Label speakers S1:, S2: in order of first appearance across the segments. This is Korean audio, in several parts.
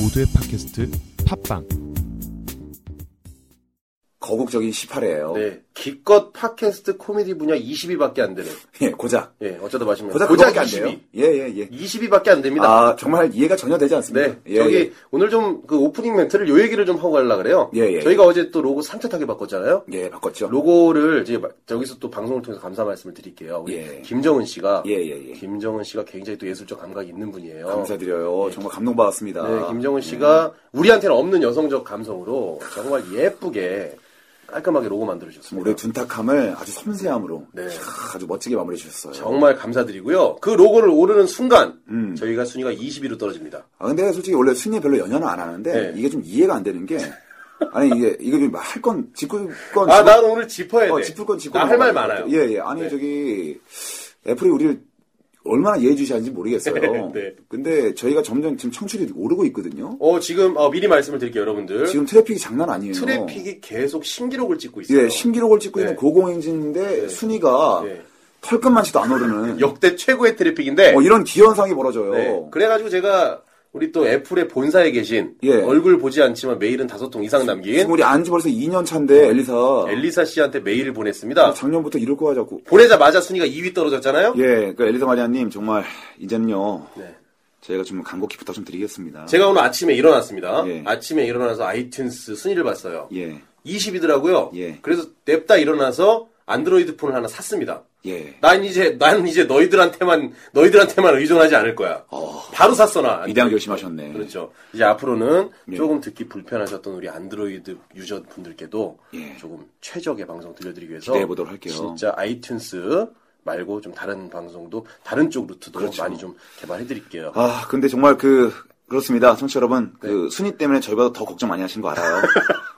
S1: 모두의 팟캐스트 팟빵
S2: 거국적인 18회예요.
S3: 네. 기껏 팟캐스트 코미디 분야 20위밖에 안 되는.
S2: 예, 고작
S3: 예, 어쩌다 마시면.
S2: 고작
S3: 고작
S2: 그거밖에 안
S3: 20위.
S2: 돼요. 예, 예, 예.
S3: 20위밖에 안 됩니다.
S2: 아 정말 이해가 전혀 되지 않습니다.
S3: 네.
S2: 예,
S3: 저기,
S2: 예.
S3: 오늘 좀 그 오프닝 멘트를 요 얘기를 좀 하고 가려고 그래요.
S2: 예, 예.
S3: 저희가 어제 또 로고 산뜻하게 바꿨잖아요.
S2: 예, 바꿨죠.
S3: 로고를 이제 마- 여기서 또 방송을 통해서 감사 말씀을 드릴게요. 우리
S2: 예.
S3: 김정은 씨가.
S2: 예, 예, 예.
S3: 김정은 씨가 굉장히 또 예술적 감각이 있는 분이에요.
S2: 감사드려요. 정말 감동받았습니다.
S3: 어. 네, 김정은 씨가
S2: 예.
S3: 우리한테는 없는 여성적 감성으로 정말 예쁘게 깔끔하게 로고 만들어 주셨습니다.
S2: 우리 둔탁함을 아주 섬세함으로
S3: 네.
S2: 캬, 아주 멋지게 마무리해 주셨어요.
S3: 정말 감사드리고요. 그 로고를 오르는 순간
S2: 음.
S3: 저희가 순위가 20위로 떨어집니다.
S2: 아, 근데 솔직히 원래 순위에 별로 연연은 안 하는데
S3: 네.
S2: 이게 좀 이해가 안 되는 게 아니 이게 이거 좀할 건 짚을 건
S3: 아,
S2: 짚어-
S3: 난 오늘 짚어야 돼.
S2: 어, 짚을 건 짚고
S3: 나 할 말
S2: 넘어가야 될
S3: 많아요.
S2: 것 같아요. 예, 예. 아니
S3: 네.
S2: 저기 애플이 우리를 얼마나 이해해주시는지 모르겠어요.
S3: 네.
S2: 근데 저희가 점점 지금 청취율이 오르고 있거든요.
S3: 어, 지금 어, 미리 말씀을 드릴게요, 여러분들.
S2: 지금 트래픽이 장난 아니에요.
S3: 네? 트래픽이 계속 신기록을 찍고 있어요.
S2: 예, 신기록을 찍고
S3: 네.
S2: 있는 고공행진인데 순위가
S3: 네.
S2: 털끝만치도 안 오르는
S3: 역대 최고의 트래픽인데
S2: 어, 이런 기현상이 벌어져요.
S3: 네. 그래가지고 제가 우리 또 애플의 본사에 계신
S2: 예.
S3: 얼굴 보지 않지만 메일은 다섯 통 이상
S2: 지금
S3: 남긴
S2: 우리 안지 벌써 2년 차인데 엘리사
S3: 네. 엘리사 씨한테 메일을 보냈습니다.
S2: 작년부터 이럴 거 하자고.
S3: 보내자마자 순위가 2위 떨어졌잖아요.
S2: 어, 예, 그 엘리사 마리아님 정말 이제는요
S3: 네.
S2: 저희가 좀 간곡히 부탁 좀 드리겠습니다.
S3: 제가 오늘 아침에 일어났습니다.
S2: 예.
S3: 아침에 일어나서 아이튠스 순위를 봤어요.
S2: 예,
S3: 20이더라고요.
S2: 예.
S3: 그래서 냅다 일어나서 안드로이드 폰을 하나 샀습니다.
S2: 예.
S3: 난 이제 난 이제 너희들한테만 너희들한테만 의존하지 않을 거야.
S2: 어,
S3: 바로 샀어 나.
S2: 위대한 결심하셨네.
S3: 아, 그렇죠. 이제 앞으로는
S2: 네.
S3: 조금 듣기 불편하셨던 우리 안드로이드 유저분들께도
S2: 예.
S3: 조금 최적의 방송 들려드리기 위해서
S2: 기대해보도록 할게요.
S3: 진짜 아이튠스 말고 좀 다른 방송도 다른 쪽 루트도 많이 좀 개발해 드릴게요.
S2: 그렇죠. 아, 근데 정말 그 그렇습니다, 청취 자 여러분.
S3: 네.
S2: 그 순위 때문에 저희보다 더 걱정 많이 하시는 거 알아요.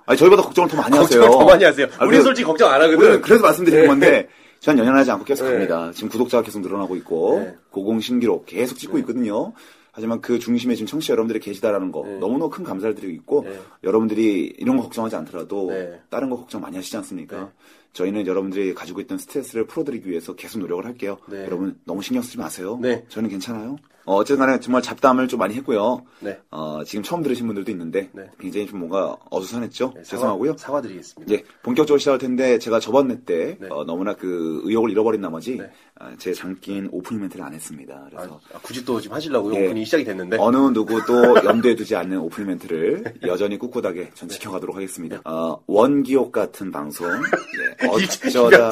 S2: 아니 저희보다 걱정을 더 많이 하세요.
S3: 걱정 더 많이 하세요.
S2: 아,
S3: 우리
S2: 그-
S3: 솔직히 걱정 안 하거든.
S2: 우리는 그래서 말씀드리는
S3: 네.
S2: 건데 전 연연하지 않고 계속
S3: 네.
S2: 갑니다. 지금 구독자가 계속 늘어나고 있고
S3: 네.
S2: 고공 신기록 계속 찍고 있거든요. 하지만 그 중심에 지금 청취자 여러분들이 계시다라는 거 너무너무 큰 감사를 드리고 있고
S3: 네.
S2: 여러분들이 이런 거 걱정하지 않더라도
S3: 네.
S2: 다른 거 걱정 많이 하시지 않습니까?
S3: 네.
S2: 저희는 여러분들이 가지고 있던 스트레스를 풀어드리기 위해서 계속 노력을 할게요.
S3: 네.
S2: 여러분 너무 신경 쓰지 마세요.
S3: 네.
S2: 저는 괜찮아요. 어, 어쨌든 간에 정말 잡담을 좀 많이 했고요.
S3: 네.
S2: 어, 지금 처음 들으신 분들도 있는데
S3: 네.
S2: 굉장히 좀 뭔가 어수선했죠?
S3: 네, 사과-
S2: 죄송하고요.
S3: 사과드리겠습니다.
S2: 예, 본격적으로 시작할 텐데 제가 저번에 때
S3: 네.
S2: 어, 너무나 그 의욕을 잃어버린 나머지
S3: 네.
S2: 아, 제 장긴 오프닝 멘트를 안 했습니다. 그래서
S3: 아, 굳이 또 지금 하시려고요.
S2: 예.
S3: 오프닝이 시작이 됐는데.
S2: 어느 누구도 염두에 두지 않는 오프닝 멘트를 여전히 꿋꿋하게 전
S3: 네.
S2: 지켜가도록 하겠습니다. 어, 원기옥 같은 방송 예, 어쩌다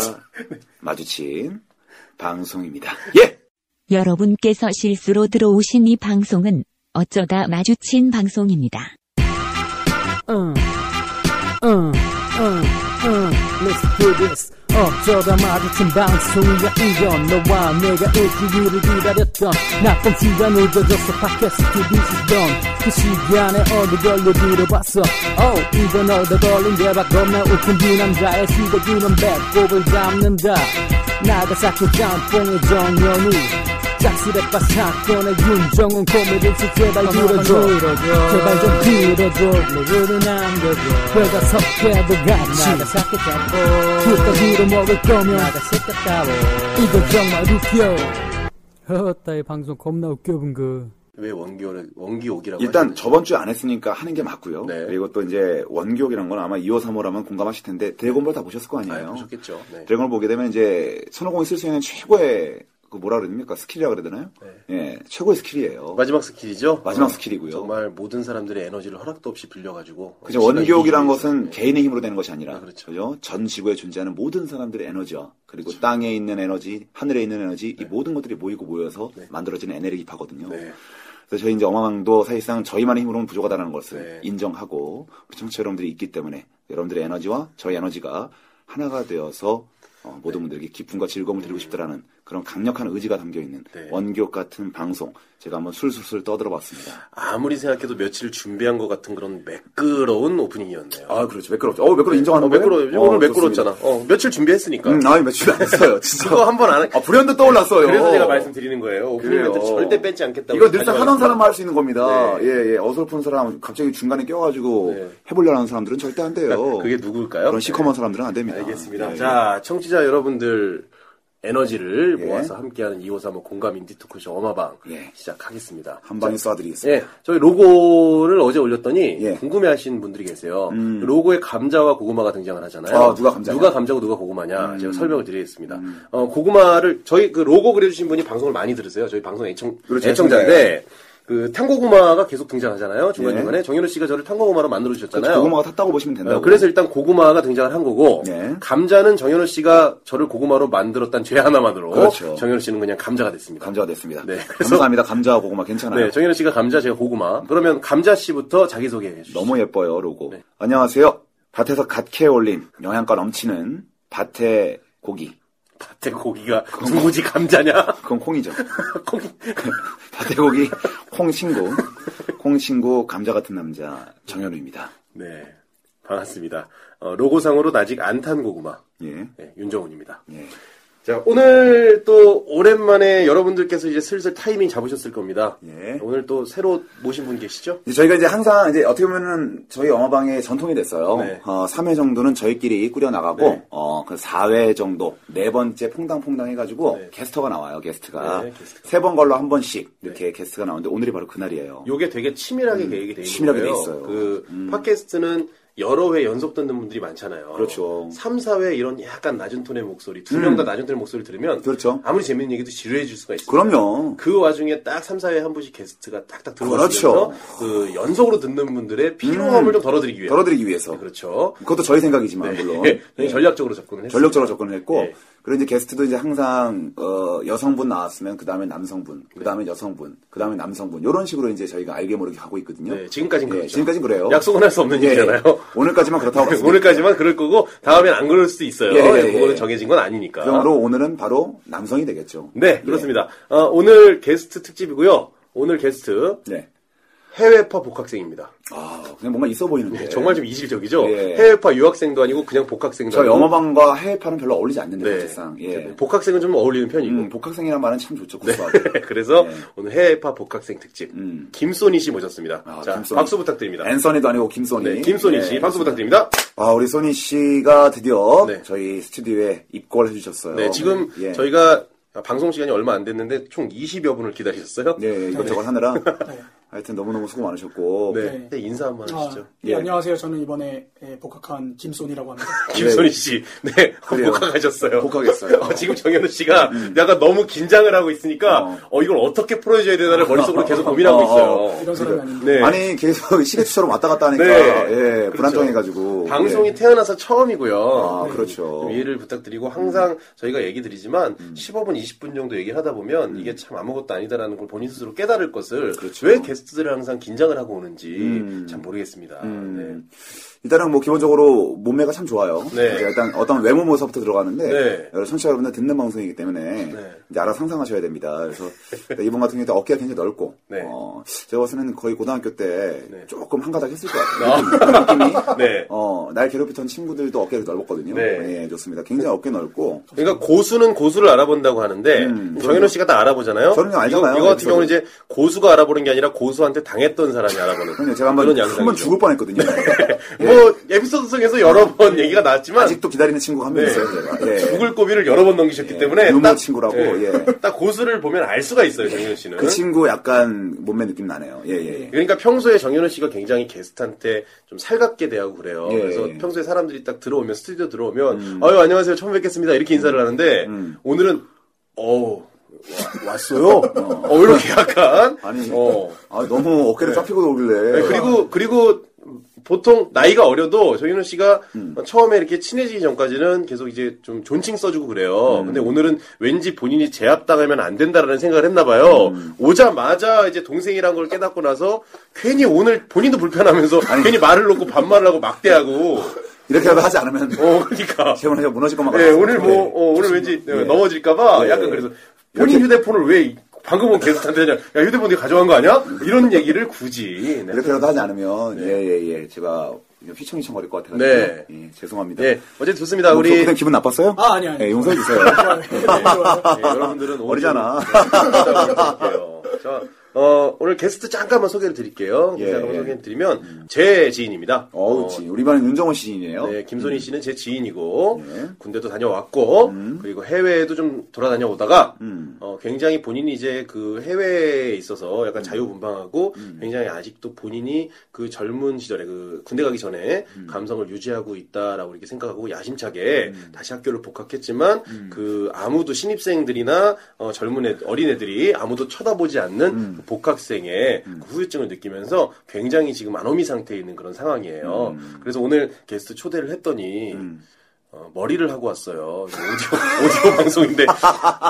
S2: 마주친 방송입니다. 예,
S4: 여러분께서 실수로 들어오신 이 방송은 어쩌다 마주친 방송입니다.
S5: Uh, uh, uh, uh, let's do this. Uh, 어쩌다 마주친 방송이야 이건 너와 내가 일주일을 기다렸던 나쁜 시간 늦어져서 팟캐스트 뒤지던 그 시간에 어느 걸로 들어봤어 oh, 이건 얻어 걸린 대박 겁나 웃픈 두 남자의 시대기는 배꼽을 잡는다 나가사키 짬뽕의 정연우 짝수레빠 사건의 윤정은 코미디 제발 들어줘 제발 좀 들어줘 누구를 남겨줘 별과 섞여도 같이 나가사키 짬뽕 뚜껑으로 먹을 거면 나가사키 짬뽕 이거 정말 웃겨 허따이 방송 겁나 웃겨 그. 본거
S3: 왜 원기옥, 원기옥이라고
S2: 일단
S3: 하시는지.
S2: 저번 주에 안 했으니까 하는 게 맞고요.
S3: 네.
S2: 그리고 또 이제 원기옥이란 건 아마 2호 3호라면 공감하실 텐데 드래곤볼 다 보셨을 거 아니에요.
S3: 아, 보셨겠죠. 네.
S2: 드래곤을 보게 되면 이제 손오공이 쓸 수 있는 최고의 그 뭐라 그럽니까 스킬이라 그러나요?
S3: 네.
S2: 예, 최고의 스킬이에요.
S3: 마지막 스킬이죠.
S2: 마지막
S3: 어,
S2: 스킬이고요.
S3: 정말 모든 사람들의 에너지를 허락도 없이 빌려가지고.
S2: 그죠
S3: 시간이
S2: 원기옥이란
S3: 길게 있어요.
S2: 것은
S3: 네.
S2: 개인의 힘으로 되는 것이 아니라
S3: 아, 그렇죠.
S2: 그죠? 전 지구에 존재하는 모든 사람들의 에너지와 그리고 땅에 있는 에너지, 하늘에 있는 에너지 이 모든 것들이 모이고 모여서 만들어지는 에너지파거든요.
S3: 네.
S2: 그래서 저희 이제 어마왕도 사실상 저희만의 힘으로는 부족하다는 것을
S3: 네.
S2: 인정하고 우리 청취자 여러분들이 있기 때문에 여러분들의 에너지와 저희 에너지가 하나가 되어서 어, 모든 분들에게 기쁨과 즐거움을 드리고 싶다라는 그런 강력한 의지가 담겨 있는
S3: 네.
S2: 원교 같은 방송 제가 한번 술술술 떠들어봤습니다.
S3: 아무리 생각해도 며칠 준비한 것 같은 그런 매끄러운 오프닝이었네요.
S2: 아 그렇죠 매끄럽죠. 어 매끄러 인정하는
S3: 어, 매끄러워. 오늘 매끄러웠잖아. 어, 며칠 준비했으니까.
S2: 음, 아니 며칠 안 했어요. 진짜.
S3: 그거 한번 안 해.
S2: 아 불현듯 떠올랐어요.
S3: 그래서 제가 말씀드리는 거예요. 오프닝
S2: 그래요.
S3: 멘트 절대 뺏지 않겠다고.
S2: 이거 늘상 하던
S3: 다짐하겠습니다.
S2: 사람만 할 수 있는 겁니다.
S3: 네.
S2: 예, 예. 어설픈 사람, 갑자기 중간에 껴가지고
S3: 네.
S2: 해보려는 사람들은 절대 안 돼요.
S3: 그게 누굴까요? 네.
S2: 그런 시커먼 사람들은 안 됩니다. 네.
S3: 알겠습니다.
S2: 예, 예.
S3: 자, 청취자 여러분들 에너지를
S2: 예.
S3: 모아서 함께하는 2535 공감 인디 토크쇼 어마방
S2: 예.
S3: 시작하겠습니다.
S2: 한 방에
S3: 자,
S2: 쏴드리겠습니다.
S3: 예, 저희 로고를 어제 올렸더니
S2: 예. 음.
S3: 궁금해하시는 분들이 계세요. 로고에 감자와 고구마가 등장을 하잖아요.
S2: 아, 누가 음. 감자냐?
S3: 고 누가 고구마냐? 제가 설명을 드리겠습니다. 어, 고구마를 저희 그 로고 그려주신 분이 방송을 많이 들으세요. 저희 방송 애청
S2: 그렇죠,
S3: 애청자인데 그 탕고구마가 계속 등장하잖아요. 중간 중간에 정현우 씨가 저를 탕고구마로 만들어 주셨잖아요.
S2: 예. 그렇죠. 고구마가 탔다고 보시면 된다고.
S3: 어, 그래서 일단 고구마가 등장을 한 거고
S2: 네.
S3: 감자는 정현우 씨가 저를 고구마로 만들었다는 죄 하나만으로
S2: 그렇죠.
S3: 정현우 씨는 그냥 감자가 됐습니다.
S2: 감자가 됐습니다.
S3: 네, 그래서-
S2: 감사합니다. 감자와 고구마 괜찮아요.
S3: 네, 정현우 씨가 감자, 제가 고구마. 그러면 감자 씨부터 자기 소개해 주시죠.
S2: 너무 예뻐요 로고.
S3: 네.
S2: 안녕하세요. 밭에서 갓캐 올린 영양가 넘치는 밭의 고기.
S3: 밭에 고기가 누구지 감자냐?
S2: 그건 콩이죠.
S3: 고기.
S2: 밭의 고기 콩 친구. 콩 친구 감자 같은 남자 정현우입니다.
S3: 네, 반갑습니다. 어, 로고상으로 아직 안 탄 고구마.
S2: 예.
S3: 네, 윤정훈입니다.
S2: 예.
S3: 자, 오늘 또 오랜만에 여러분들께서 이제 슬슬 타이밍 잡으셨을 겁니다.
S2: 예.
S3: 오늘 또 새로 모신 분 계시죠?
S2: 이제 저희가 이제 항상 이제 어떻게 보면은 저희 어마방의 전통이 됐어요.
S3: 네.
S2: 어, 3회 정도는 저희끼리 꾸려나가고,
S3: 네.
S2: 어, 그 4회 정도, 네 번째 퐁당퐁당 해가지고, 게스트가 나와요, 게스트가.
S3: 네, 게스트가. 네.
S2: 세 번 걸로 한 번씩 이렇게 게스트가 나오는데, 오늘이 바로 그날이에요.
S3: 요게 되게 치밀하게 계획이 돼 있는
S2: 음, 치밀하게
S3: 거예요.
S2: 돼 있어요. 음.
S3: 그 팟캐스트는 여러 회 연속 듣는 분들이 많잖아요.
S2: 그렇죠. 음.
S3: 3, 4회 이런 약간 낮은 톤의 목소리, 두 명 다 낮은 톤의 목소리를 들으면
S2: 그렇죠.
S3: 아무리 재밌는 얘기도 지루해질 수가 있어요.
S2: 그럼요.
S3: 그 와중에 딱 3, 4회 한 분씩 게스트가 딱딱 들어오면서
S2: 그렇죠. 음.
S3: 그 연속으로 듣는 분들의 피로함을 좀 덜어드리기 위해서.
S2: 덜어드리기 위해서.
S3: 그렇죠.
S2: 그것도 저희 생각이지만, 물론.
S3: 예, 저희 전략적으로 접근을 했어요.
S2: 전력적으로 접근을 했고
S3: 예.
S2: 그리고 이제 게스트도 이제 항상 어, 여성분 나왔으면 그 다음에 남성분,
S3: 네.
S2: 그 다음에 여성분, 그 다음에 남성분 이런 식으로 이제 저희가 알게 모르게 가고 있거든요.
S3: 네, 지금까지는
S2: 예,
S3: 그렇죠.
S2: 지금까지는 그래요.
S3: 약속은 할 수 없는
S2: 예,
S3: 일이잖아요.
S2: 오늘까지만 그렇다고 봤습니다.
S3: 오늘까지만 그럴 거고 다음엔 안 그럴 수도 있어요.
S2: 예, 예,
S3: 예, 그거는
S2: 예.
S3: 정해진 건 아니니까.
S2: 그러므로 오늘은 바로 남성이 되겠죠.
S3: 네, 그렇습니다. 어, 오늘 게스트 특집이고요. 오늘 게스트
S2: 예. 네.
S3: 해외파 복학생입니다. 예,
S2: 아 그냥 뭔가 있어 보이는데.
S3: 네, 정말 좀 이질적이죠.
S2: 예.
S3: 해외파 유학생도 아니고 그냥 복학생도
S2: 저
S3: 아니고.
S2: 영어방과 해외파는 별로 어울리지 않는데
S3: 네.
S2: 사실상. 예.
S3: 복학생은 좀 어울리는 편이고. 네.
S2: 음, 복학생이란 말은 참 좋죠. 구수하게.
S3: 그래서
S2: 예.
S3: 오늘 해외파 복학생 특집
S2: 음.
S3: 김소니 씨 모셨습니다.
S2: 아,
S3: 자,
S2: 김소니.
S3: 박수 부탁드립니다.
S2: 앤서니도 아니고 김소니.
S3: 네, 김소니
S2: 예.
S3: 씨 박수 부탁드립니다.
S2: 아, 우리 소니 씨가 드디어
S3: 네.
S2: 저희 스튜디오에 입고를 해주셨어요.
S3: 네, 지금
S2: 예.
S3: 저희가 방송 시간이 얼마 안 됐는데 총 20여 분을 기다리셨어요.
S2: 네, 예, 이것저것 하느라 하여튼 너무너무 수고 많으셨고
S3: 네. 네, 인사 한번 하시죠.
S6: 예,
S2: 예.
S6: 안녕하세요. 저는 이번에 예, 복학한 김손이라고 합니다.
S3: 김소니 씨, 네,
S2: 그래요.
S3: 복학하셨어요.
S2: 복학했어요. 음,
S3: 어, 지금 정현우 씨가 약간 너무 긴장을 하고 있으니까,
S2: 어.
S3: 어, 이걸 어떻게 풀어줘야 되나를 머릿속으로 계속 고민하고 있어요.
S6: 이런 사람이 아닌데.
S3: 네.
S2: 그러니까 아니 계속 시계추처럼 왔다 갔다 하니까
S3: 네.
S2: 예,
S3: 그렇죠.
S2: 불안정해가지고
S3: 방송이
S2: 예.
S3: 태어나서 처음이고요.
S2: 아,
S3: 네.
S2: 그렇죠.
S3: 좀 이해를 부탁드리고 항상 저희가 얘기 드리지만
S2: 음.
S3: 15분, 20분 정도 얘기를 하다 보면 이게 참 아무것도 아니다라는 걸 본인 스스로 깨달을 것을
S2: 그렇죠. 음.
S3: 왜 게스트들을 항상 긴장을 하고 오는지 참 모르겠습니다.
S2: 일단은 뭐 기본적으로 몸매가 참 좋아요.
S3: 네.
S2: 이제 일단 어떤 외모 모습부터 들어가는데
S3: 네.
S2: 여러 청취자 여러분들 듣는 방송이기 때문에
S3: 네.
S2: 이제 알아 상상하셔야 됩니다. 그래서 일단 이번 같은 경우도 어깨가 굉장히 넓고
S3: 네.
S2: 어, 제가 봤을 때는 거의 고등학교 때
S3: 네.
S2: 조금 한 가닥 했을 것 같아요. 느낌이,
S3: 네.
S2: 느낌이.
S3: 네.
S2: 어, 날 괴롭히던 친구들도 어깨가 넓었거든요.
S3: 네.
S2: 예, 좋습니다. 굉장히 어깨 넓고
S3: 그러니까 고수는 고수를 알아본다고 하는데 정현우 씨가 다 알아보잖아요.
S2: 음, 저는 알잖아요,
S3: 이거, 이거 같은
S2: 에피소드.
S3: 경우는 이제 고수가 알아보는 게 아니라 고수한테 당했던 사람이 알아보는
S2: 그럼요, 제가 한번
S3: 그런
S2: 한 번
S3: 양상이죠.
S2: 죽을 뻔했거든요.
S3: 뭐 에피소드 속에서 여러 번 얘기가 나왔지만
S2: 아, 예. 아직도 기다리는 친구가 한 명
S3: 네.
S2: 있어요. 제가. 예.
S3: 죽을 고비를 여러 번 넘기셨기 때문에
S2: 유머
S3: 딱-
S2: 친구라고, 예.
S3: 딱 고수를 보면 알 수가 있어요 정현우 씨는.
S2: 그 친구 약간 몸매 느낌 나네요. 예, 예, 예.
S3: 그러니까 평소에 정현우 씨가 굉장히 게스트한테 좀 살갑게 대하고 그래요.
S2: 예.
S3: 그래서 평소에 사람들이 딱 들어오면 스튜디오 들어오면 아유 안녕하세요 처음 뵙겠습니다 이렇게 인사를 하는데
S2: 음.
S3: 오늘은 어우 와- 왔어요. 어 이렇게 약간
S2: 아니,
S3: 어.
S2: 아, 너무 어깨를 쫙 펴고 오길래.
S3: 네, 그리고 그리고 보통 나이가 어려도 정윤호 씨가 처음에 이렇게 친해지기 전까지는 계속 이제 좀 존칭 써주고 그래요.
S2: 음.
S3: 근데 오늘은 왠지 본인이 제압당하면 안 된다라는 생각을 했나 봐요.
S2: 음.
S3: 오자마자 이제 동생이란 걸 깨닫고 나서 괜히 오늘 본인도 불편하면서 괜히 말을 놓고 반말을 하고 막대하고
S2: 이렇게라도 하지 않으면
S3: 어 그러니까
S2: 재원이가 무너질 것만
S3: 네,
S2: 같아요.
S3: 오늘 뭐 어, 오늘 왠지
S2: 예.
S3: 넘어질까봐
S2: 예.
S3: 약간 그래서 본인 휴대폰을 왜 방금 본 게스트한테 그냥 야 휴대폰 네 가져간 거 아니야? 이런 얘기를 굳이 네.
S2: 이렇게라도 하지 않으면 예예예 제가 휘청휘청거릴 것 같아요.
S3: 네.
S2: 예, 죄송합니다.
S3: 네, 어쨌든 좋습니다.
S2: 우리
S3: 우리
S2: 그냥 기분 나빴어요?
S6: 아, 아니, 아니.
S2: 예, 용서해 주세요.
S6: 좋아요. 좋아요.
S3: 네, 여러분들은 예, 오늘
S2: 어리잖아.
S3: 좀 부탁드릴게요. 자, 어, 오늘 게스트 잠깐만 소개를 드릴게요.
S2: 예,
S3: 게스트 잠깐만
S2: 예.
S3: 소개해드리면 제 지인입니다.
S2: 어우, 음. 지 우리 반은 윤정원 시인이에요.
S3: 네, 김선희 씨는 제 지인이고
S2: 예.
S3: 군대도 다녀왔고 그리고 해외에도 좀 돌아다녀오다가
S2: 음.
S3: 어, 굉장히 본인이 이제 그 해외에 있어서 약간 자유분방하고 굉장히 아직도 본인이 그 젊은 시절에 그 군대 가기 전에 감성을 유지하고 있다라고 이렇게 생각하고 야심차게 다시 학교를 복학했지만 그 아무도 신입생들이나 어, 젊은 애, 어린애들이 아무도 쳐다보지 않는 그 복학생의 그 후유증을 느끼면서 굉장히 지금 아노미 상태에 있는 그런 상황이에요. 그래서 오늘 게스트 초대를 했더니 어, 머리를 하고 왔어요. 오디오, 오디오 방송인데.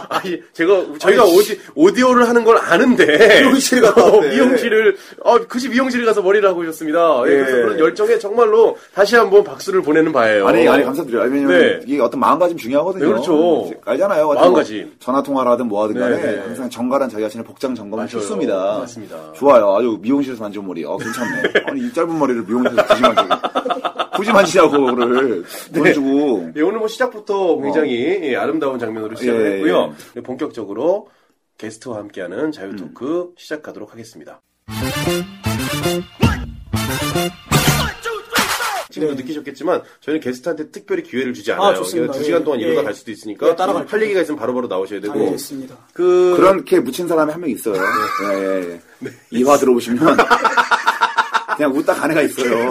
S3: 아니, 예, 제가, 저희가 오디, 오디오를 하는 걸 아는데.
S2: 미용실 갔다 왔대.
S3: 어, 미용실을, 어, 그이 미용실에 가서 머리를 하고 오셨습니다. 예,
S2: 예.
S3: 그래서 그런 열정에 정말로 다시 한번 박수를 보내는 바예요
S2: 아니, 아니, 감사드려요. 아니, 왜냐면,
S3: 어. 네.
S2: 이게 어떤 마음가짐 중요하거든요.
S3: 네, 그렇죠.
S2: 알잖아요. 어떤
S3: 마음가짐.
S2: 뭐 전화통화를 하든 뭐 하든 간에
S3: 네, 네.
S2: 항상 정갈한 자기 자신의 복장 점검은
S3: 맞아요.
S2: 필수입니다.
S3: 맞습니다.
S2: 좋아요. 아주 미용실에서 만진 머리. 어, 괜찮네. 아니, 이 짧은 머리를 미용실에서 굳이 만지고. 굳이 만지냐고, 그거를. 돈 주고.
S3: 예, 오늘 뭐 시작부터 굉장히
S6: 어.
S3: 예, 아름다운 장면으로 시작을
S2: 예, 예.
S3: 했고요. 예, 본격적으로 게스트와 함께하는 자유 토크
S6: 음.
S3: 시작하도록 하겠습니다. 지금도 느끼셨겠지만 저희는 게스트한테 특별히 기회를 주지 않아요.
S6: 네. 좋습니다.
S3: 두 시간 동안
S6: 예.
S3: 이러다
S6: 예.
S3: 갈 수도 있으니까 음,
S6: 예, 따라갈게요. 예,
S3: 할 얘기가 있으면 바로바로 나오셔야 되고
S6: 아, 알겠습니다.
S3: 그
S2: 그렇게 묻힌 사람이 한 명 있어요. 예, 예,
S3: 네.
S2: 예. 이화 들어보시면. 그냥 웃다 간 애가 있어요.
S6: 어.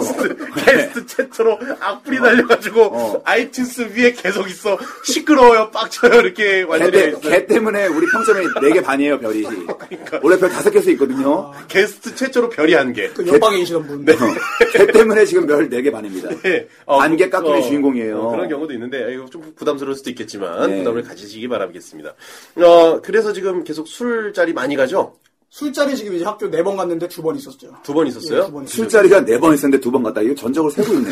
S3: 게스트 채트로 악플이 달려가지고
S2: 어.
S3: 아이튠스 위에 계속 있어 시끄러워요 빡쳐요 이렇게
S2: 개,
S3: 완전히
S2: 때, 개 때문에 우리 평점이 4개 반이에요, 별이.
S3: 그러니까.
S2: 원래 별 5개씩 있거든요.
S3: 어. 게스트 최초로 별이 한 개.
S6: 그 옆방에 계시던 분.
S3: 네.
S2: 어, 걔 때문에 지금 별 4개 반입니다.
S3: 예.
S2: 안개
S3: 그-
S2: 깎음의 주인공이에요.
S3: 어, 그런 경우도 있는데 아, 이거 좀 부담스러울 수도 있겠지만
S2: 네.
S3: 부담을 가지시기 바라겠습니다. 어 그래서 지금 계속 술자리 많이 가죠?
S6: 술자리 지금 이제 학교 네 번 갔는데 두 번 있었죠.
S3: 두 번 있었어요?
S6: 예, 두번 있었어요.
S2: 술자리가 4번 있었는데 2번 갔다. 이거 전적으로 세고 있네.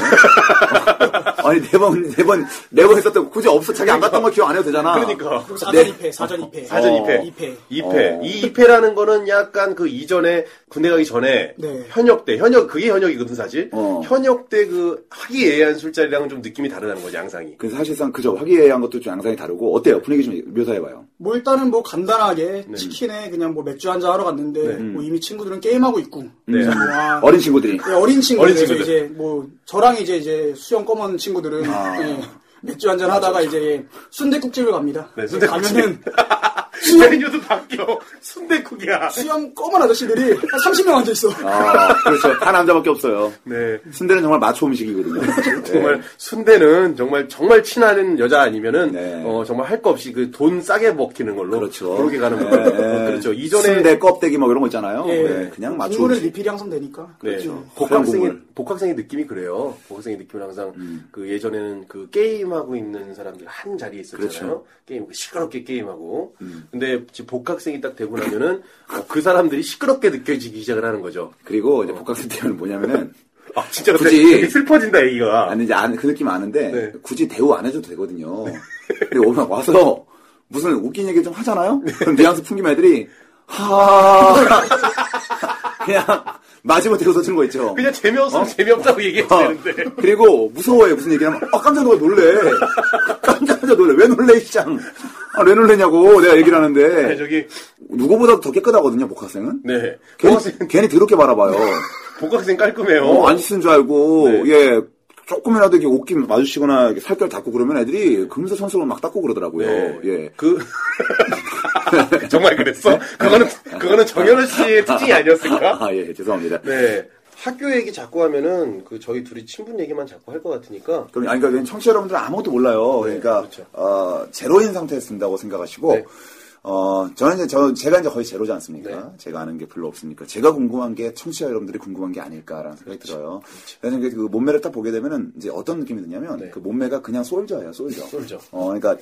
S2: 아니, 4번, 4번, 4번 했었다고 굳이 없어. 자기 안 갔던 걸 기억 안 해도 되잖아.
S3: 그러니까
S6: 그럼 사전
S2: 네.
S6: 입회 사전 입회
S3: 사전
S2: 어.
S3: 입회.
S6: 입회.
S3: 입회. 이 입회라는 거는 약간 그 이전에 군대 가기 전에
S6: 네.
S3: 현역 때 현역 그게 현역이거든 사실.
S2: 어.
S3: 현역 때 그 하기애애한 술자리랑은 좀 느낌이 다르다는 거지 양상이.
S2: 그 사실상 그저 화기애애한 것도 좀 양상이 다르고 어때요? 분위기 좀 묘사해봐요.
S6: 뭐 일단은 뭐 간단하게
S3: 네.
S6: 치킨에 그냥 뭐 맥주 한잔 하러 갔는데 뭐 이미 친구들은 게임하고 있고. 그래서 뭐 아,
S2: 어린 친구들이
S6: 예, 어린 친구들
S3: 네. 어린
S6: 그래서
S3: 친구들.
S6: 이제 뭐 저랑 이제 이제 수염 검은 친구들은
S3: 아.
S6: 예, 맥주 한잔 하다가 이제 순대국집을 갑니다.
S3: 네, 순댓국집.
S6: 가면은
S3: 메뉴도 바뀌어 순대국이야.
S6: 수염 검은 아저씨들이 한 30명 앉아 있어.
S2: 아, 그렇죠. 다 남자밖에 없어요.
S3: 네.
S2: 순대는 정말 마초 음식이거든요.
S3: 정말 순대는 정말 정말 친한 여자 아니면은
S2: 네.
S3: 어, 정말 할 거 없이 그 돈 싸게 먹히는 걸로
S2: 그렇죠.
S3: 그렇게 가는
S2: 네,
S3: 걸로
S2: 네.
S3: 그렇죠 이전에
S2: 순대 껍데기 뭐 이런 거 있잖아요.
S6: 예,
S2: 네, 그냥 마초
S6: 국물을
S2: 음식.
S6: 리필이 항상 되니까.
S3: 네.
S6: 그렇죠.
S3: 복학생의
S2: 화양고물.
S3: 복학생의 느낌이 그래요 복학생의 느낌은 항상
S2: 음.
S3: 그 예전에는 그 게임하고 있는 사람들 한 자리에 있었잖아요
S2: 그렇죠. 음.
S3: 게임 시끄럽게 게임하고 근데 지금 복학생이 딱 되고 나면은 어, 그 사람들이 시끄럽게 느껴지기 시작을 하는 거죠
S2: 그리고 이제 복학생 때는 뭐냐면은
S3: 아 진짜 근데
S2: 굳이-
S3: 되게 슬퍼진다 얘기가
S2: 아니 이제 아는- 그 느낌 아는데
S3: 네.
S2: 굳이 대우 안 해줘도 되거든요. 그리고 오면 와서 무슨 웃긴 얘기 좀 하잖아요.
S3: 네.
S2: 그럼 뉘앙스 풍기면 애들이 하 그냥 마지못해 웃어준 거 있죠.
S3: 그냥
S2: 어?
S3: 재미없으면 재미없다고 얘기해도
S2: 아,
S3: 되는데
S2: 그리고 무서워해 무슨 얘기하면 아 깜짝 놀라 놀래 깜짝 놀래 왜 놀래 이 짱. 아, 왜 놀래냐고 내가 얘기를
S3: 아니,
S2: 하는데
S3: 네, 저기
S2: 누구보다도 더 깨끗하거든요 복학생은
S3: 네
S2: 괜히,
S3: 복학생
S2: 괜히 더럽게 바라봐요
S3: 복학생 깔끔해요
S2: 어, 안 씻은 줄 알고
S3: 어. 네.
S2: 예 조금이라도 이게 옷깃 마주치거나 이렇게 살결 닦고 그러면 애들이 금세 손수건 막 닦고 그러더라고요
S3: 네.
S2: 예 네.
S3: 그 정말 그랬어? 그거는 그거는 정현우 씨의 특징이 아니었을까?
S2: 아, 예, 죄송합니다.
S3: 네. 학교 얘기 자꾸 하면은 그 저희 둘이 친분 얘기만 자꾸 할 것 같으니까
S2: 그럼 아니 그러니까 청취자 여러분들은 아무것도 몰라요. 그러니까
S3: 그렇죠.
S2: 어, 제로인 상태에 쓴다고 생각하시고
S3: 네.
S2: 어, 저는 이제 저 제가 이제 거의 제로지 않습니까?
S3: 네.
S2: 제가 아는 게 별로 없으니까 제가 궁금한 게 청취자 여러분들이 궁금한 게 아닐까라는 생각이
S3: 그렇죠.
S2: 들어요. 그래서 이제 그 몸매를 딱 보게 되면은 이제 어떤 느낌이 드냐면
S3: 네.
S2: 그 몸매가 그냥 솔저예요, 솔저.
S3: 솔저.
S2: 어, 그러니까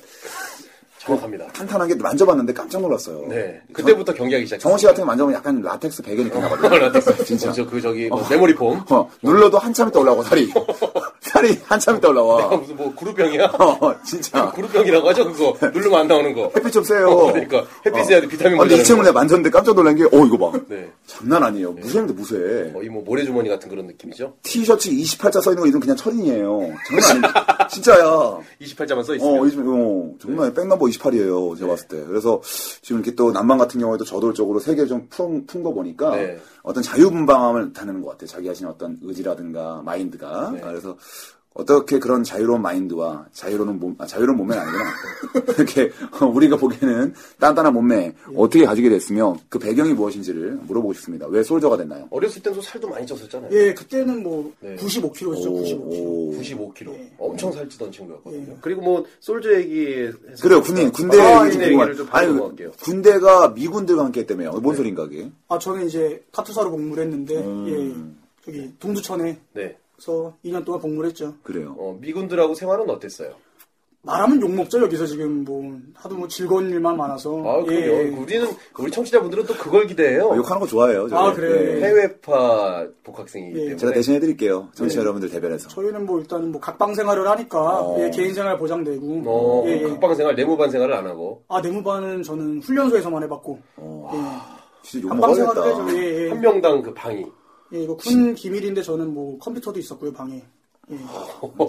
S3: 정확합니다.
S2: 탄탄하게 만져봤는데 깜짝 놀랐어요.
S3: 네. 그때부터 경계하기 시작.
S2: 정원 씨 같은 거 만져보면 약간 라텍스 배경이 있나 거든요
S3: 진짜 저그 저기 뭐 메모리 폼.
S2: 어, 눌러도 한참 있다 올라오고 다리. 다리 한참 있다
S3: 아,
S2: 올라와.
S3: 무슨 뭐 그룹병이야?
S2: 어,
S3: 네,
S2: 진짜.
S3: 그룹병이라고 하죠 그거 누르면 안 나오는 거.
S2: 햇빛 좀 쐬요.
S3: 어, 그러니까 햇빛 쐬야 돼, 비타민
S2: 아니
S3: 모자라는
S2: 이 친구
S3: 거.
S2: 내가 만졌는데 깜짝 놀란 게, 어 이거 봐.
S3: 네.
S2: 장난 아니에요. 무쇠인데 무쇠.
S3: 거의 뭐 모래주머니 같은 그런 느낌이죠.
S2: 티셔츠 28자 써 있는 거 이건 그냥 철인이에요. 장난 아니에요. 진짜야.
S3: 28자만 써 있어요. 네.
S2: 어, 요즘 어, 정말 백넘버 28이에요. 제가 봤을 때. 그래서 지금 이렇게 또 남방 같은 경우에도 저돌적으로 세계를 좀 푼, 푼거 보니까
S3: 네.
S2: 어떤 자유분방함을 나타내는 것 같아요. 자기 자신의 어떤 의지라든가 마인드가.
S3: 네.
S2: 그래서 어떻게 그런 자유로운 마인드와 자유로운 몸, 아, 자유로운 몸매는 아니구나. 이렇게 어, 우리가 보기에는 단단한 몸매 어떻게 가지게 됐으며 그 배경이 무엇인지를 물어보고 싶습니다. 왜 솔저가 됐나요?
S3: 어렸을 땐 또 살도 많이 쪘었잖아요.
S6: 예, 그때는 뭐
S3: 네.
S6: 95kg였죠, 95kg.
S3: 95kg.
S6: 예.
S3: 엄청 살찌던 친구였거든요.
S6: 네.
S3: 그리고 뭐 솔저 얘기 해서
S2: 그래요, 군인, 군대
S3: 아,
S2: 얘기
S3: 군인
S2: 좀
S3: 얘기를 좀
S2: 궁금한- 아니, 그-
S3: 바로 할게요. 네.
S2: 군대가 미군들과 함께 했다며요. 뭔 소린가, 그게?
S6: 아, 저는 이제 카투사로 복무를 했는데,
S3: 음.
S6: 예, 저기 동두천에서
S3: 네.
S6: 2년 동안 복무를 했죠.
S2: 그래요.
S3: 어, 미군들하고 생활은 어땠어요?
S6: 말하면 욕먹죠, 여기서 지금 뭐, 하도 뭐 즐거운 일만 많아서. 예.
S3: 아, 그래요. 우리는 우리 청취자분들은 또 그걸 기대해요.
S2: 욕하는 거 좋아해요. 저희.
S6: 아, 그래요?
S2: 네.
S3: 해외파 복학생이기
S6: 예.
S3: 때문에
S2: 제가 대신 해드릴게요. 정치
S3: 네.
S2: 여러분들 대변해서.
S6: 저희는 뭐 일단은 뭐 각방 생활을 하니까,
S2: 어.
S6: 예, 개인 생활 보장되고,
S3: 어,
S6: 예, 예.
S3: 각방 생활, 내무반 생활을 안 하고
S6: 아, 내무반은 저는 훈련소에서만 해봤고,
S2: 어,
S6: 예,
S2: 진짜
S6: 각방 생활을 해서,
S2: 욕먹어야겠다.
S6: 예,
S3: 한
S6: 예.
S3: 명당 그 방이
S6: 예, 이거 군 기밀인데 저는 뭐 컴퓨터도 있었고요, 방에. 예.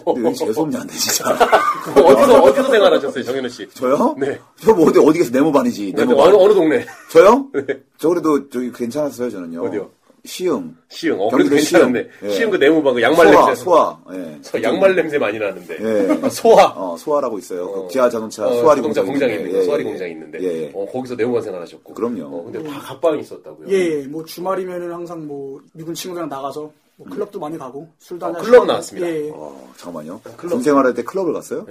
S2: 근데 왜 재수없냐는데, 진짜.
S3: 어디서 어디서 생활하셨어요, 정현우 씨?
S2: 저요?
S3: 네.
S2: 저 뭐, 어디, 어디 계세요? 네모반이지.
S3: 어느,
S2: 네모반.
S3: 어느 동네?
S2: 저요? 저 그래도 저기 괜찮았어요, 저는요.
S3: 어디요?
S2: 시흥.
S3: 시흥. 어,
S2: 경기도
S3: 그래도 괜찮았네.
S2: 시흥. 예.
S3: 시흥 그 내무반 그 양말
S2: 소아,
S3: 냄새.
S2: 소아. 예.
S3: 저 양말 냄새 많이 나는데.
S2: 예.
S3: 아, 소화.
S2: 어, 소아라고 있어요. 그
S3: 어.
S2: 지하 자동차
S3: 어,
S2: 소아리
S3: 자동차 공장이
S2: 있는데.
S3: 있는 거,
S2: 예,
S3: 소아리
S2: 예, 예.
S3: 공장이 있는데.
S2: 예, 예.
S3: 어, 거기서 내무반 생활하셨고.
S2: 그럼요. 음.
S3: 어, 근데 다 각방이 있었다고요.
S2: 네.
S3: 네.
S6: 예, 예, 뭐 주말이면은 항상 뭐 미군 친구들이랑 나가서 뭐 클럽도 많이 가고 술도 한잔
S3: 클럽
S6: 하고.
S3: 나왔습니다.
S6: 예, 예.
S2: 어, 잠깐만요.
S3: 아, 클럽. 네.
S2: 군 생활할 때 클럽을 갔어요?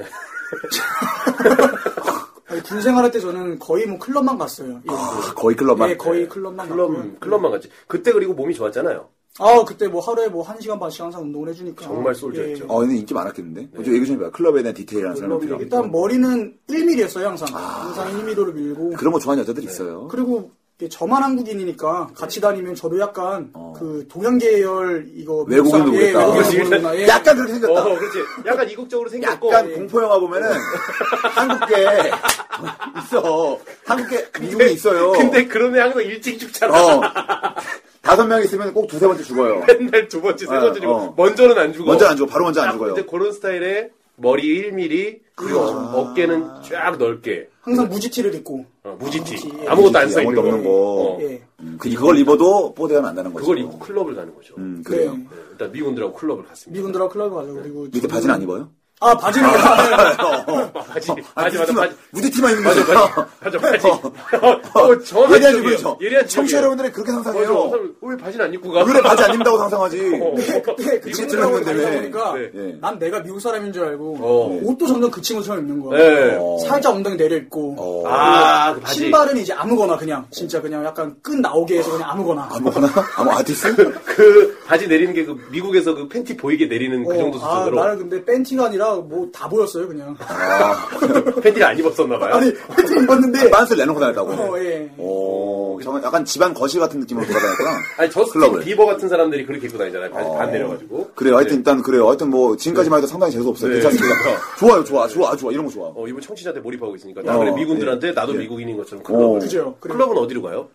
S6: 아니, 군 생활할 때 저는 거의 뭐 클럽만 갔어요. 예,
S2: 아, 거의 클럽만.
S3: 네,
S6: 예, 거의 클럽만
S3: 클럽
S6: 갔고요.
S3: 클럽만 갔지. 그때 그리고 몸이
S2: 어,
S3: 좋았잖아요. 어,
S6: 아 그때 뭐 하루에 뭐 한 시간 반씩 항상 운동을 해주니까 예.
S3: 정말 솔져했죠.
S2: 어, 얘는 인기 많았겠는데? 좀 얘기 좀 해봐요. 클럽에 대한 디테일한 설명
S3: 네. 클럽이
S2: 필요합니다.
S6: 일단 머리는 1mm였어요 항상 항상 1mm로 밀고
S2: 아. 그런 거 좋아하는 여자들이 있어요.
S3: 네.
S6: 그리고 이게 저만 한국인이니까
S2: 네.
S6: 같이 다니면 저도 약간 그 동양 계열 이거
S2: 어. 외국인도
S6: 예,
S2: 그랬다. 아,
S6: 외국인도 모르나, 예.
S2: 약간 그렇게 생겼다.
S3: 어, 그렇지. 약간 이국적으로 생겼고.
S2: 약간 공포영화 보면은 한국계 있어. 한국계 미국이 있어요.
S3: 네. 근데 그런 애 항상 일찍 죽잖아.
S2: 어. 다섯 명 있으면 꼭 두세 번째 죽어요.
S3: 맨날 두 번째, 세
S2: 네,
S3: 번째 죽고
S2: 어.
S3: 먼저는 안 죽어.
S2: 먼저 안 죽어. 바로 먼저 안
S3: 딱
S2: 죽어요.
S3: 이제 그런 스타일의 머리 1mm 그리고
S2: 아.
S3: 어깨는 쫙 넓게
S6: 항상 무지티를 입고
S3: 어, 무지티
S6: 무지티, 예.
S3: 아무것도 안 써
S2: 아무것도
S3: 있는
S2: 없는 거.
S3: 거. 어.
S6: 예.
S2: 음, 그, 그걸 입어도 뽀대가 난다는 거죠.
S3: 그걸 입고 클럽을 가는 거죠.
S2: 음, 그래요.
S6: 네.
S3: 네, 일단 미군들하고 클럽을 갔습니다.
S6: 미군들하고 클럽 가죠 그리고
S2: 밑에
S6: 저는-
S2: 바지는 안 입어요?
S6: 아 바지는
S3: 어. 바지,
S2: 아,
S3: 바지, 맞아,
S2: 무지티만-
S3: 바지.
S2: 무지티만 입는
S3: 맞아,
S2: 거죠.
S3: 맞아, 맞아.
S2: 어.
S3: 어, 어, 정확한
S2: 예리한
S3: 지적이에요.
S2: 질문이죠.
S3: 예리한
S2: 청취자
S3: 지적이에요.
S2: 여러분들이 그렇게 상상해요.
S3: 어, 왜 바지는 안 입고 가?
S2: 원래 바지 안 입는다고 상상하지.
S3: 어.
S6: 그때 그
S3: 미군들하고
S6: 친구들하고
S2: 다니는
S6: 다니다
S2: 건데.
S6: 보니까
S3: 네.
S2: 예.
S6: 난 내가 미국 사람인 줄 알고
S3: 어.
S6: 옷도 점점 그 친구처럼 입는 거야.
S3: 네.
S2: 어.
S6: 살짝 엉덩이 내려 입고
S2: 어.
S3: 아, 그 바지.
S6: 신발은 이제 아무거나 그냥 진짜 그냥 약간 끈 나오게 해서 그냥 아무거나.
S2: 아무거나? 아무 아티스트?
S3: 그 바지 내리는 게 그 미국에서 그 팬티 보이게 내리는 그
S6: 어,
S3: 정도
S6: 아,
S3: 수준으로
S6: 나는 근데 팬티가 아니라 뭐 다 보였어요 그냥.
S3: 팬티를 안 입었었나 봐요.
S6: 아니 팬티 입었는데.
S2: 아. 빤스를 내놓고 다녔다고.
S6: 어 예.
S2: 오, 저는 약간 집안 거실 같은 느낌으로 돌아다녔구나.
S3: 아니 저스틴
S2: 클럽을.
S3: 비버 같은 사람들이 그렇게 입고 네, 다니잖아요. 바지
S6: 어.
S3: 반 내려가지고.
S2: 그래요. 하여튼 일단 그래요. 하여튼 뭐 지금까지만 해도 상당히 재수 없어요.
S3: 네.
S2: 괜찮습니다. 좋아요, 좋아, 좋아, 좋아. 이런 거 좋아.
S3: 어, 이번 청취자한테 몰입하고 있으니까 나 그래
S2: 어,
S3: 미군들한테
S2: 예.
S3: 나도
S2: 예.
S3: 미국인인 것처럼 클럽.
S2: 어.
S6: 그죠. 그리고
S3: 클럽은 어디로 가요?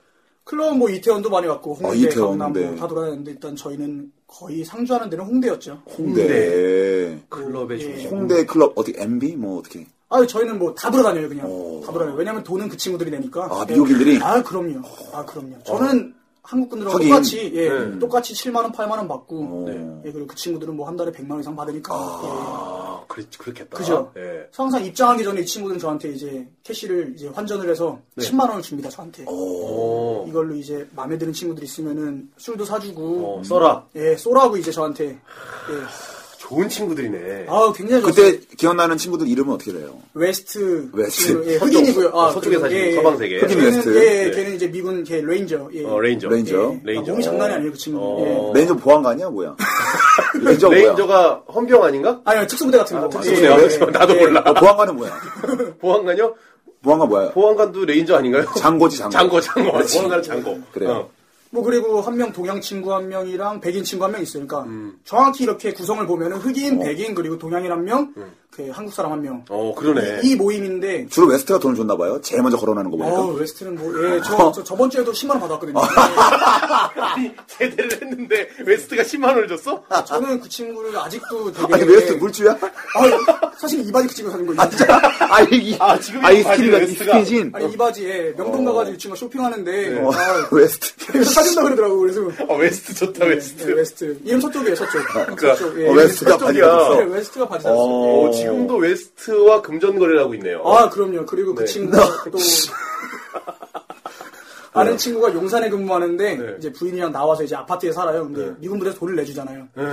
S6: 클럽 뭐 이태원도 많이 갔고
S2: 아,
S6: 홍대,
S2: 이태원,
S6: 강남
S2: 네.
S6: 뭐다 돌아다녔는데 일단 저희는 거의 상주하는 데는 홍대였죠.
S2: 홍대,
S6: 음,
S3: 클럽의
S6: 예.
S3: 중심.
S2: 홍대 클럽 어떻게 MB 뭐
S3: 네.
S2: 어떻게?
S6: 아 저희는 뭐 다 돌아다녀요 그냥.
S2: 오.
S6: 다 돌아다녀요. 왜냐면 돈은 그 친구들이 내니까.
S2: 어. 아, 미국인들이? 어.
S6: 아 그럼요. 아 그럼요. 저는 한국분들은
S2: 하긴.
S6: 똑같이 예 똑같이 7만 원, 8만 원 받고.
S2: 네.
S6: 예, 그리고 그 친구들은 뭐 한 달에 100만 원 이상 받으니까. 예.
S3: 아, 그렇 그렇겠다.
S6: 그죠.
S2: 아, 네.
S3: 예.
S6: 그래서 항상 입장하기 전에 이 친구들은 저한테 이제 캐시를 이제 환전을 해서
S2: 네.
S6: 10만 원을 줍니다 저한테.
S3: 어.
S6: 이걸로 이제 마음에 드는 친구들 있으면은 술도 사주고
S3: 어, 써라.
S6: 예 쏘라고 이제 저한테
S3: 좋은 친구들이네.
S6: 아 굉장히
S2: 그때 기억나는 친구들 이름은 어떻게 돼요?
S6: 웨스트
S2: 웨스트.
S6: 친구, 예, 흑인이고요 예,
S3: 어, 서쪽에 사시는 서방 세계.
S2: 흑인
S6: 걔는,
S2: 웨스트.
S3: 네.
S6: 예, 걔는 이제 미군 걔 레인저 예.
S3: 어, 레인저.
S2: 레인저.
S6: 예.
S3: 레인저.
S6: 아, 몸이 장난이 아니에요 그 친구
S3: 어.
S6: 예.
S2: 레인저 보안가 아니야 뭐야? 레인저 뭐야?
S3: 레인저가 헌병 아닌가?
S6: 아니요 특수부대 같은 거 예,
S3: 특수부대요? 나도 몰라.
S2: 어, 보안가는 뭐야?
S3: 보안관요?
S2: 보안가 뭐야?
S3: 보안관도 레인저 아닌가요?
S2: 장고지 장고.
S3: 장고, 장고. 보안관은 장고.
S2: 그래요.
S3: 어.
S6: 뭐 그리고 한 명 동양 친구 한 그러니까
S3: 음.
S6: 명이랑 백인 친구 한 명 있으니까 정확히 이렇게 구성을 보면은 흑인, 백인 그리고 동양인 한 명 그 한국 사람 한 명.
S3: 음. 어, 그러네.
S6: 이 모임인데
S2: 주로 웨스트가 돈을 줬나 봐요. 제일 먼저 거론하는 거 보니까.
S6: 어,
S3: 네.
S6: 웨스트는 뭐, 예,
S3: 어.
S6: 저, 저 저번 주에도 10만 원 받았거든요.
S3: 아. 아니, 제대를 했는데 웨스트가 10만 원을 줬어?
S6: 예, 저는 그 친구를 아직도 되게
S3: 예,
S2: 아니 웨스트 물주야?
S6: 아, 사실 이 바지 그 친구 사준 거예요.
S2: 아니 이
S3: 아, 지금
S2: 아이
S3: 이거 바지
S2: 스킨이다 이
S3: 웨스트가.
S2: 스킨진.
S6: 아니 이 바지에 명동 가가지고 이 친구가 쇼핑하는데
S2: 어,
S6: 아,
S2: 웨스트.
S6: 그래서 사준다 그러더라고 그래서
S3: 아, 웨스트 좋다, 웨스트.
S6: 네, 웨스트 이름 서쪽이에요 서쪽
S3: 그러니까
S6: 서쪽, 예,
S2: 어, 웨스트가 바지
S6: 서쪽이야.
S2: 샀어.
S6: 네, 웨스트가 바지 샀어
S2: 어.
S3: 어, 지금도 웨스트와 금전거래를 하고 있네요.
S6: 아 그럼요 그리고 그
S3: 네.
S6: 친구가 또 아는 친구가 용산에 근무하는데
S3: 네.
S6: 이제 부인이랑 나와서 이제 아파트에 살아요 근데
S2: 네.
S6: 미군부대에서 돈을 내주잖아요
S3: 네.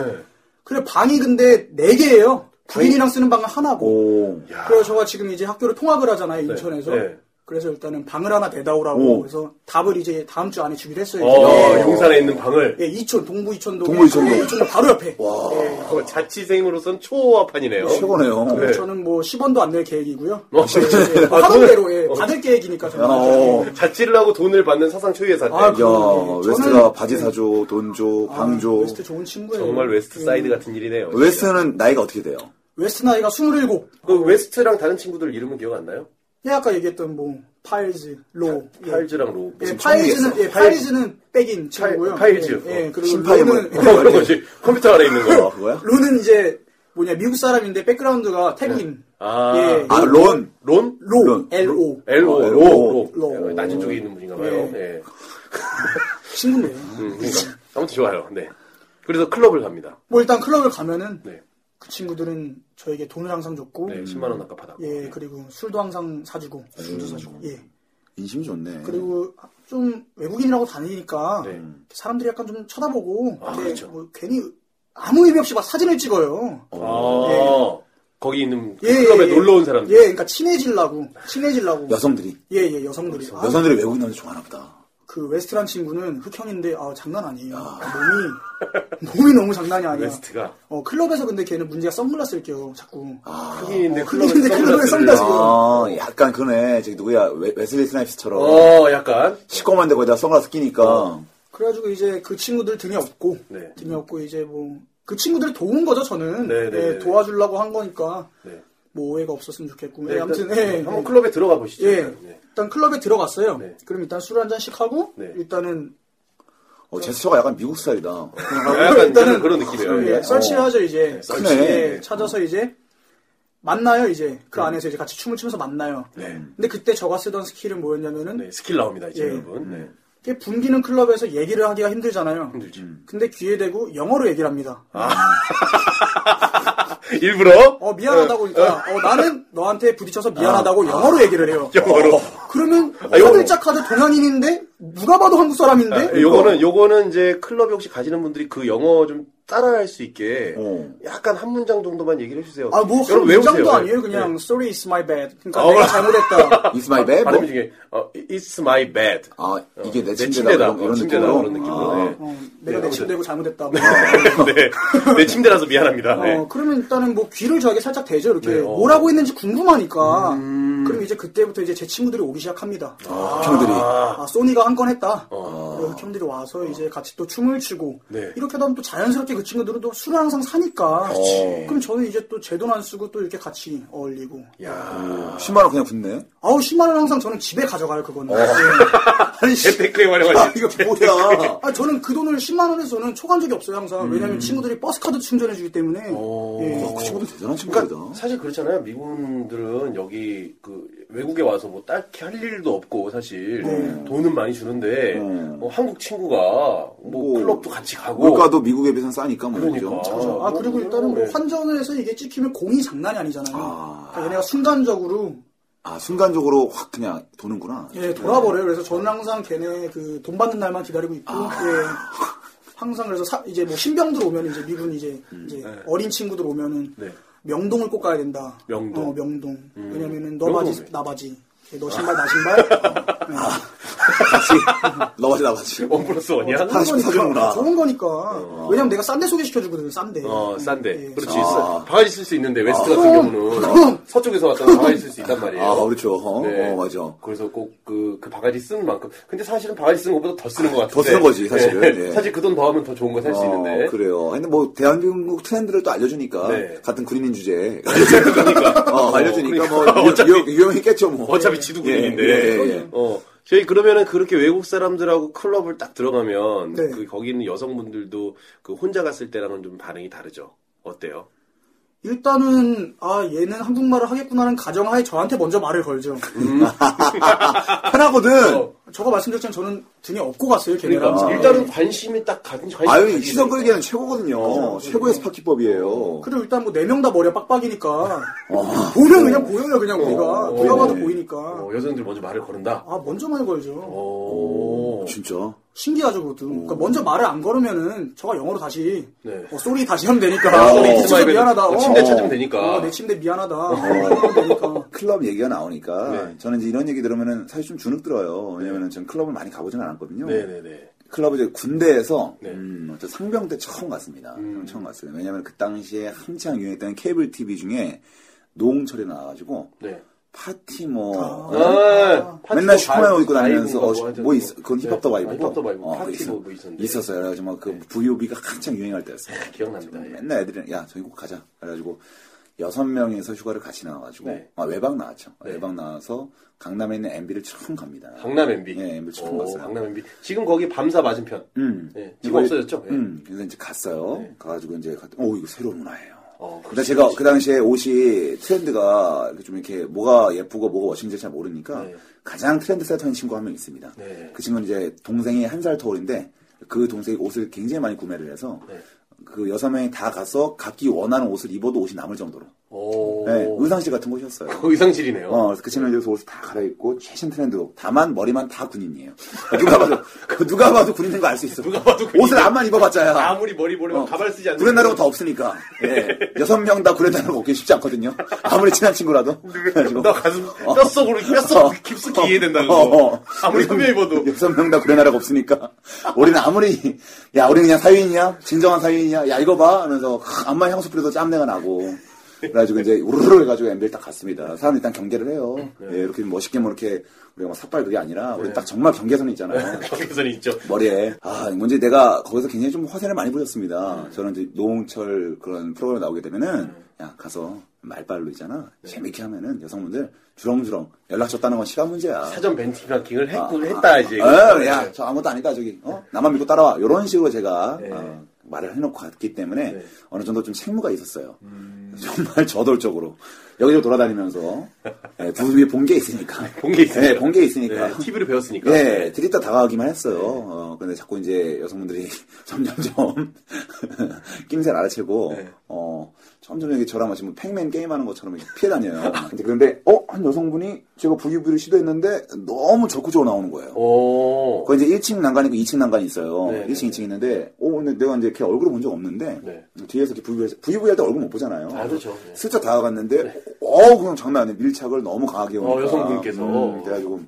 S6: 그래 방이 근데 네개예요 부인이랑 쓰는 방은 하나고
S2: 오.
S6: 그래서 저가 지금 이제 학교를 통학을 하잖아요 인천에서
S3: 네.
S6: 그래서 일단은 방을 하나 내다 오라고
S2: 오.
S6: 그래서 답을 이제 다음 주 안에 주기로 했어요
S3: 어,
S6: 예.
S3: 용산에 있는 방을.
S6: 예, 이촌 동부 이촌동
S2: 동부 이촌동.
S6: 바로 옆에 예.
S3: 어, 자취생으로선 초호화판이네요.
S2: 최고네요.
S6: 그리고
S3: 네.
S6: 저는 뭐 10원도 안 낼 계획이고요
S3: 어,
S6: 예, 예.
S3: 아,
S6: 하던 대로 예,
S3: 어.
S6: 받을 계획이니까 저는
S2: 어.
S3: 자취를 하고 돈을 받는 사상 최후의 사태.
S6: 아,
S2: 야
S6: 저는-
S2: 웨스트가 바지 사줘, 돈 줘, 방 줘.
S6: 웨스트 좋은 친구예요
S3: 정말 웨스트 사이드
S6: 예.
S3: 같은 일이네요. 진짜.
S2: 웨스트는 나이가 어떻게 돼요?
S6: 웨스트 나이가 27
S3: 그 웨스트랑 다른 친구들 이름은 기억 안 나요?
S6: 예, 아까 얘기했던 뭐 파일즈, 로 예.
S3: 파일즈랑 로.
S6: 예,
S3: 무슨
S6: 파일즈는 예, 파일즈는
S3: 파일-
S6: 백인 친구고요
S3: 파일즈.
S6: 예, 예, 그리고
S2: 심파이
S6: 로는
S2: 뭐-
S3: 어, 그런 거지. 컴퓨터 안에 있는
S2: 아,
S3: 거.
S2: 그거야?
S6: 로는 이제 뭐냐 미국 사람인데 백그라운드가 태국인
S3: 아,
S6: 예.
S2: 아, 론.
S3: 론?
S6: 로
S2: 론.
S6: L O
S3: L O
S2: 어,
S3: 로.
S6: 로.
S3: 로. 낮은 쪽에 있는 분인가 봐요.
S6: 예.
S3: 예.
S6: 친구네요.
S3: 음, 그러니까. 아무튼 좋아요. 네. 그래서 클럽을 갑니다.
S6: 뭐 일단 클럽을 가면은
S3: 네.
S6: 그 친구들은 저에게 돈을 항상 줬고 음.
S3: 네, 10만 원 아까 받았고.
S6: 예 그리고 술도 항상 사주고
S2: 음.
S6: 술도 사주고 예
S2: 인심이 좋네.
S6: 그리고 좀 외국인이라고 다니니까
S3: 네.
S6: 사람들이 약간 좀 쳐다보고
S3: 아,
S6: 근데
S3: 그렇죠.
S6: 뭐 괜히 아무 의미 없이 막 사진을 찍어요.
S3: 아, 거기 있는
S6: 예, 예,
S3: 클럽에
S6: 예.
S3: 놀러 온 사람들.
S6: 예, 그러니까 친해지려고 친해지려고
S2: 여성들이.
S6: 예, 예, 여성들이. 아,
S2: 여성들이 외국인 남자 좋아하나 보다.
S6: 그 웨스트란 친구는 흑형인데 아 장난 아니에요. 몸이 몸이 너무 장난이 아니야.
S3: 웨스트가
S6: 어 클럽에서 근데 걔는 문제가 선글라스를 껴 자꾸.
S3: 흑인인데
S6: 어,
S3: 클럽에
S6: 흑인인데 클럽에
S3: 선글라스를.
S6: 선글라스.
S2: 아, 약간 그네. 저기 누구야? 웨, 웨슬리 스나이프스처럼.
S3: 어, 약간
S2: 시꺼먼데 거기다 선글라스 끼니까.
S6: 그래가지고 이제 그 친구들 등에 없고
S3: 네.
S6: 등에 없고 이제 뭐 그 친구들을 도운 거죠 저는.
S3: 네, 네,
S6: 예,
S3: 네.
S6: 도와주려고 한 거니까
S3: 네.
S6: 뭐 오해가 없었으면 좋겠고.
S3: 네,
S6: 예, 아무튼
S3: 일단
S6: 예,
S3: 한번
S6: 예.
S3: 클럽에 들어가 보시죠.
S6: 예.
S3: 일단. 네.
S6: 일단 클럽에 들어갔어요.
S3: 네.
S6: 그럼 일단 술 한 잔씩 하고
S3: 네.
S6: 일단은
S2: 어, 제스처가 약간 미국 스타일이다.
S3: 약간 일단은 그런 느낌이에요.
S6: 그러니까 예,
S3: 예.
S6: 설치하죠 이제.
S2: 설치.
S6: 예, 찾아서 이제 만나요 이제 그 안에서 이제 같이 춤을 추면서 만나요.
S3: 네.
S6: 근데 그때 저가 쓰던 스킬은 뭐였냐면은
S3: 네, 스킬 나옵니다, 이제
S6: 예.
S3: 여러분. 네.
S6: 이게 분기는 클럽에서 얘기를 하기가 힘들잖아요.
S3: 힘들지. 음. 아.
S6: 근데 귀에 대고 영어로 얘기를 합니다.
S3: 일부러 네.
S6: 어 미안하다고 그러니까 어, 나는 너한테 부딪혀서 미안하다고 영어로 얘기를 해요.
S3: 아. 영어로. 아,
S6: 그러면
S3: 영어로.
S6: 화들짝하들 동양인인데 누가 봐도 한국 사람인데
S3: 아, 요거는 요거는 이제 클럽에 혹시 가시는 분들이 그 영어 좀 따라할 수 있게
S2: 어.
S3: 약간 한 문장 정도만 얘기를 해주세요.
S6: 아뭐
S3: 여러분 외우세요. 네. 아, 어.
S6: 한장도 아니에요. 그냥 sorry is my bad. 그러니까 내가 잘못했다.
S2: It's my bad? 뭐?
S3: 발음 중에 어, It's my bad.
S2: 아, 이게 내
S3: 내
S2: 침대다.
S3: 침대다.
S2: 이런, 이런
S3: 어, 침대다.
S2: 느낌으로. 아.
S3: 그런 느낌으로. 네.
S6: 어, 내가
S3: 네,
S6: 내 침대고 잘못했다.
S3: 네, 내 침대라서 미안합니다.
S6: 어,
S3: 네.
S6: 그러면 일단은 뭐 귀를 저에게 살짝 대죠 이렇게
S3: 네, 어. 음.
S6: 뭐라고 했는지 궁금하니까 그럼 이제 그때부터 이제 제 친구들이 오기 시작합니다
S2: 아, 형들이.
S6: 아, 소니가 한 건 했다
S3: 어.
S6: 이렇게 형들이 와서 이제 같이 또 춤을 추고
S3: 네.
S6: 이렇게 하다 보면 또 자연스럽게 그 친구들은 또 술을 항상 사니까 그럼 저는 이제 또 제 돈 안 쓰고 또 이렇게 같이 어울리고
S3: 야,
S2: 10만원 그냥 붙네.
S6: 아우 10만 원 항상 저는 집에 가져가요
S3: 어.
S6: 그거는 네.
S2: 아니, 씨.
S3: 재테크에 활용하시.
S2: 이거 뭐야.
S6: 아, 저는 그 돈을 10만 원에서는 초간 적이 없어요 항상 왜냐면
S3: 음.
S6: 친구들이 버스카드 충전해주기 때문에
S3: 어,
S6: 예.
S2: 그 친구도 대단한 친구이다.
S3: 그러니까 사실 그렇잖아요. 미군들은 여기 그 외국에 와서 뭐 딱히 할 일도 없고 사실
S2: 네.
S3: 돈은 많이 주는데
S2: 음.
S3: 어, 한국 친구가 뭐
S2: 오.
S3: 클럽도 같이 가고
S2: 물가도 미국에 비해서는 싸니까 뭐
S3: 그러니까.
S2: 그죠?
S6: 아, 그리고 일단은 뭐
S3: 네.
S6: 환전을 해서 이게 찍히면 공이 장난이 아니잖아요.
S2: 아.
S6: 그러니까 얘네가 순간적으로
S2: 아, 순간적으로 확 그냥 도는구나.
S6: 예, 돌아버려요. 그래서 저는 항상 걔네 그 돈 받는 날만 기다리고 있고,
S3: 아.
S6: 예. 항상 그래서 사- 이제 뭐 신병들 오면 이제 미군 이제, 이제 어린 친구들 오면은
S3: 음. 네.
S6: 명동을 꼭 가야 된다.
S3: 명동. 음.
S6: 어, 명동. 왜냐면은
S3: 명동
S6: 너 바지,
S3: 왜?
S6: 나 바지. 이제 너 신발 나 신발
S2: 같이 넘어지 나가지.
S3: 원 플러스 원이야?
S6: 좋은
S2: 하나씩 어, 사주는구나.
S6: 거니까 좋은 거니까 왜냐면 내가 싼 데 소개시켜주거든 싼데
S3: 어, 싼데.
S6: 예.
S3: 그렇지.
S2: 아.
S3: 방아지 쓸 수 있는데, 웨스트 같은 경우는. 서쪽에서 왔다가 방아지 쓸 수 있단 말이에요. 네.
S2: 아, 그렇죠. 어, 어, 맞아.
S3: 그래서 꼭 그, 그 방아지 쓰는 만큼. 근데 사실은 방아지 쓰는 것보다 더 쓰는 것 같은데.
S2: 더 쓰는 거지, 사실은.
S3: 네.
S2: 예.
S3: 사실 그 돈 더 하면 더 좋은 거 살 수
S2: 어,
S3: 있는데.
S2: 그래요. 근데 뭐 대한민국 트렌드를 또 알려주니까
S3: 네.
S2: 같은 군인인 주제 알려주니까 어, 알려주니까
S3: 그러니까.
S2: 뭐 유용, 유용했겠죠 뭐.
S3: 어차피 지도 군인인데.
S2: 예, 예, 예.
S3: 어. 저희 그러면은 그렇게 외국 사람들하고 클럽을 딱 들어가면
S6: 네.
S3: 그 거기 있는 여성분들도 그 혼자 갔을 때랑은 좀 반응이 다르죠. 어때요?
S6: 일단은 아 얘는 한국말을 하겠구나는 가정하에 저한테 먼저 말을 걸죠
S3: 음.
S2: 편하거든.
S3: 어.
S6: 저거 말씀드렸지만 저는 등에 업고 갔어요 걔네랑
S3: 그러니까 일단은 관심이 딱 가, 관심이
S2: 아유
S3: 가지.
S2: 시선 끌기는 최고거든요. 최고의 스파키법이에요.
S6: 그리고 일단 뭐 네 명 다 머리가 빡빡이니까 보면 그냥 보여요 그냥 우리가
S3: 어,
S6: 돌아봐도
S2: 네.
S6: 보이니까
S3: 어, 여성들 먼저 말을 거른다. 어.
S6: 아 먼저 말 걸죠
S3: 오.
S2: 진짜.
S6: 신기하죠 그것도 그러니까 먼저 말을 안 걸으면은 저가 영어로 다시
S3: 어. 네.
S6: 어, 쏘리 다시 하면 되니까
S2: 어,
S6: 어,
S2: 쏘리
S6: 진짜
S3: 이스마일은
S6: 미안하다
S3: 어,
S6: 어,
S3: 침대
S6: 어.
S3: 찾으면 되니까.
S6: 어, 내 침대 미안하다 어, 되니까
S2: 클럽 얘기가 나오니까
S3: 그러니까. 네.
S2: 저는 이제 이런 얘기 들으면은 사실 좀 주눅 들어요. 왜냐면은 전 클럽을 많이 가보진 않았거든요.
S3: 네네네.
S2: 클럽 이제 군대에서
S3: 네.
S2: 음, 저 상병 때 처음 갔습니다. 처음 갔어요. 왜냐면 그 당시에 한창 유행했던 케이블 TV 중에 노홍철이 나와가지고
S3: 네.
S2: 파티 뭐
S3: 아, 파티
S2: 맨날
S3: 뭐
S2: 슈퍼맨 옷 입고
S3: 바이-
S2: 다니면서
S3: 바이브인가
S2: 어,
S3: 뭐 하여튼
S2: 뭐 있어 그건
S3: 네,
S2: 힙합도 바이브고
S3: 힙합도 바이브.
S2: 어,
S3: 파티
S2: 있어.
S3: 뭐 있었는데. 네.
S2: 있었어요 그래가지고 막그 VOB가 한창 유행할 때였어요
S3: 기억납니다. 예.
S2: 음, 맨날 애들이랑 야 저희 꼭 가자 그래가지고 여섯 명이서 휴가를 같이 나와가지고
S3: 네.
S2: 아, 외박 나왔죠 외박 나와서 강남에 있는 MB를 처음 갑니다
S3: 강남 MB.
S2: 예, MB 처음
S3: 오,
S2: 갔어요.
S3: 강남 MB. 지금 거기 밤사 맞은편.
S2: 음.
S3: 예, 지금 없어졌죠? 예.
S2: 음, 그래서 이제 갔어요 가가지고 이제 갔- 오 이거 새로운 문화예요
S3: 어,
S2: 근데 제가 그 당시에 옷이 트렌드가 이렇게 좀 이렇게 뭐가 예쁘고 뭐가 멋있는지 잘 모르니까
S3: 네.
S2: 가장 트렌드 세터인 친구 한 명 있습니다.
S3: 네.
S2: 그 친구는 이제 동생이 한 살 더 어린데 그 동생이 옷을 굉장히 많이 구매를 해서
S3: 네.
S2: 그 여섯 명이 다 가서 각기 원하는 옷을 입어도 옷이 남을 정도로
S3: 오.
S2: 네, 의상실 같은 곳이었어요.
S3: 의상실이네요.
S2: 어, 그래서 그 친구는 여기서 옷을 다 갈아입고 최신 트렌드로 다만 머리만 다 군인이에요. 누가 봐도 그 누가 봐도 군인인 거 알 수 있어.
S3: 누가 봐도 군인.
S2: 옷을 안만 입어봤자야.
S3: 아무리 머리 보려면 가발 쓰지 않는.
S2: 구렛나루가 다 없으니까. 예. 여섯 명 다 구렛나루가 먹기 쉽지 않거든요. 아무리 친한 친구라도. 그래가지고.
S3: 나 가슴 뼛속으로 뼛속 깊숙이 이해된다 그거.
S2: 어, 어.
S3: 아무리 꾸며 입어도.
S2: 여섯 명 다 구레나라가 없으니까 우리는 아무리 야 우리는 그냥 사유인이야 진정한 사유인이야 야 이거 봐 하면서 하, 암만 향수 뿌려도 짬내가 나고 그래가지고 이제 우르르 해가지고 엠비를 딱 갔습니다 사람 일단 경계를 해요
S3: 네.
S2: 예, 이렇게 멋있게 뭐 이렇게 우리가 막 삿발 그게 아니라 우리 딱 정말 경계선이 있잖아요
S3: 경계선이 있죠.
S2: 머리에. 아, 뭔지 내가 거기서 굉장히 좀 화세를 많이 부렸습니다. 저는 이제 노홍철 그런 프로그램에 나오게 되면은, 야, 가서 말발로 있잖아.
S3: 네.
S2: 재밌게 하면은 여성분들 주렁주렁 연락 줬다는 건 시간 문제야.
S3: 사전 벤치마킹을 했,
S2: 아, 아,
S3: 했다 이제. 네.
S2: 어, 야, 저 아무것도 아니다, 저기. 어? 나만 믿고 따라와. 이런 식으로 제가 어, 말을 해놓고 갔기 때문에
S3: 네.
S2: 어느 정도 좀 책무가 있었어요.
S3: 음.
S2: 정말 저돌적으로. 여기저기 돌아다니면서. 예, 두 위에 본 게 있으니까.
S3: 본게 있으니까.
S2: 예, 본게 있으니까.
S3: 네, TV를 배웠으니까.
S2: 네, 들이다 다가가기만 했어요. 어, 근데 자꾸 이제 여성분들이 점점점 낌새를 알아채고, 어, 점점 이렇게 저랑 마치 뭐 팩맨 게임하는 것처럼 이렇게 피해 다녀요. 근데 그런데, 어? 한 여성분이 제가 부유부를 시도했는데 너무 적구적으로 나오는 거예요.
S3: 오.
S2: 거기 이제 1층 난간이고 2층 난간이 있어요.
S3: 네,
S2: 1층,
S3: 네.
S2: 2층 있는데, 어, 근데 내가 이제 걔 얼굴을 본 적 없는데,
S3: 네.
S2: 뒤에서 이렇게 부유부, 부유부 할때 얼굴 못 보잖아요.
S3: 아, 그렇죠. 네. 어,
S2: 슬쩍 다가갔는데, 어우, 그냥 장난 아니에요. 밀착을 너무 강하게 오니까. 음,
S3: 여성분께서.
S2: 그래가지고,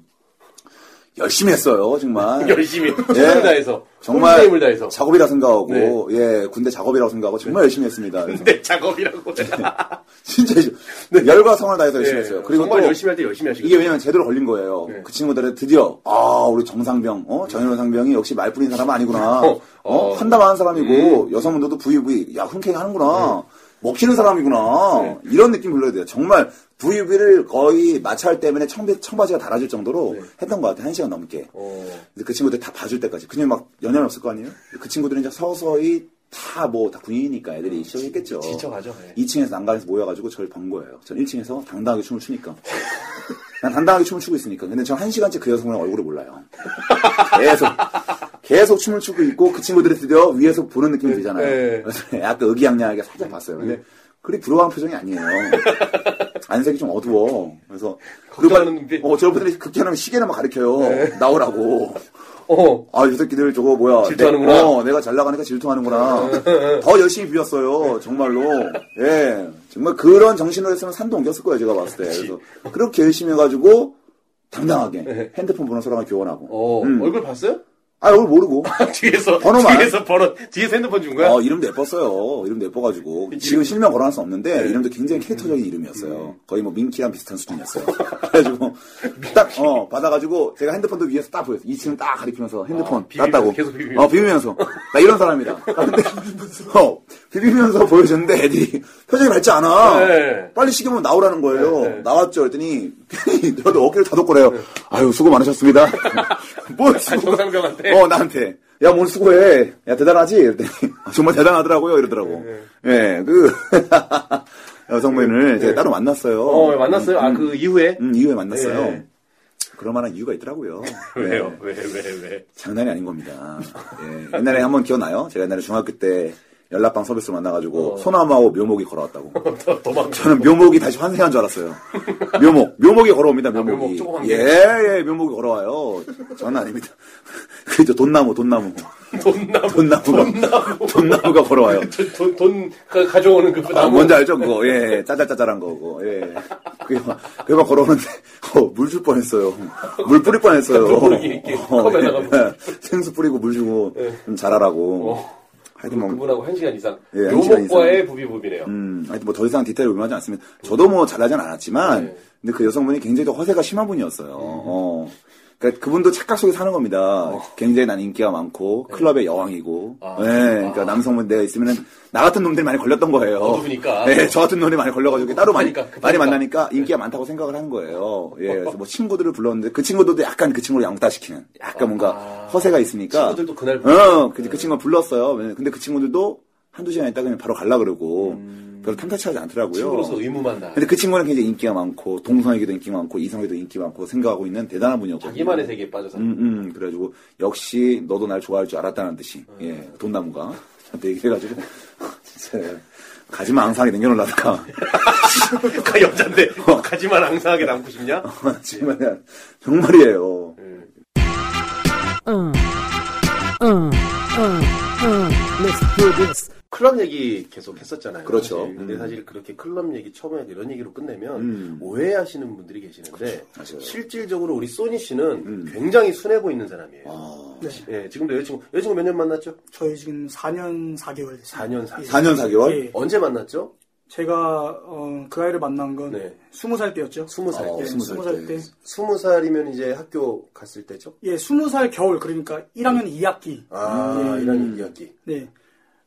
S2: 열심히 했어요, 정말. 예.
S3: 열심히 최선을 다해서
S2: 정말
S3: 힘을 다해서 네.
S2: 작업이라 생각하고 예 군대 작업이라고 생각하고 정말 열심히 했습니다. 그래서
S3: 내 작업이라고 네.
S2: 진짜 열과 성을 다해서 열심히
S3: 예,
S2: 했어요. 네, 그리고
S3: 정말
S2: 또
S3: 열심히 할 때 열심히 하시고
S2: 이게 왜냐면 제대로 걸린 거예요.
S3: 네.
S2: 그 친구들은 드디어 아 우리 정상병 어 전현우 상병이 역시 말 뿌리는 사람 은 아니구나.
S3: 어,
S2: 어,
S3: 어. 예.
S2: 한담하는 사람이고 여성분들도 부유부이 야 흔쾌히 하는구나.
S3: 네.
S2: 먹히는 사람이구나. 이런 느낌 불러야 돼요. 정말 부유비를 거의 마찰 때문에 청비, 청바지가 달아질 정도로 했던 것 같아요. 한 시간 넘게.
S3: 네. 어,
S2: 근데 그 친구들 다 봐줄 때까지 그냥 막 연연 없을 거 아니에요? 그 친구들은 이제 서서히 다 뭐 다 군인이니까 애들이 시작했겠죠.
S3: 음, 지쳐가죠, 예.
S2: 2층에서 난간에서 모여가지고 저를 본 거예요. 전 1층에서 당당하게 춤을 추니까. 난 당당하게 춤을 추고 있으니까. 근데 전 한 시간째 그 여성분의 얼굴을 몰라요. 계속 계속 춤을 추고 있고 그 친구들이 드디어 위에서 보는 느낌이 들잖아요.
S3: 네.
S2: 그래서 약간 의기양양하게 살짝 봤어요. 근데 그리 불우한 표정이 아니에요. 안색이 좀 어두워. 그래서
S3: 걱정하는 네. 눈빛.
S2: 어, 저분들이 극한하면 시계나 막 가르쳐요. 나오라고.
S3: 어
S2: 아, 이 새끼들 저거 뭐야.
S3: 질투하는구나.
S2: 내, 어, 내가 잘 나가니까 질투하는구나. 더 열심히 비웠어요. 정말로. 예. 정말 그런 정신으로 했으면 산도 옮겼을 거예요. 제가 봤을 때. 그래서 그렇게 열심히 해가지고 당당하게 핸드폰 번호서랑 교환하고.
S3: 네. 어,
S2: 음.
S3: 얼굴 봤어요?
S2: 아 얼굴 모르고.
S3: 뒤에서
S2: 번호만.
S3: 뒤에서 번호 뒤에서 핸드폰 준 거야?
S2: 어, 이름도 예뻤어요. 이름도 예뻐가지고. 지금 실명 걸어할 수
S3: 네.
S2: 없는데, 이름도 굉장히
S3: 음,
S2: 캐릭터적인 이름이었어요. 거의 뭐 민키랑 비슷한 수준이었어요. 그래가지고, 딱, 어, 받아가지고, 제가 핸드폰도 위에서 딱 보였어요. 이 친구 딱 가리키면서 핸드폰
S3: 아, 비비면서,
S2: 났다고.
S3: 계속 비비면서.
S2: 어, 비비면서. 나 이런 사람이다. 아, 근데, 어, 비비면서 보여줬는데 애들이 표정이 밝지 않아.
S3: 네.
S2: 빨리 시키면 나오라는 거예요.
S3: 네, 네.
S2: 나왔죠. 그랬더니, 괜히 저도 어깨를 다독거려요. 아유, 수고 많으셨습니다. 뭐, 뭘
S3: 아,
S2: 수고
S3: 정상병한테.
S2: 어, 나한테. 야, 뭔 수고해. 야, 대단하지? 이랬더니, 정말 대단하더라고요. 이러더라고. 예, 그, 여성분을 제가 따로 만났어요.
S3: 예, 어, 만났어요. 아, 그 이후에
S2: 음, 이후에 만났어요.
S3: 네.
S2: 그럴 만한 이유가 있더라고요.
S3: 왜요?
S2: 네,
S3: 왜 왜 왜?
S2: 장난이 아닌 겁니다. 예, 옛날에 한 번 기억나요? 제가 옛날에 중학교 때 연락방 서비스
S3: 어.
S2: 만나가지고, 소나무하고 묘목이 걸어왔다고.
S3: 더 도망.
S2: 저는 묘목이 다시 환생한 줄 알았어요. 묘목, 묘목이 걸어옵니다. 묘목이.
S3: 아, 묘목, 조그만 게.
S2: 예, 예, 묘목이 걸어와요. 장난 아닙니다. 그죠, 돈나무, 돈나무.
S3: 돈나무
S2: 돈나무가, 돈나무. 가 걸어와요.
S3: 돈돈 가져오는 그
S2: 아,
S3: 나무.
S2: 뭔지 알죠, 그거? 예, 예, 짜잘짜잘한 거고, 예. 그게 막, 그게 막 걸어오는데, 어, 물 줄 뻔했어요. 물 뿌릴 뻔했어요.
S3: 모르게 이렇게 컵에다가
S2: 예.
S3: 물
S2: 생수 뿌리고 물 주고, 좀 자라라고.
S3: 어.
S2: 하여튼 뭐,
S3: 그분하고 한 시간 이상
S2: 예, 한 시간
S3: 요목과의 부비부비네요.
S2: 음, 하여튼 뭐 더 이상 디테일을 의미하지 않습니다. 저도 뭐 잘하진 않았지만,
S3: 네.
S2: 근데 그 여성분이 굉장히 또 허세가 심한 분이었어요. 어. 그러니까 그분도 착각 속에 사는 겁니다. 굉장히 난 인기가 많고 클럽의 여왕이고,
S3: 어. 네. 아.
S2: 예, 그러니까 남성분 내가 있으면은 나 같은 놈들이 많이 걸렸던 거예요.
S3: 어두우니까. 그러니까,
S2: 예, 저 같은 놈이 많이 걸려가지고 따로 많이
S3: 급하니까, 급하니까.
S2: 많이 만나니까 인기가 많다고 생각을 하는 거예요. 예, 그래서 뭐 친구들을 불렀는데 그 친구들도 약간 그 친구를 양다시키는, 약간 뭔가 허세가 있으니까
S3: 아. 친구들도 그날
S2: 어, 그, 그 친구가 불렀어요. 근데 그 친구들도 한두 시간 있다 그냥 바로 갈라 그러고 별로 탐탁치 하지 않더라고요.
S3: 음. 친구로서 의무만 다.
S2: 근데 그 친구는 굉장히 인기가 많고 동성에게도 인기 많고 이성에게도 인기 많고 생각하고 있는 대단한 분이었거든요.
S3: 자기만의 세계에 빠져서.
S2: 음, 음, 그래가지고 역시 너도 날 좋아할 줄 알았다는 듯이 예, 돈나무가 저한테 얘기해가지고 진짜 가지만 앙상하게 남겨놓으라니까
S3: 가그 여잔데 가지만 앙상하게 남고 싶냐?
S2: 정말 정말이에요.
S3: 네.
S5: Let's do this.
S3: 클럽 얘기 계속 했었잖아요.
S2: 그렇죠.
S3: 사실. 근데
S2: 음.
S3: 사실 그렇게 클럽 얘기 처음에 이런 얘기로 끝내면
S2: 음. 그렇죠.
S3: 오해하시는 분들이 계시는데
S2: 맞아요. 음.
S3: 실질적으로 우리 소니 씨는 굉장히 순해 보이는 사람이에요.
S2: 아.
S6: 네.
S3: 예, 지금도 여자친구 여자친구 몇 년 만났죠?
S6: 저희 지금 4년 4개월 됐어요.
S3: 4년 4년.
S2: 4년 4개월?
S6: 예.
S3: 언제 만났죠?
S6: 제가 어, 그 아이를 만난 건
S3: 네.
S6: 스무 살 때였죠.
S3: 20살
S2: 어,
S3: 때.
S2: 스무 살
S6: 20살, 살
S2: 때.
S6: 때.
S3: 20살이면 이제 학교 갔을 때죠?
S6: 예, 20살 겨울 그러니까 1학년 2학기.
S3: 아,
S2: 음.
S3: 이런 이야기.
S6: 네.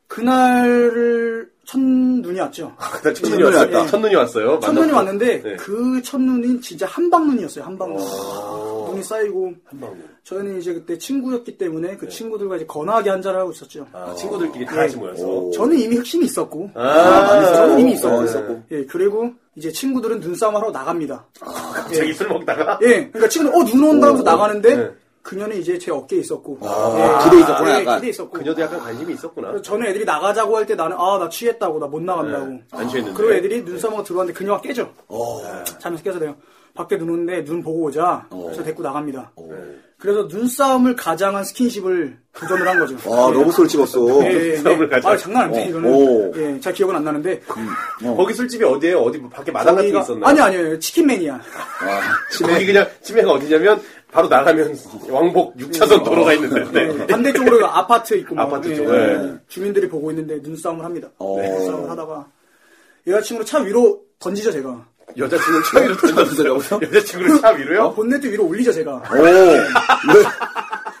S6: 그날을 첫눈이 왔죠.
S3: 아, 그날
S2: 첫눈이 왔다.
S3: 첫눈이 왔어요.
S6: 첫눈이
S3: 만났고.
S6: 왔는데
S3: 네.
S6: 그 첫눈이 진짜 한방눈이었어요. 한방눈. 눈이 쌓이고
S3: 아. 한방울. 네.
S6: 저희는 이제 그때 친구였기 때문에 그 친구들과 이제 건하게 한잔을 하고 있었죠. 네.
S3: 아, 친구들끼리 다 같이 모여서.
S2: 오.
S6: 저는 이미 흑심이 있었고
S3: 아, 네.
S2: 저는
S6: 저는
S2: 이미 아,
S6: 이미
S2: 있었고.
S6: 있었고.
S2: 있었고.
S6: 예, 그리고 이제 친구들은 눈싸움하러 나갑니다.
S3: 아. 갑자기 술 먹다가
S6: 예, 그러니까 친구들 어, 눈 온다 하면서 나가는데
S3: 네.
S6: 그녀는 이제 제 어깨에 있었고.
S2: 아, 기대에 있었구나,
S6: 예,
S2: 약간.
S6: 기대에 있었고.
S3: 그녀도 약간 관심이 있었구나.
S6: 그래서 저는 애들이 나가자고 할 때 나는 아, 나 취했다고. 나 못 나간다고.
S3: 네, 안 취했는데.
S6: 그리고 애들이 눈싸움하고 들어왔는데 그녀가 깨져. 네, 잠에서 깨서 내요. 밖에 눈 오는데 눈 보고 오자.
S3: 어.
S6: 그래서 데리고 나갑니다. 그래서 눈싸움을 가장한 스킨십을 도전을 한 거죠.
S2: 와 로봇을 아, 찍었어.
S6: 예, 예, 예.
S3: 아, 눈싸움을 가장.
S6: 아, 장난 아닙니다.
S2: 어, 오.
S6: 이거는. 예, 잘 기억은 안 나는데.
S3: 거기 술집이 어디예요? 어디 뭐 밖에 마당 그 같은 게
S6: 거기가-
S3: 있었나요?
S6: 아니, 아니요. 치킨맨이야.
S3: 거기 그냥 치매가 어디냐면 바로 나가면 왕복 6차선 도로가 있는데.
S6: 네,
S3: 네.
S6: 반대쪽으로 아파트 있고 막,
S3: 아파트
S6: 예,
S3: 쪽,
S6: 예.
S3: 네.
S6: 주민들이 보고 있는데 눈싸움을 합니다. 네,
S2: 어.
S6: 눈싸움을 하다가 여자친구를 차 위로 던지죠 제가.
S3: 여자친구를 차 위로 던졌어요. 여자친구를 차 위로요?
S6: 아, 본네트 위로 올리죠 제가.
S2: 오, 네.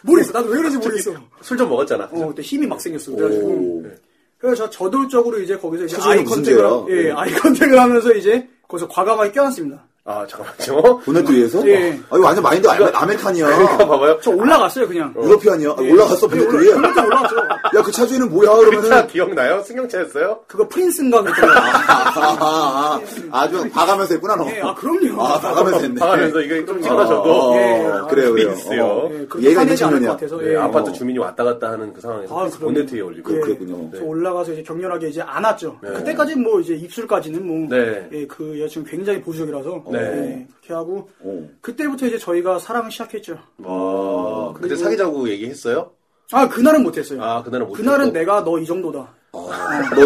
S6: 모르겠어. 나도 왜 그런지 모르겠어.
S3: 술 좀 먹었잖아.
S6: 어, 그때 힘이 막 생겼어. 그래가지고
S2: 오.
S6: 그래서 저 저돌적으로 이제 거기서 이제
S2: 체중이
S6: 아이
S2: 무슨
S6: 컨택을
S2: 죄야?
S6: 하- 예,
S2: 네.
S6: 아이 컨택을 하면서 이제 거기서 과감하게 껴안습니다.
S3: 아 잠깐만요.
S2: 보네트 위에서?
S6: 예.
S2: 아, 이거 완전 마인드 아메, 아메칸이야.
S3: 그러니까 봐봐요.
S6: 저 올라갔어요 그냥.
S2: 유러피안이야. 아, 올라갔어, 보네트 위에.
S6: 예, 그러니까 올라갔죠, 올라갔죠. 그러니까.
S2: 야, 그 차주인은 뭐야?
S3: 그 차
S2: 그러면은.
S3: 기억나요? 승용차였어요?
S6: 그거 프린스인가 그랬더라고요.
S2: 아, 아, 주 봐가면서 했구나, 너.
S6: 예, 아 그럼요.
S2: 아, 봐가면서 했네.
S3: 방하면서 이거 좀
S2: 어,
S3: 찍어놔줘도
S6: 예.
S2: 그래요, 그래요.
S3: 있어요.
S2: 어.
S6: 예, 그렇게
S2: 얘가 이제
S6: 화내지 않을 것
S2: 청년이야.
S6: 같아서.
S3: 네,
S6: 예.
S3: 아파트 주민이 왔다 갔다 하는 그 상황에서
S6: 아, 그럼요.
S3: 본네트에 올리고 네.
S6: 예.
S2: 그랬군요.
S6: 그래서 올라가서 이제 격렬하게 이제 안았죠. 그때까지 뭐 이제 입술까지는 뭐,
S3: 네.
S6: 예, 그 여자친구 굉장히 보수적이라서,
S3: 네.
S6: 예, 그렇게 하고,
S2: 어.
S6: 그때부터 이제 저희가 사랑을 시작했죠.
S3: 와, 그때 사귀자고 얘기했어요?
S6: 아, 그날은 못했어요.
S3: 아, 그날은 못
S6: 그날은
S3: 했고. 그
S6: 내가 너 이 정도다.
S2: 너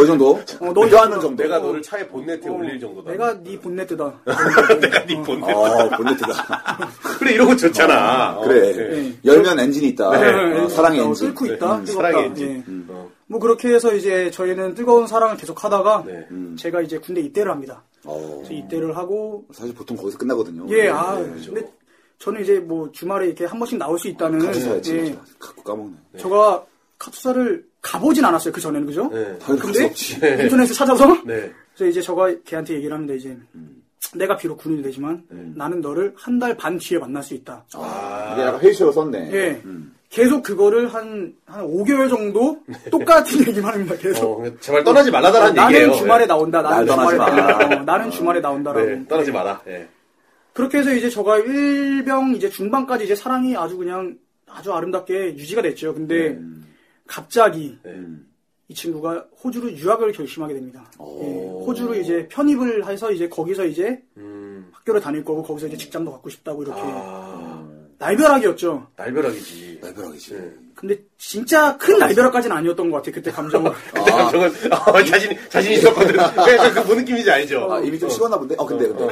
S2: 이 정도?
S6: 어, 너
S2: 비교하는
S6: 이거-
S2: 정도.
S3: 내가 너를 차의 본네트에 올릴 정도다.
S6: 어, 내가 네 본네트다.
S3: 내가 네 본네트.
S2: 어, 본네트다.
S3: 그래 이런 거 좋잖아. 어,
S2: 그래.
S6: 네.
S2: 열면 엔진이 있다. 어,
S3: 아,
S6: 네.
S2: 사랑의
S6: 어,
S2: 엔진.
S6: 끓고 있다.
S2: 음,
S6: 뜨겁다.
S3: 사랑의 엔진.
S6: 예.
S3: 어.
S6: 뭐 그렇게 해서 이제 저희는 뜨거운 사랑을 계속 하다가
S3: 네.
S6: 제가 이제 군대 입대를 합니다.
S2: 어,
S6: 그래서 입대를 하고
S2: 사실 보통 거기서 끝나거든요.
S6: 예, 아,
S2: 네.
S6: 근데 저는 이제 뭐 주말에 이렇게 한 번씩 나올 수 있다는
S2: 사야지.
S6: 예,
S2: 갖고 까먹네.
S6: 저가 카투사를 가보진 않았어요. 그 전에는 그죠?
S3: 네.
S2: 당연히 갈수
S6: 근데
S2: 없지.
S6: 인터넷에 찾아서
S3: 네.
S6: 그래서 이제 저가 걔한테 얘기를 합니다. 이제
S2: 음.
S6: 내가 비록 군인이 되지만 나는 너를 한 달 반 뒤에 만날 수 있다.
S2: 네. 아, 이게 약간 회의쇼로 썼네. 음,
S6: 예. 계속 그거를 한, 한 5개월 정도
S2: 네.
S6: 똑같은 얘기만 합니다. 계속.
S3: 어, 그냥 제발 떠나지 말라다라는
S6: 나는
S3: 얘기예요.
S6: 주말에
S3: 예.
S6: 나온다.
S2: 날
S6: 나는
S2: 떠나지
S6: 주말에
S2: 마.
S6: 나온다. 어, 나는 주말에 나온다라고.
S3: 네, 떠나지 마라. 예.
S6: 그렇게 해서 이제 저가 일병 이제 중반까지 이제 사랑이 아주 그냥 아주 아름답게 유지가 됐죠. 근데
S3: 네.
S6: 갑자기
S3: 음.
S6: 이 친구가 호주로 유학을 결심하게 됩니다.
S3: 어.
S6: 예, 호주로 이제 편입을 해서 이제 거기서 이제
S3: 음,
S6: 학교를 다닐 거고 거기서 이제 직장도 갖고 싶다고 이렇게
S3: 아,
S6: 날벼락이었죠.
S3: 날벼락이지.
S2: 날벼락이지.
S6: 근데 진짜 큰 날벼락까지는 아니었던 것 같아요. 그때 감정은.
S3: 그때 감정은 어, 자신 자신 있었거든. 약간 그뭔 느낌인지 알죠. 음.
S2: 아, 입이 좀 식었나 본데? 어, 근데, 근데. 어,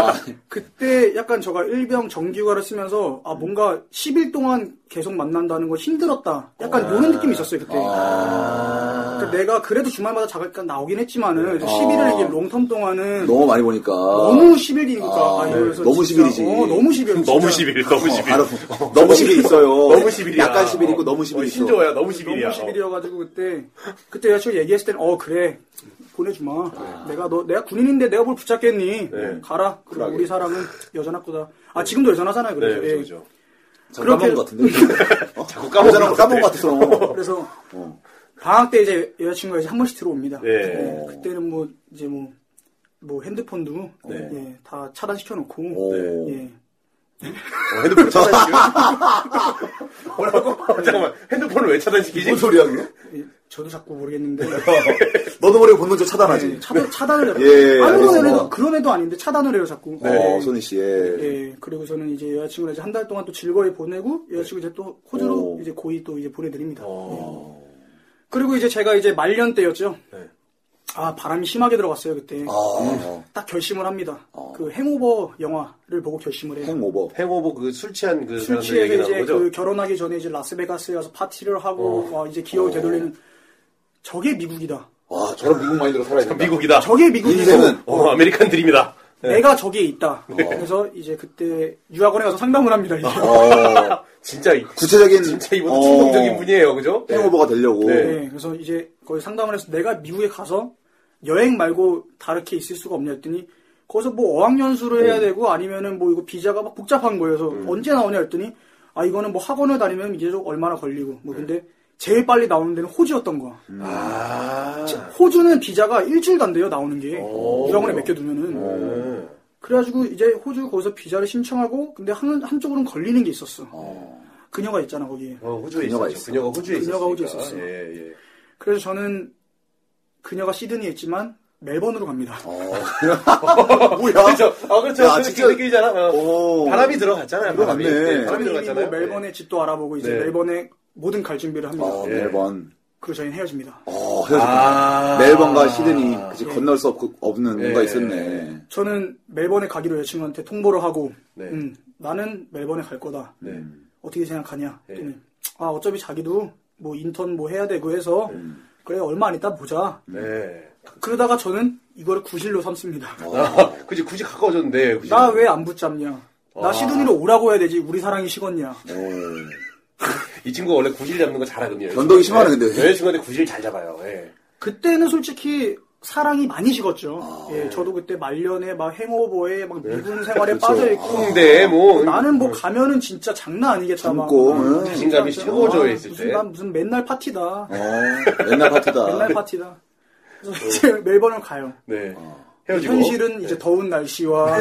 S2: 아,
S6: 그때 약간 저가 일병 정규화를 쓰면서 아 뭔가 10일 동안 계속 만난다는 거 힘들었다. 약간 이런 느낌이 있었어요 그때. 그러니까 내가 그래도 주말마다 잠깐 나오긴 했지만은 10일을 이게 롱텀 동안은 너무,
S2: 너무 많이 보니까.
S6: 10일이니까
S2: 아,
S6: 아, 이거에서
S2: 너무
S6: 진짜,
S2: 10일 이지.
S6: 어, 너무 10일.
S3: 너무 10일, 너무 10일.
S2: 바로, 어, 너무 10일 있어요.
S3: 너무 10일이야.
S2: 약간 10일 있고 너무 10일 있어.
S3: 신조야, 너무 10일이야.
S6: 너무 10일이어가지고 그때 그때 여자친구 얘기했을 때는 어 그래 보내주마. 내가 너 내가 군인인데 내가 뭘 붙잡겠니?
S3: 네.
S6: 가라. 그리고
S2: 쿨하게.
S6: 우리 사랑은 여전학구다. 아 지금도 여전하잖아요.
S3: 네,
S6: 그래서
S3: 그죠,
S6: 예.
S3: 그죠.
S2: 잠깐 까먹은
S6: 그렇게-
S2: 것 같은데. 어?
S3: 자꾸 까먹은
S2: 여자랑
S3: 것
S2: 까먹은 것 같아서.
S6: 그래서
S2: 어.
S6: 방학 때 이제 여자친구가 이제 한 번씩 들어옵니다.
S3: 예.
S6: 네, 그때는 뭐 이제 뭐, 뭐 핸드폰도 예, 다 차단시켜 놓고
S2: 네. 오.
S6: 예.
S3: 어, 핸드폰 차단시켜. 뭐라고? 어, 잠깐만, 핸드폰을 왜 차단시키지?
S2: 뭔 소리야, 그게?
S6: 예, 저도 자꾸 모르겠는데
S2: 너도 모르게 본능적 차단하지.
S6: 예, 차단, 차단을 해요.
S2: 아, 예,
S6: 아무런
S2: 알겠습니다.
S6: 애도 그런 애도 아닌데 차단을 해요 자꾸.
S3: 네.
S2: 어, 손희 씨, 예.
S6: 예, 그리고서는 이제 여자친구를 이제 한 달 동안 또 즐거이 보내고 여자친구 이제 또 호주로
S2: 오.
S6: 이제 고이 또 이제 보내드립니다. 예. 그리고 이제 제가 이제 말년 때였죠.
S3: 네.
S6: 아 바람이 심하게 들어갔어요 그때. 음,
S2: 아, 어.
S6: 딱 결심을 합니다. 그 행오버 영화를 보고 결심을 해요.
S2: 행오버.
S3: 행오버 그술 취한 그
S6: 술
S3: 사람들 얘기
S6: 취해서 이제
S3: 나온 거죠?
S6: 그 결혼하기 전에 이제 라스베가스에 가서 파티를 하고 와, 이제 기어이 되돌리는 저게 미국이다.
S2: 와, 저런 미국 마인드로 살아야 된다.
S3: 그 미국이다.
S6: 저게 미국이고
S2: 인생은
S3: 어, 아메리칸 드림이다.
S6: 내가 저기에 있다. 그래서 이제 그때 유학원에 가서 상담을 합니다. 이제.
S2: 어,
S3: 진짜, 이-
S2: 구체적인.
S3: 진짜 이분
S2: 어, 네.
S3: 충동적인 분이에요, 그죠?
S2: 행오버가 되려고.
S3: 네.
S6: 네, 그래서 이제 거기 상담을 해서 내가 미국에 가서 여행 말고 다르게 있을 수가 없냐 했더니 거기서 뭐 어학연수를 해야 되고 아니면은 뭐 이거 비자가 막 복잡한 거예요. 그래서 언제 나오냐 했더니 아 이거는 뭐 학원을 다니면 이제 좀 얼마나 걸리고 뭐 근데 제일 빨리 나오는 데는 호주였던 거야. 제- 호주는 비자가 일주일도 안 돼요 아. 나오는 네. 게 유학원에 맡겨두면은 그래가지고 이제 호주 거기서 비자를 신청하고 근데 한 한쪽으로는 걸리는 게 있었어. 그녀가 있잖아 거기에.
S3: 어, 호주에
S2: 그녀가
S3: 있었죠.
S2: 있어.
S3: 그녀가 호주에 있었어.
S6: 그녀가 호주에 있었어요.
S3: 예, 예.
S6: 그래서 저는 그녀가 시드니에 있지만 멜번으로 갑니다.
S3: 어,
S2: 뭐야?
S3: 그렇죠. 아, 그렇죠.
S2: 야,
S3: 그
S2: 진짜-
S3: 느낌이잖아. 어.
S2: 오.
S3: 바람이 들어갔잖아요.
S2: 들어갔네.
S3: 바람이. 네, 바람이
S6: 저는 이미
S3: 들어갔잖아요.
S6: 뭐 멜번의 집도 알아보고 이제
S3: 네.
S6: 멜번의 모든 갈 준비를 합니다.
S2: 어, 멜번.
S6: 그리고 저희는 헤어집니다.
S2: 어, 헤어졌다.
S3: 아.
S2: 멜번과 시드니. 그치, 건널 수 없, 없는 뭔가
S3: 예.
S2: 있었네.
S6: 저는 멜번에 가기로 여자친구한테 통보를 하고
S3: 네.
S6: 음, 나는 멜번에 갈 거다.
S3: 네.
S6: 어떻게 생각하냐? 했더니, 아 어차피 자기도 뭐 인턴 뭐 해야 되고 해서 그래 얼마 안 있다 보자.
S3: 네.
S6: 그러다가 저는 이거를 구실로 삼습니다.
S3: 아, 그치, 굳이 가까워졌는데. 굳이.
S6: 나 왜 안 붙잡냐?
S3: 아.
S6: 나 시드니로 오라고 해야 되지. 우리 사랑이 식었냐?
S3: 이 친구가 원래 구질 잡는 거 잘하거든요.
S2: 변덕이 심하네, 근데.
S3: 여자친구한테 구질 잘 잡아요. 예.
S6: 그때는 솔직히 사랑이 많이 식었죠.
S3: 아.
S6: 예, 저도 그때 말년에 막 행오버에 막
S3: 네.
S6: 미군 생활에
S3: 그렇죠.
S6: 빠져 있고
S3: 근데 뭐.
S6: 나는 뭐 가면은 진짜 장난 아니겠다 막
S2: 참고,
S6: 막
S2: 응.
S3: 자신감이
S6: 진짜,
S3: 최고죠,
S6: 아,
S3: 있을
S6: 무슨
S3: 때. 아.
S6: 난 무슨 맨날 파티다.
S2: 어, 맨날 파티다.
S6: 맨날 파티다. 그래서 이제
S3: 어.
S6: 멜번을 가요.
S3: 네. 헤어지고. 네.
S6: 현실은 이제 더운 날씨와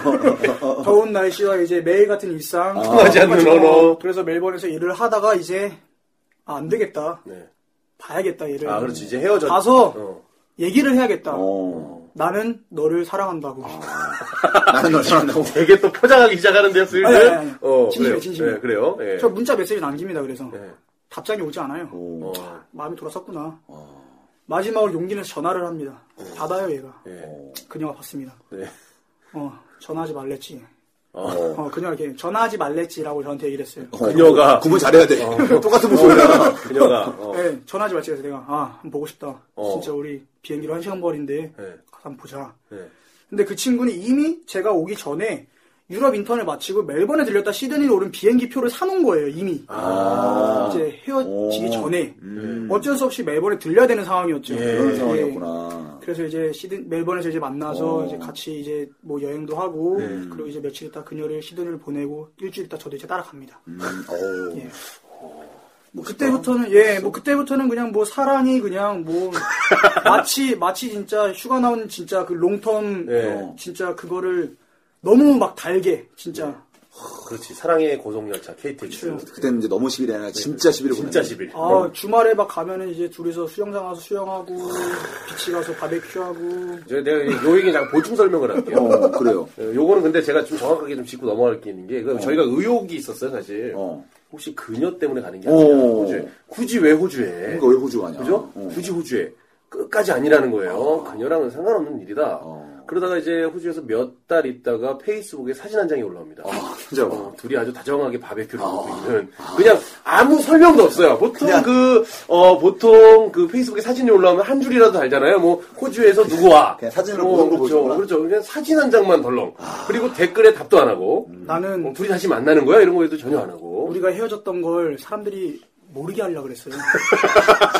S6: 더운 날씨와 이제 매일 같은 일상
S3: 그렇죠. 아. 통하지 않는
S6: 똑같이
S3: 언어.
S6: 그래서 멜번에서 일을 하다가 이제 아, 안 되겠다.
S3: 네.
S6: 봐야겠다 얘를.
S3: 아, 그렇지. 이제 헤어져.
S6: 가서
S3: 어.
S6: 얘기를 해야겠다.
S2: 어.
S6: 나는 너를 사랑한다고.
S3: 아.
S6: 아,
S2: 나는 널 사랑한다고.
S3: 되게 또 포장하기 시작하는데요, 슬슬.
S6: 아니, 아니, 아니.
S3: 어,
S6: 예, 진심이에요,
S3: 그래요.
S6: 진심이에요.
S3: 네, 그래요. 예.
S6: 저 문자 메시지 남깁니다. 그래서
S3: 네.
S6: 답장이 오지 않아요.
S2: 오.
S3: 어. 어.
S6: 마음이 돌아섰구나. 마지막으로 용기 내서 전화를 합니다. 받아요, 얘가.
S3: 예.
S6: 그녀가 받습니다.
S3: 네.
S6: 어, 전화하지 말랬지.
S3: 어.
S6: 어, 그녀가 이렇게 전화하지 말랬지라고 저한테 얘기를 했어요.
S3: 그녀가 그렇죠.
S2: 구분 잘해야 돼. 똑같은 목소리야.
S3: 그녀가 어.
S6: 예, 전화하지 말지 그래서 내가 아, 한번 보고 싶다.
S3: 어.
S6: 진짜 우리 비행기로 한 시간 거리인데
S3: 네.
S6: 가서 한번 보자.
S3: 네.
S6: 근데 그 친구는 이미 제가 오기 전에 유럽 인턴을 마치고 멜번에 들렸다 시드니로 오른 비행기 표를 사놓은 거예요, 이미. 이제 헤어지기 전에. 어쩔 수 없이 멜번에 들려야 되는 상황이었죠.
S2: 그런
S6: 예.
S2: 상황이었구나.
S6: 그래서 이제 시드 멜번에서 이제 만나서
S2: 어.
S6: 이제 같이 이제 뭐 여행도 하고 그리고 이제 며칠 있다 그녀를 시드니를 보내고 일주일 있다 저도 이제 따라갑니다.
S2: 음, 어우.
S6: 예.
S2: 멋있다.
S6: 그때부터는 예, 뭐 그때부터는 그냥 뭐 사랑이 그냥 뭐 마치 마치 진짜 휴가 나온 진짜 그 롱텀
S3: 네.
S2: 예.
S6: 어, 진짜 그거를 너무 막 달게 진짜
S3: 그렇지 사랑의 고속열차 KTX
S2: 그때는 이제 너무 10일이 아니라 진짜 10일을 보냈네.
S3: 진짜 10일
S6: 아 주말에 막 가면은 이제 둘이서 수영장 가서 수영하고 비치 가서 바베큐하고
S3: 이제 내가 요 얘기 잠깐 보충 설명을 할게요
S2: 어, 그래요.
S3: 어, 요거는 근데 제가 좀 정확하게 좀 짚고 넘어갈 게 있는 게, 그 저희가 의혹이 있었어요, 사실.
S2: 어.
S3: 혹시 그녀 때문에 가는 게 아니냐,
S2: 어.
S3: 호주에. 굳이 왜 호주에?
S2: 그러니까 왜 호주 가냐.
S3: 그죠?
S2: 어.
S3: 굳이 호주에. 끝까지 아니라는 거예요. 그녀랑은 상관없는 일이다.
S2: 어.
S3: 그러다가 이제 호주에서 몇 달 있다가 페이스북에 사진 한 장이 올라옵니다.
S2: 아, 진짜. 봐.
S3: 어, 둘이 아주 다정하게 바베큐를 하고 있는 그냥 아무 설명도 없어요. 보통 그 어, 보통 그 페이스북에 사진이 올라오면 한 줄이라도 달잖아요. 뭐 호주에서 누구 와?
S2: 그냥 사진으로
S3: 뭐,
S2: 보는 거 아.
S3: 그렇죠.
S2: 보이잖아.
S3: 그렇죠. 그냥 사진 한 장만 덜렁. 그리고 댓글에 답도 안 하고.
S2: 음.
S6: 나는
S3: 어, 둘이 다시 만나는 거야 이런 거에도 전혀 안 하고.
S6: 우리가 헤어졌던 걸 사람들이 모르게 하려고 그랬어요.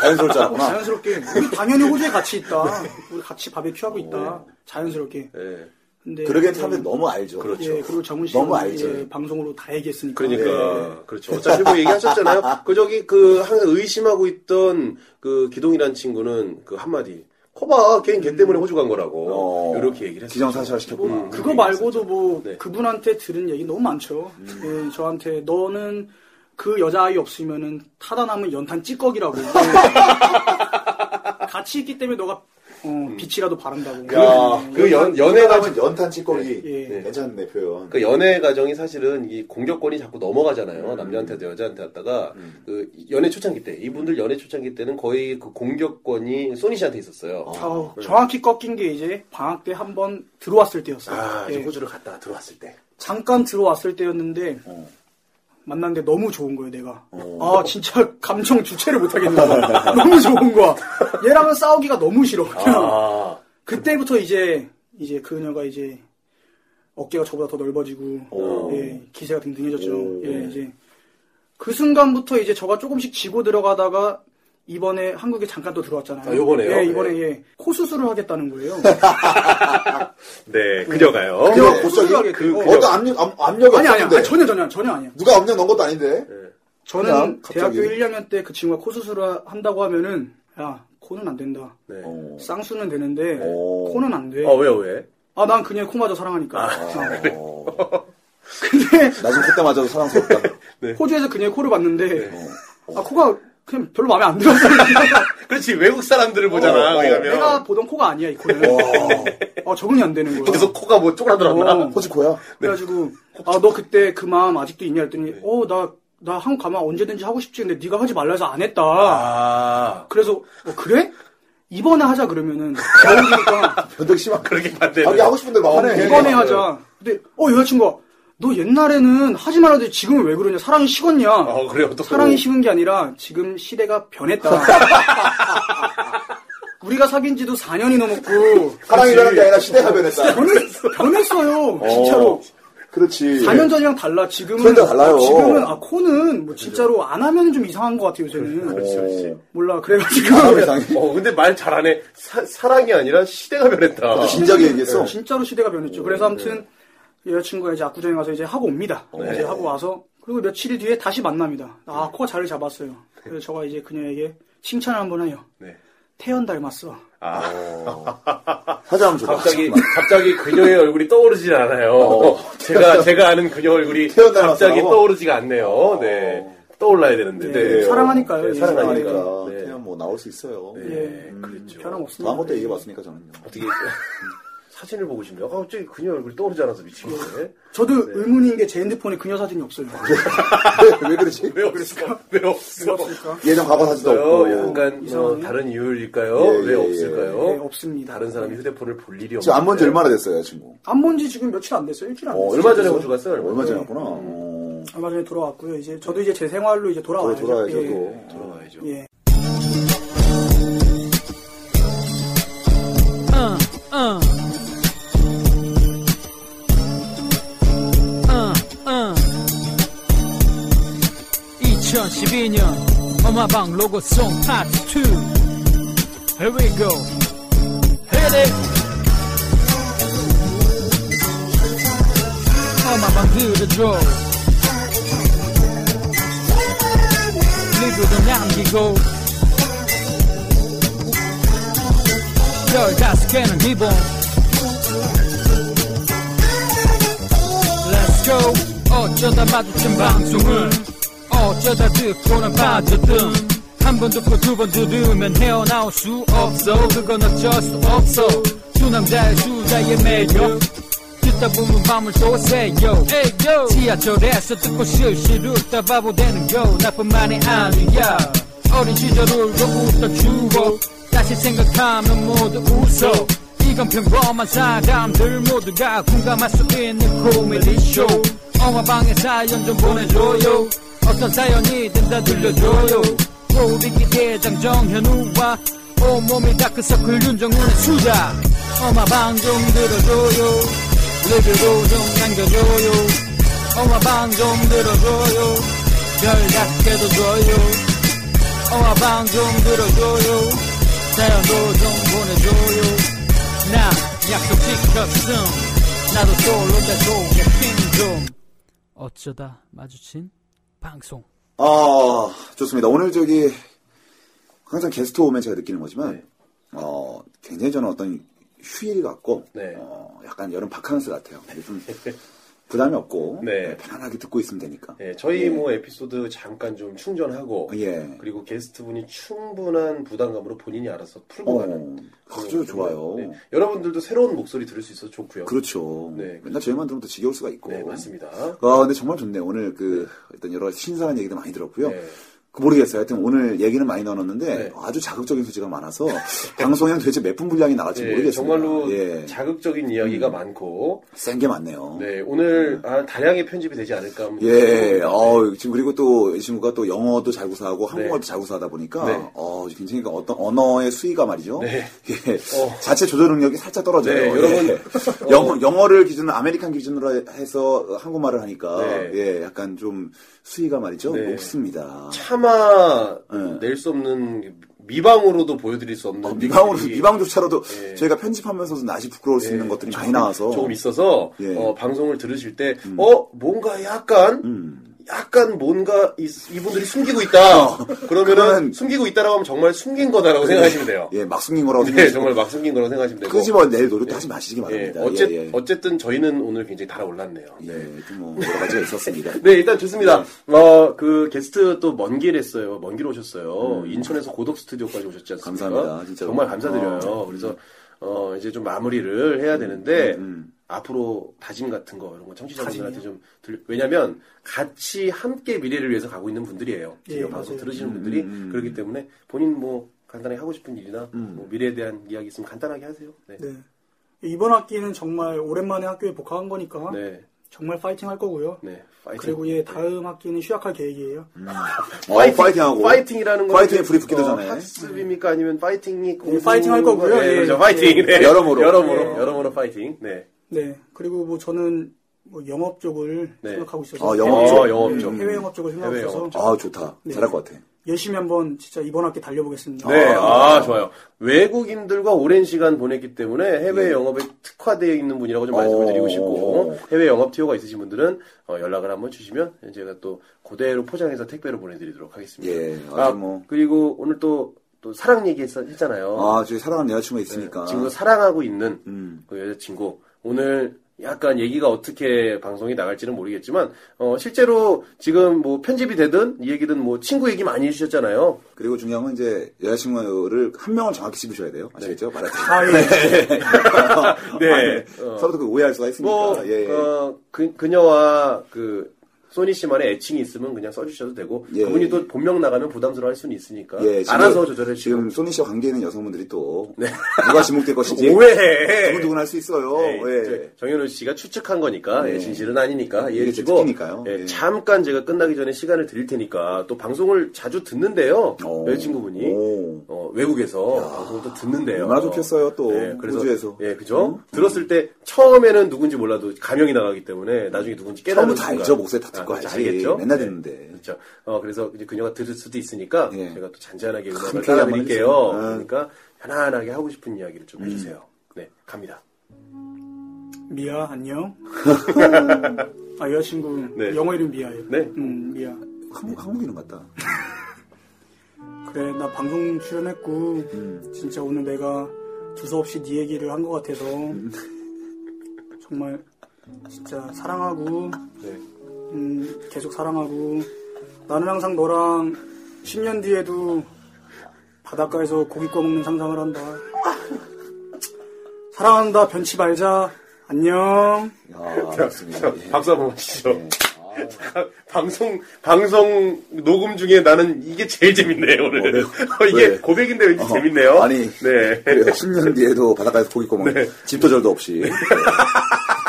S2: 자연스럽지
S3: 어,
S2: 않구나.
S6: 자연스럽게 우리 당연히 호주에 같이 있다. 우리 같이 바베큐하고 있다. 자연스럽게.
S3: 예.
S6: 근데
S2: 어. 그러게
S6: 이제-
S2: 사람들 너무 알죠.
S3: 그렇죠.
S6: 예, 그리고 정훈 씨
S2: 그렇죠. 너무 알죠.
S6: 방송으로 다 얘기했으니까. 예.
S3: 그러니까 그렇죠. 어차피 뭐 얘기하셨잖아요. 그 저기 그 항상 의심하고 있던 그 기동이란 친구는 그 한마디. 커봐 걔는 걔 때문에 호주 간 거라고
S2: 어.
S3: 이렇게 얘기를 음. 했어요.
S2: 기정사실 시켰구나.
S3: 음.
S6: 뭐 그거 말고도 뭐
S3: 네.
S6: 그분한테 들은 얘기 너무 많죠. 예, 저한테 너는 그 여자아이 없으면은 타다 남은 연탄 찌꺼기라고. 예. 같이 있기 때문에 너가 어, 빛이라도 바란다고.
S2: 야,
S6: 예.
S3: 음. 그 연, 연애 과정,
S2: 사람은 연탄 찌꺼기.
S6: 예.
S2: 네. 괜찮네, 표현.
S3: 그 연애 과정이 사실은 이 공격권이 자꾸 넘어가잖아요. 남자한테도 여자한테 왔다가 그 연애 초창기 때 이분들 연애 초창기 때는 거의 그 공격권이 소니 씨한테 있었어요.
S6: 아우, 정확히 꺾인 게 이제 방학 때 한 번 들어왔을 때였어요.
S3: 아,
S6: 예.
S3: 이제 호주를 갔다 들어왔을 때.
S6: 잠깐 들어왔을 때였는데 만났는데 너무 좋은 거예요 내가 아 진짜 감정 주체를 못하겠는 거야 너무 좋은 거야 얘랑은 싸우기가 너무 싫어 그냥
S3: 아,
S6: 그때부터 이제 이제 그녀가 이제 어깨가 저보다 더 넓어지고 예, 기세가 등등해졌죠 예, 이제 그 순간부터 이제 저가 조금씩 지고 들어가다가 이번에 한국에 잠깐 또 들어왔잖아요
S3: 아, 요번에요?
S6: 예, 이번에
S3: 네.
S6: 예, 코 수술을 하겠다는 거예요
S3: 네, 그녀가요.
S2: 어, 그녀가
S6: 네,
S2: 고수하게
S6: 고수하게
S2: 그,
S6: 그-
S2: 어떤 압력, 압, 압력이
S6: 아니 아니
S2: 없었는데.
S6: 아니, 전혀 전혀 전혀 아니야
S2: 누가 압력 넣은 것도 아닌데. 그냥
S6: 저는 대학교
S2: 갑자기.
S6: 1학년 때 그 친구가 코 수술을 한다고 하면은 야 코는 안 된다
S3: 네.
S2: 어.
S6: 쌍수는 되는데
S2: 어.
S6: 코는 안 돼
S3: 어, 왜요, 왜?
S6: 아 난 그냥 코마저 사랑하니까 아,
S2: 네. 어. 나 지금 그때 맞아도 사랑스럽다.
S6: 네. 호주에서 그녀의 코를 봤는데 아 코가 그냥 별로 마음에 안 들었어요
S3: 그렇지, 외국 사람들을 보잖아,
S2: 어, 어.
S3: 왜냐면.
S6: 내가 보던 코가 아니야 이 코는 아 적응이 안 되는 거야
S3: 계속 코가 뭐 쪼그라들었나?
S6: 어.
S2: 호지코야.
S6: 그래가지고 아 너 그때 그 마음 아직도 있냐 했더니 어 나 나 한국 가면 언제든지 하고 싶지 근데 네가 하지 말라 해서 안 했다
S3: 아,
S6: 그래서 어, 그래? 이번에 하자 그러면은 겨울이니까
S2: 변덕 심한.
S3: 그렇게 반대.
S2: 자기 하고 싶은 대로 막 하네.
S6: 어, 이번에 하자. 근데 어 여자친구가 너 옛날에는 하지 말아도 지금은 왜 그러냐? 사랑이 식었냐?
S3: 어, 그래요, 또.
S6: 사랑이 식은 게 아니라 지금 시대가 변했다. 우리가 사귄 지도 4년이 넘었고
S2: 네. 사랑이라는 게 아니라 시대가 변했다.
S6: 변했, 변했어요. 진짜로.
S2: 그렇지.
S6: 4년 전이랑 달라. 지금은
S2: 예. 트렌드가 달라요.
S6: 지금은 아 코는 뭐 진짜로 안 하면 좀 이상한 것 같아요, 요새는.
S2: 어.
S3: 그렇지, 그렇지.
S6: 몰라. 그래 가지고
S2: 아, 그렇죠, 이상해.
S3: 어, 근데 말 잘하네. 사, 사랑이 아니라 시대가 변했다.
S2: 진작에 얘기했어.
S6: 예, 진짜로 시대가 변했죠. 그래서 아무튼 여자친구가 이제 압구정에 가서 이제 하고 옵니다. 이제 하고 와서 그리고 며칠 뒤에 다시 만납니다. 아, 코가 자리를 잡았어요. 그래서 제가 이제 그녀에게 칭찬을 한 번 해요.
S3: 네.
S6: 태연 닮았어.
S2: 사자 한번 줘봐.
S3: 갑자기 갑자기 그녀의 얼굴이 떠오르질 않아요. 제가 제가 아는 그녀 얼굴이
S2: 태어나서
S3: 갑자기
S2: 나와?
S3: 떠오르지가 않네요. 네. 떠올라야 되는데. 네.
S2: 네.
S6: 사랑하니까요.
S3: 네,
S6: 예.
S3: 사랑하니까.
S2: 그러니까
S3: 네.
S2: 태연 뭐 나올 수 있어요.
S6: 예.
S3: 그렇죠.
S6: 변함없습니다.
S2: 다음 것도 얘기해봤으니까 저는요.
S3: 어떻게 사진을 보고 싶네요. 아, 갑자기 그녀 얼굴 떠오르지 않아서 미치겠네.
S6: 저도 의문인 게 제 핸드폰에 그녀 사진이 없어요.
S2: 왜, 왜 그러지?
S3: 왜 없을까? 왜 없어?
S6: 없을까?
S2: 예전 과거 사진도 없고.
S3: 없어요. 약간 뭐
S6: 이상하네.
S3: 다른 이유일까요?
S2: 예, 예,
S3: 왜
S2: 예.
S3: 없을까요?
S6: 네, 없습니다.
S3: 다른 사람이 휴대폰을 볼 일이 없는데.
S2: 지금 안 본 지 얼마나 됐어요, 친구?
S6: 안 본 지 지금 며칠 안 됐어요. 일주일 안
S2: 어,
S6: 됐어요.
S3: 얼마 전에
S2: 됐어요?
S3: 호주 갔어요, 얼마
S2: 얼마 전에
S3: 전에.
S2: 갔구나. 어.
S6: 얼마 전에 돌아왔고요. 이제 저도 이제 제 생활로 이제
S2: 거의
S6: 돌아와야죠.
S2: 어. 돌아야죠,
S6: 예.
S2: 또.
S3: 돌아와야죠.
S6: 예.
S5: Uh, uh. Uh, uh. 2012년 엄마방 로고송 파트 2 Here we go Hit it 엄마방 들어줘 리뷰도 남기고 열다섯 개는 기본 Let's go 어쩌다 마주친 방송은 어쩌다 듣고는 빠져든 한 번 듣고 두 번 들으면 헤어나올 수 없어 그건 어쩔 수 없어 두 남자의 수다의 매력 듣다 보면 밤을 쏘세요 지하철에서 듣고 실실 웃다 바보 되는 거 나뿐만이 아니야 어린 시절 울고 웃던 추억 다시 생각하면 모두 웃어 이건 평범한 사람들 모두가 공감할 수 있는 코미디쇼 엄마방에 사연 좀 보내줘요 어떤 사연이든 다 들려줘요 꼬리기 대장 정현우와 온몸이 다크서클 윤정훈의 수다 엄마방 좀 들어줘요 리뷰도 좀 남겨줘요 엄마방 좀 들어줘요 별 닫게도 줘요 어마방 좀 들어줘요 사연도 좀 보내줘요 나 약속 지켰음 나도 솔로 내 속에 핑좀 어쩌다 마주친 방송
S2: 아, 좋습니다. 오늘 저기, 항상 게스트 오면 제가 느끼는 거지만,
S3: 네.
S2: 어, 굉장히 저는 어떤 휴일 같고,
S3: 네.
S2: 어, 약간 여름 바캉스 같아요. 요즘 부담이 없고,
S3: 네.
S2: 네, 편안하게 듣고 있으면 되니까.
S3: 예, 저희 뭐 에피소드 잠깐 좀 충전하고
S2: 예.
S3: 그리고 게스트분이 충분한 부담감으로 본인이 알아서 풀고
S2: 어,
S3: 가는
S2: 아주
S3: 그런
S2: 좋아요.
S3: 네. 여러분들도 새로운 목소리 들을 수 있어서 좋고요.
S2: 그렇죠.
S3: 네.
S2: 맨날 저희만 들으면 또 지겨울 수가 있고.
S3: 네, 맞습니다.
S2: 아, 근데 정말 좋네요. 오늘 그, 일단 여러 가지 신선한 얘기도 많이 들었고요.
S3: 네.
S2: 그 모르겠어요. 하여튼 오늘 얘기는 많이 넣어놨는데
S3: 네.
S2: 아주 자극적인 소지가 많아서 방송에는 도대체 몇 분 분량이 나갈지
S3: 예,
S2: 모르겠습니다.
S3: 정말로
S2: 예. 음.
S3: 자극적인 이야기가 많고
S2: 센 게 많네요.
S3: 네, 오늘 아, 다량의 편집이 되지 않을까 하면
S2: 음. 예, 어, 지금 그리고 또 이 친구가 또 영어도 잘 구사하고 한국어도
S3: 네.
S2: 잘 구사하다 보니까
S3: 네.
S2: 어, 굉장히 어떤 언어의 수위가 말이죠.
S3: 네.
S2: 예,
S3: 어.
S2: 자체 조절 능력이 살짝 떨어져요.
S3: 네,
S2: 예.
S3: 여러분,
S2: 영어, 영어를 기준으로 아메리칸 기준으로 해서 한국말을 하니까
S3: 네.
S2: 예, 약간 좀 수위가 말이죠.
S3: 네.
S2: 높습니다.
S3: 차마
S2: 네.
S3: 낼 수 없는 미방으로도 보여드릴 수 없는
S2: 어, 미방으로
S3: 느낌이
S2: 미방조차로도
S3: 예.
S2: 저희가 편집하면서도 나시 부끄러울 수 있는
S3: 예,
S2: 것들이 많이
S3: 조금-
S2: 나와서
S3: 조금 있어서
S2: 예. 음.
S3: 어, 방송을 들으실 때 어, 뭔가 약간 약간 뭔가 이, 분들이 숨기고 있다. 그러면은
S2: 어. 그러면-
S3: 숨기고 있다라고 하면 정말 숨긴 거다라고 생각하시면 돼요.
S2: 예, 막 숨긴 거라고
S3: 네,
S2: 생각하시고
S3: 정말 막 숨긴 거라고 생각하시면 되고.
S2: 끄집어낼 노력도 하지 마시기
S3: 예,
S2: 바랍니다.
S3: 어쨌,
S2: 예, 예.
S3: 어쨌든 저희는 오늘 굉장히 달아올랐네요.
S2: 예, 좀뭐 여러 가지가 있었습니다.
S3: 네, 일단 좋습니다. 어, 그 게스트 또 먼 길 했어요. 먼 길 오셨어요. 인천에서 고덕 스튜디오까지 오셨지 않습니까?
S2: 감사합니다. 진짜로.
S3: 정말 감사드려요. 그래서 어, 이제 좀 마무리를 해야 되는데 앞으로 다짐 같은 거 이런 거 청취자분들한테 좀 들, 왜냐면 같이 함께 미래를 위해서 가고 있는 분들이에요.
S6: 예,
S3: 지금 방송
S6: 맞아요.
S3: 들으시는 분들이 그렇기 때문에 본인 뭐 간단하게 하고 싶은 일이나 뭐 미래에 대한 이야기 있으면 간단하게 하세요. 네.
S6: 네. 이번 학기는 정말 오랜만에 학교에 복학한 거니까
S3: 네.
S6: 정말 파이팅 할 거고요.
S3: 네. 파이팅.
S6: 그리고 예 다음 학기는 휴학할 계획이에요.
S2: 어, 파이팅하고
S3: 음. 아, 파이팅이라는 건
S2: 파이팅에
S3: 이제,
S2: 불이 붙기도
S3: 어,
S2: 전에
S3: 학습입니까 아니면 파이팅이
S6: 네, 파이팅 할 거고요.
S3: 네,
S6: 예.
S3: 그렇죠. 파이팅. 네.
S2: 여러모로.
S3: 여러모로
S6: 예.
S3: 여러모로 파이팅. 네.
S6: 네. 그리고 뭐 저는 뭐 영업 쪽을
S3: 네.
S6: 생각하고 있어서
S2: 아, 영업 쪽.
S6: 해외-
S3: 영업
S6: 예,
S3: 쪽.
S6: 해외 영업 쪽을
S3: 해외 영업
S6: 생각해서
S3: 쪽.
S2: 아 좋다 잘할 것 같아.
S6: 열심히 한번 진짜 이번 학기 달려보겠습니다.
S3: 네, 아, 좋아요. 외국인들과 오랜 시간 보냈기 때문에 해외 영업에 특화되어 있는 분이라고 좀 말씀을
S2: 예. 어.
S3: 드리고 싶고, 해외 영업 티오가 있으신 분들은 어, 연락을 한번 주시면 제가 또 그대로 포장해서 택배로 보내드리도록 하겠습니다.
S2: 예, 아주
S3: 아,
S2: 뭐.
S3: 그리고 오늘 또, 또 사랑 얘기했잖아요. 네,
S2: 아 저희 사랑하는 여자친구가 있으니까
S3: 지금 사랑하고 있는
S2: 음.
S3: 그 여자친구 오늘 약간 얘기가 어떻게 방송이 나갈지는 모르겠지만 어, 실제로 지금 뭐 편집이 되든 이 얘기든 뭐 친구 얘기 많이 해주셨잖아요.
S2: 그리고 중요한 건 이제 여자친구를 한 명을 정확히 씹으셔야 돼요. 아시겠죠? 말하자면.
S6: 아, 예.
S3: 네.
S2: 아, 서로 그 오해할 수가 있으니까.
S3: 뭐
S2: 예.
S3: 어, 그, 그녀와 그 소니 씨만의 애칭이 있으면 그냥 써주셔도 되고
S2: 예.
S3: 그분이 또 본명 나가면 부담스러워할 수는 있으니까
S2: 예, 지금-
S3: 알아서 조절해 주시고 네.
S2: 지금 소니 씨와 관계 있는 여성분들이 또 누가 지목될 것인지
S3: 오해해.
S2: 두근두근 할 수 있어요.
S3: 예,
S2: 예.
S3: 이제 정현우 씨가 추측한 거니까
S2: 네.
S3: 예, 진실은 아니니까
S2: 이게
S3: 이해해
S2: 제
S3: 주고
S2: 특기니까요.
S3: 예,
S2: 예.
S3: 잠깐 제가 끝나기 전에 시간을 드릴 테니까 또 방송을 자주 듣는데요
S2: 오.
S3: 여자친구분이
S2: 어. 오.
S3: 어, 외국에서 방송을 또 듣는데요
S2: 얼마나 좋겠어요, 또.
S3: 예, 그래서
S2: 우주에서. 음.
S3: 예 그죠 들었을 때 처음에는 누군지 몰라도 감명이 나가기 때문에 나중에 누군지 깨달은
S2: 처음부터
S3: 순간.
S2: 알죠. 목소리 다 듣고
S3: 아,
S2: 알지.
S3: 알겠죠
S2: 맨날
S3: 네.
S2: 듣는데.
S3: 그렇죠. 어, 그래서 이제 그녀가 들을 수도 있으니까
S2: 예.
S3: 제가 또 잔잔하게 음악을
S2: 큰일
S3: 따라
S2: 한번
S3: 드릴게요.
S2: 해주세요. 아. 음.
S3: 그러니까 편안하게 하고 싶은 이야기를 좀 해주세요. 네, 갑니다.
S6: 미야 안녕. 아 여자친구
S3: 네.
S6: 영어 이름 미야예요.
S3: 네.
S6: 음 미야.
S2: 한국, 한국 이름 같다.
S6: 그래 나 방송 출연했고
S3: 음.
S6: 진짜 오늘 내가 두서없이 네 얘기를 한 것 같아서 정말 진짜 사랑하고
S3: 네.
S6: 음, 계속 사랑하고 나는 항상 너랑 10년 뒤에도 바닷가에서 고기 꺼먹는 상상을 한다. 사랑한다 변치 말자 안녕.
S2: 아, 그렇습니다. 예.
S3: 박수 한번 치죠. 아. 방송 방송 녹음 중에 나는 이게 제일 재밌네요 오늘.
S2: 네.
S3: 은 이게
S2: 네.
S3: 고백인데 왠지
S2: 어,
S3: 재밌네요.
S2: 아니.
S3: 네.
S2: 그래요. 10년 뒤에도 바닷가에서 고기 꺼먹는 집도절도 없이. 예.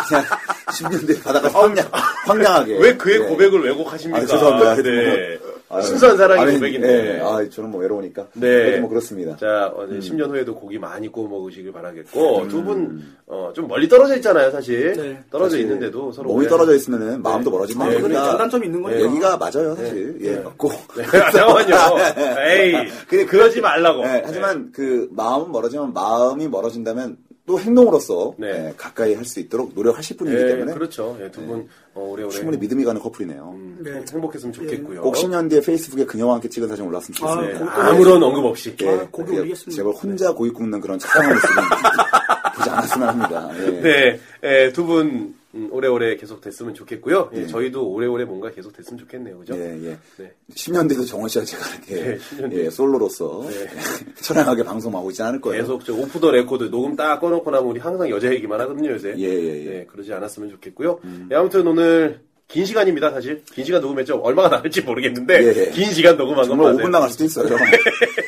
S2: 그냥 10년 뒤에 바닷가에서 황량, 황량하게.
S3: 왜 그의
S2: 예.
S3: 고백을 왜곡하십니까?
S2: 아, 죄송합니다. 뭐,
S3: 네.
S2: 아유,
S3: 순수한 사랑의
S2: 아니,
S3: 고백인데.
S2: 예. 아, 저는 뭐 외로우니까.
S3: 네.
S2: 그래도 뭐 그렇습니다.
S3: 자, 어, 이제 10년 후에도 고기 많이 구워 먹으시길 바라겠고,
S2: 음.
S3: 두 분, 어, 좀 멀리 떨어져 있잖아요, 사실.
S6: 네.
S3: 떨어져 있는데도 서로. 네.
S2: 몸이
S3: 오해하는-
S2: 떨어져 있으면 마음도 멀어진다.
S6: 아,
S2: 니
S6: 그건
S2: 까
S6: 장단점이 있는 거니까.
S2: 얘기가 맞아요, 사실.
S3: 네.
S2: 예, 맞고.
S3: 아, 잠깐만요. 에이.
S2: 근데
S3: 그러지 말라고.
S2: 예, 하지만 그 마음은 멀어지면 마음이 멀어진다면 또 행동으로서
S3: 네.
S2: 예, 가까이 할 수 있도록 노력하실
S3: 예,
S2: 분이기 때문에 네.
S3: 그렇죠. 예, 두 분, 어, 오래오래.
S2: 충분히 믿음이 가는 커플이네요.
S6: 네.
S3: 행복했으면 좋겠고요.
S2: 꼭 10년 뒤에 페이스북에 그녀와 함께 찍은 사진 올랐으면 좋겠습니다.
S3: 네,
S6: 아, 그것도-
S3: 어? 아무런 네. 언급 없이.
S2: 예,
S6: 아, 고기
S2: 예,
S6: 올리겠습니다.
S2: 제발 혼자 고기 굽는 그런 착한 모습은 보지 않았으면 합니다. 예.
S3: 네, 예, 두 분, 음, 오래오래 계속 됐으면 좋겠고요.
S2: 네.
S3: 예, 저희도 오래오래 뭔가 계속 됐으면 좋겠네요. 그죠?
S2: 예, 예.
S3: 네.
S2: 10년 뒤도 정원 씨와 제가 이렇게
S3: 네, 10년
S2: 예, 솔로로서 처량하게 방송하고 있지 않을 거예요.
S3: 계속 저 오프 더 레코드 녹음 딱 꺼놓고 나면 우리 항상 여자 얘기만 하거든요 요새.
S2: 예, 예, 음. 예.
S3: 네, 그러지 않았으면 좋겠고요. 예, 아무튼 오늘 긴 시간입니다 사실. 긴 시간 녹음했죠. 얼마가 나올지 모르겠는데
S2: 예, 예.
S3: 긴 시간 녹음한 건
S2: 정말
S3: 맞아요.
S2: 5분 나갈 수도 있어요.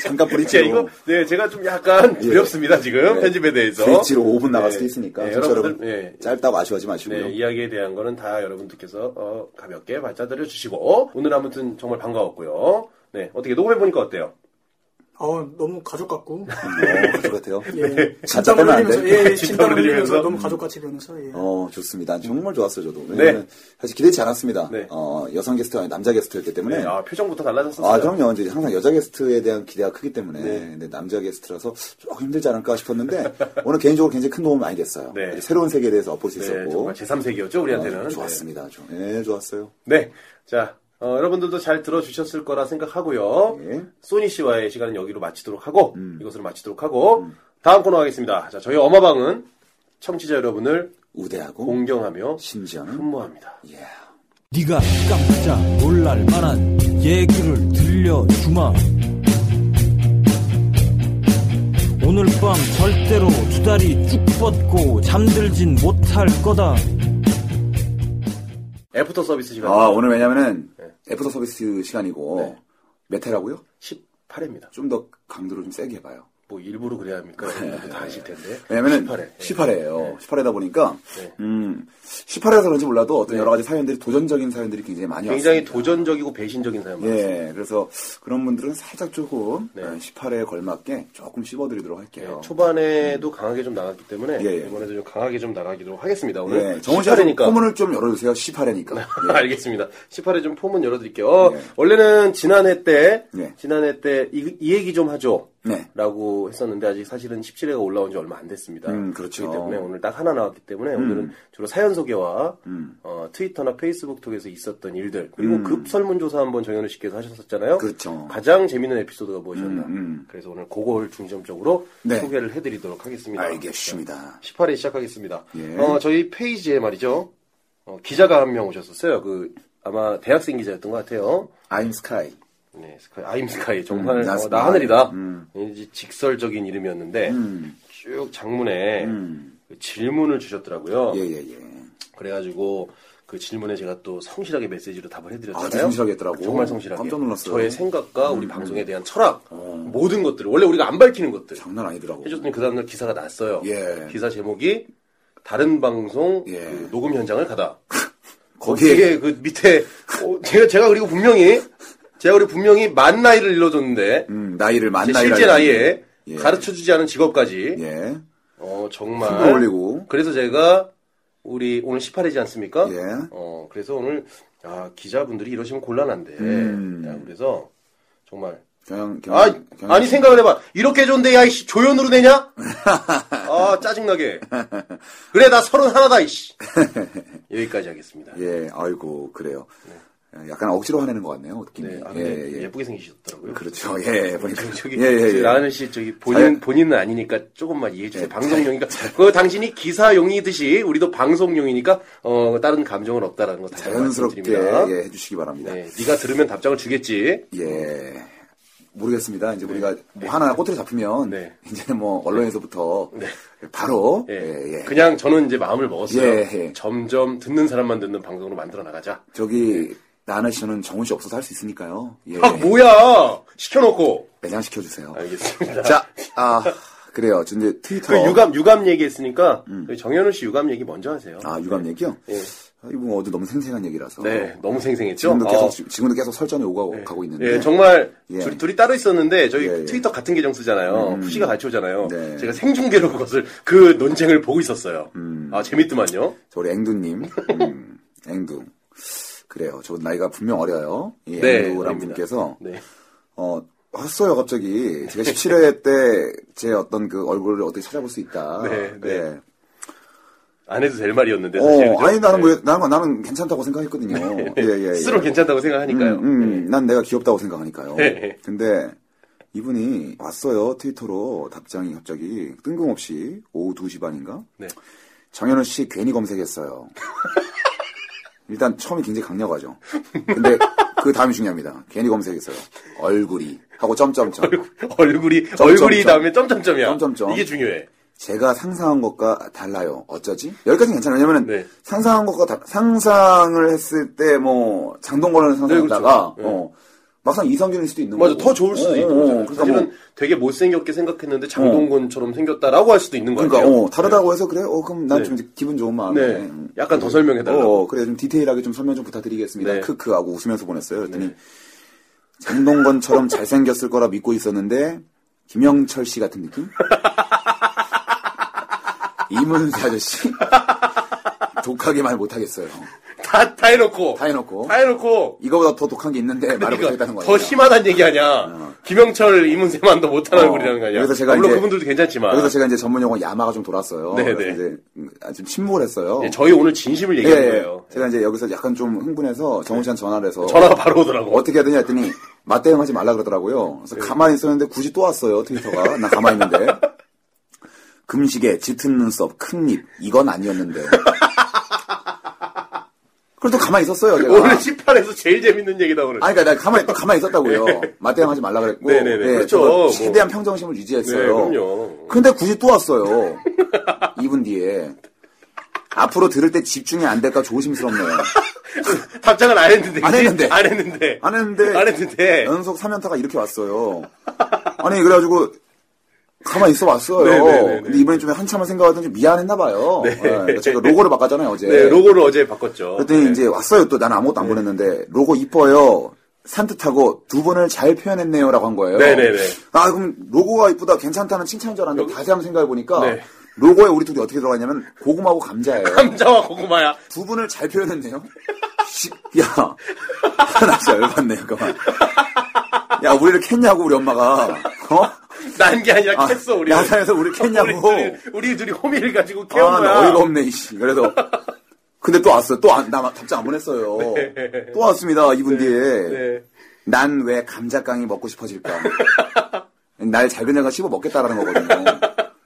S2: 잠깐
S3: 제
S2: 브릿지로.
S3: 이거 네 제가 좀
S2: 예.
S3: 약간 두렵습니다 지금 편집에 대해서.
S2: 브릿지로 5분 나갈
S3: 네,
S2: 수도 있으니까.
S3: 네,
S2: 청취자
S3: 여러분들,
S2: 여러분
S3: 예.
S2: 짧다고 아쉬워하지 마시고요.
S3: 네, 이야기에 대한 거는 다 여러분들께서 어, 가볍게 받아들여 주시고 오늘 아무튼 정말 반가웠고요. 네, 어떻게 녹음해 보니까 어때요?
S6: 어 너무 가족 같고.
S2: 어, 그렇대요.
S3: 네.
S6: 예.
S2: 진짜 빼면 안
S6: 흘리면서,
S2: 돼.
S6: 예,
S3: 진땀
S6: 예, 진땀
S3: 흘리면서.
S6: 흘리면서 너무 가족같이 변해서 예.
S2: 어, 좋습니다. 정말 좋았어요, 저도. 왜냐면 사실 기대치 않았습니다.
S3: 네.
S2: 어, 여성 게스트가 아니라 남자 게스트였기 때문에.
S3: 네, 아 표정부터 달라졌었어요.
S2: 아, 그럼요. 네. 이제 항상 여자 게스트에 대한 기대가 크기 때문에. 근데 남자 게스트라서 조금 힘들지 않을까 싶었는데, 오늘 개인적으로 굉장히 큰 도움이 많이 됐어요.
S3: 네.
S2: 이제 새로운 세계에 대해서 엿볼 수
S3: 네,
S2: 있었고.
S3: 정말 제3세기였죠 우리한테는.
S2: 아,
S3: 네.
S2: 좋았습니다. 좀. 예, 좋았어요.
S3: 네. 자, 어, 여러분들도 잘 들어주셨을 거라 생각하고요.
S2: 예. 음.
S3: 소니 씨와의 시간은 여기로 마치도록 하고, 이것으로 마치도록 하고, 다음 코너 가겠습니다. 자, 저희 어마방은 청취자 여러분을
S2: 우대하고,
S3: 공경하며
S2: 심지어는,
S3: 흠모합니다.
S2: 예.
S7: 네가 깜짝 놀랄 만한 얘기를 들려주마 오늘 밤 절대로 두 다리 쭉 뻗고 잠들진 못할 거다
S3: 애프터 서비스 시간
S2: 아, 오늘 왜냐면은, 애프터 서비스 시간이고, 메테라고요?
S3: 18회입니다.
S2: 좀 더 강도를 좀 세게 해봐요.
S3: 뭐 일부러 그래야 합니까? 여러분들 다 아실 텐데.
S2: 네. 왜냐면은
S3: 18회.
S2: 18회. 예요 18회다 보니까
S3: 네.
S2: 음, 18회라서 그런지 몰라도 어떤 여러 가지 사연들이 도전적인 사연들이 굉장히 많이
S3: 굉장히
S2: 왔습니다.
S3: 도전적이고 배신적인 사연 많았어요.
S2: 예, 그래서 그런 분들은 살짝 조금
S3: 네.
S2: 18회에 걸맞게 조금 씹어드리도록 할게요.
S3: 예, 초반에도 강하게 좀 나갔기 때문에
S2: 예, 예.
S3: 이번에도 좀 강하게 좀 나가기로 하겠습니다. 오늘
S2: 예, 정원 씨가 좀
S3: 18회니까.
S2: 포문을 좀 열어주세요. 18회니까. 예.
S3: 알겠습니다. 18회 좀 포문 열어드릴게요. 어,
S2: 네.
S3: 원래는 지난해 때,
S2: 네.
S3: 지난해 때 이, 이 얘기 좀 하죠.
S2: 네.
S3: 라고 했었는데 아직 사실은 17회가 올라온 지 얼마 안 됐습니다.
S2: 음, 그렇죠. 음.
S3: 그렇기 때문에 오늘 딱 하나 나왔기 때문에 오늘은 주로 사연 소개와 어, 트위터나 페이스북 통해서 있었던 일들 그리고 급 설문조사 한번 정현우 씨께서 하셨었잖아요.
S2: 음. 그렇죠.
S3: 가장 재밌는 에피소드가 무엇이었나.
S2: 음, 음.
S3: 그래서 오늘 그걸 중점적으로
S2: 네.
S3: 소개를 해드리도록 하겠습니다.
S2: 알겠습니다.
S3: 18회 시작하겠습니다.
S2: 예.
S3: 어, 저희 페이지에 말이죠. 어, 기자가 한 명 오셨었어요. 그 아마 대학생 기자였던 것 같아요.
S2: I'm Sky.
S3: 네, 스카이, 아임 스카이 정말
S2: 음,
S3: 어,
S2: 나
S3: 나,
S2: 스카이.
S3: 하늘이다.
S2: 음.
S3: 왠지 직설적인 이름이었는데
S2: 음.
S3: 쭉 장문에
S2: 음.
S3: 그 질문을 주셨더라고요.
S2: 예, 예, 예.
S3: 그래가지고 그 질문에 제가 또 성실하게 메시지로 답을 해드렸잖아요.
S2: 아주 성실하게 했더라고.
S3: 정말 성실하게.
S2: 깜짝 놀랐어요. 음. 어.
S3: 저의 생각과 우리 방송에 대한 철학, 모든 것들을 원래 우리가 안 밝히는 것들
S2: 장난 아니더라고.
S3: 해줬더니 그 다음날 기사가 났어요.
S2: 예.
S3: 기사 제목이 다른 방송
S2: 예.
S3: 그 녹음 현장을 가다.
S2: 거기에
S3: 되게 그 밑에 어, 제가 제가 그리고 분명히 제가 그리고 분명히 만 나이를 일러줬는데
S2: 음, 나이를 만
S3: 제
S2: 나이를
S3: 실제 나이에
S2: 알려주는. 예.
S3: 가르쳐주지 않은 직업까지
S2: 예.
S3: 어 정말
S2: 손을 올리고.
S3: 그래서 제가 우리 오늘 18회지 않습니까?
S2: 예.
S3: 어 그래서 오늘 아 기자분들이 이러시면 곤란한데
S2: 음.
S3: 야, 그래서 정말
S2: 경영 경영.
S3: 아
S2: 경영-
S3: 아니 생각을 해봐 이렇게 해줬는데 야이씨 조연으로 내냐? 아 짜증나게 그래 나 서른 하나다 이씨 여기까지 하겠습니다.
S2: 예. 아이고 그래요. 약간 억지로 화내는 것 같네요. 느낌이.
S3: 네, 아,
S2: 예,
S3: 근데
S2: 예.
S3: 예쁘게 생기셨더라고요.
S2: 그렇죠. 예. 보니까
S3: 저기
S2: 예, 예, 예.
S3: 나은우 씨 저기
S2: 자연-
S3: 본인 본인은 아니니까 조금만 이해해 주세요.
S2: 예,
S3: 방송용이니까 그 당신이 기사용이듯이 우리도 방송용이니까 어 다른 감정은 없다라는 거 다시 한번
S2: 자연스럽게
S3: 말씀드립니다.
S2: 예, 해주시기 바랍니다.
S3: 네, 네가 들으면 답장을 주겠지.
S2: 예. 모르겠습니다. 이제 우리가 뭐 하나 꼬투리 잡히면
S3: 네.
S2: 이제는 뭐 언론에서부터 바로
S3: 예.
S2: 예, 예.
S3: 그냥 저는 이제 마음을 먹었어요.
S2: 예, 예.
S3: 점점 듣는 사람만 듣는 방송으로 만들어 나가자.
S2: 저기 나나 씨는 정훈 씨 없어서 할 수 있으니까요. 예.
S3: 네. 아 뭐야 시켜놓고
S2: 매장 시켜주세요.
S3: 알겠습니다.
S2: 자, 아 그래요. 저 이제 트위터.
S3: 그 유감 유감 얘기했으니까 그 정현우 씨 유감 얘기 먼저 하세요.
S2: 음. 아 유감 얘기요.
S3: 예.
S2: 아, 이분 어제 너무 생생한 얘기라서.
S3: 네 너무 생생했죠.
S2: 지금도 계속
S3: 아.
S2: 지금도 계속 설전이 오고 가고 있는데.
S3: 예, 정말
S2: 예.
S3: 둘이, 둘이 따로 있었는데 저희
S2: 예, 예.
S3: 트위터 같은 계정 쓰잖아요. 푸시가 같이 오잖아요.
S2: 네.
S3: 제가 생중계로 그것을 그 논쟁을 보고 있었어요.
S2: 음.
S3: 아 재밌더만요.
S2: 저 우리 앵두님, 음, 앵두. 그래요. 저 나이가 분명 어려요. 이 앵두란
S3: 어립니다.
S2: 예, 분께서
S3: 네.
S2: 어, 왔어요, 갑자기. 제가 17회 때 제 어떤 그 얼굴을 어떻게 찾아볼 수 있다.
S3: 네, 네.
S2: 예.
S3: 안 해도 될 말이었는데 사실
S2: 어, 아니, 나는 왜, 나는, 나는 괜찮다고 생각했거든요. 예, 예. 예.
S3: 네. 스스로 괜찮다고 생각하니까요.
S2: 음, 음, 난 내가 귀엽다고 생각하니까요.
S3: 네.
S2: 근데 이분이 왔어요, 트위터로 답장이 갑자기 뜬금없이 오후 2시 반인가?
S3: 네.
S2: 정현우 씨 괜히 검색했어요. 일단 처음이 굉장히 강력하죠. 근데 그 다음이 중요합니다. 괜히 검색했어요. 얼굴이 하고 점점점.
S3: 얼굴이
S2: 점점점.
S3: 얼굴이 다음에 점점점이야.
S2: 점점점.
S3: 이게 중요해.
S2: 제가 상상한 것과 달라요. 어쩌지? 여기까지 괜찮아요. 왜냐면
S3: 네.
S2: 상상한 것과 다- 상상을 했을 때 뭐 장동건을 상상하다가
S3: 네, 그렇죠.
S2: 어, 막상 이성균일 수도 있는
S3: 맞아
S2: 거고.
S3: 더 좋을 수도
S2: 어,
S3: 있고
S2: 어, 어,
S3: 요
S2: 그러니까
S3: 사실은
S2: 뭐 어.
S3: 되게 못생겼게 생각했는데 장동건처럼 생겼다라고 할 수도 있는 거예요.
S2: 그러니까 어, 다르다고 해서 그래. 어 그럼 난 좀 기분 좋은 마음에
S3: 네.
S2: 음,
S3: 약간 더 설명해 달라고.
S2: 어, 그래 좀 디테일하게 좀 설명 좀 부탁드리겠습니다.
S3: 네.
S2: 크크 하고 웃으면서 보냈어요. 그랬더니 장동건처럼 잘생겼을 거라 믿고 있었는데 김영철 씨 같은 느낌? 이문세 아저씨 독하게 말 못하겠어요.
S3: 다, 다 해놓고.
S2: 다 해놓고
S3: 다 해놓고.
S2: 이거보다 더 독한 게 있는데 말을
S3: 그러니까
S2: 못하겠다는 거예요.
S3: 더 심하단 얘기 아니야. 김영철, 이문세만 더 못하는
S2: 어,
S3: 얼굴이라는 거 아니야.
S2: 그래서 제가
S3: 물론
S2: 이제-
S3: 그분들도 괜찮지만.
S2: 여기서 제가 이제 전문 용어 야마가 좀 돌았어요.
S3: 네,
S2: 그래서
S3: 네.
S2: 이제 음, 아, 좀 침묵을 했어요.
S3: 예, 저희 오늘 진심을
S2: 예,
S3: 얘기한
S2: 예.
S3: 거예요.
S2: 제가 이제 여기서 약간 좀 흥분해서 정훈 씨한테 전화를 해서
S3: 전화가 바로 오더라고.
S2: 어떻게 해야 되냐 했더니 맞대응하지 말라 그러더라고요.
S3: 네.
S2: 그래서 가만히 있었는데 굳이 또 왔어요 트위터가 나 가만히 있는데 금식에 짙은 눈썹 큰 입 이건 아니었는데 그래도 가만히 있었어요 제가.
S3: 오늘 18에서 제일 재밌는 얘기다, 오늘.
S2: 아, 그러니까 나 가만히 또 가만히 있었다고요. 맞대응하지 말라 그랬고,
S3: 네. 네네네,
S2: 예,
S3: 그렇죠.
S2: 저도
S3: 뭐.
S2: 최대한 평정심을 유지했어요.
S3: 네, 그럼요.
S2: 근데 굳이 또 왔어요. 2분 뒤에 앞으로 들을 때 집중이 안 될까 조심스럽네요.
S3: 답장은 안 했는데.
S2: 안
S3: 그치?
S2: 했는데.
S3: 안 했는데.
S2: 안 했는데 어.
S3: 안 했는데.
S2: 연속 3연타가 이렇게 왔어요. 아니 그래가지고 가만히 있어 왔어요.
S3: 네네네네.
S2: 근데 이번에 좀 한참을 생각하더니 좀 미안했나 봐요. 예, 그러니까 제가 로고를 바꿨잖아요 어제.
S3: 네, 로고를 어제 바꿨죠.
S2: 그랬더니
S3: 네.
S2: 이제 왔어요 또 나는 아무것도 안 보냈는데 로고 이뻐요. 산뜻하고 두 번을 잘 표현했네요라고 한 거예요.
S3: 네네네.
S2: 아 그럼 로고가 이쁘다 괜찮다는 칭찬인 줄 알았는데 다시 한번 생각해 보니까
S3: 네.
S2: 로고에 우리 둘이 어떻게 들어가냐면 고구마하고 감자예요.
S3: 감자와 고구마야.
S2: 두 분을 잘 표현했네요. 씨, 야, 나 진짜 열받네요. 그만. 야, 우리를 캤냐고 우리 엄마가. 어?
S3: 난 게 아니라
S2: 아,
S3: 캤어 우리.
S2: 야산에서 우리 캤냐고.
S3: 우리 둘이, 우리 둘이 호미를 가지고 캐온
S2: 아,
S3: 거야.
S2: 나 어이가 없네, 이씨. 그래서. 근데 또 왔어요. 또, 안, 나 답장 안 보냈어요. 또 왔습니다, 이분 뒤에.
S3: 네.
S2: 난 왜 감자깡이 먹고 싶어질까? 날 잘근잘근 씹어 먹겠다라는 거거든요.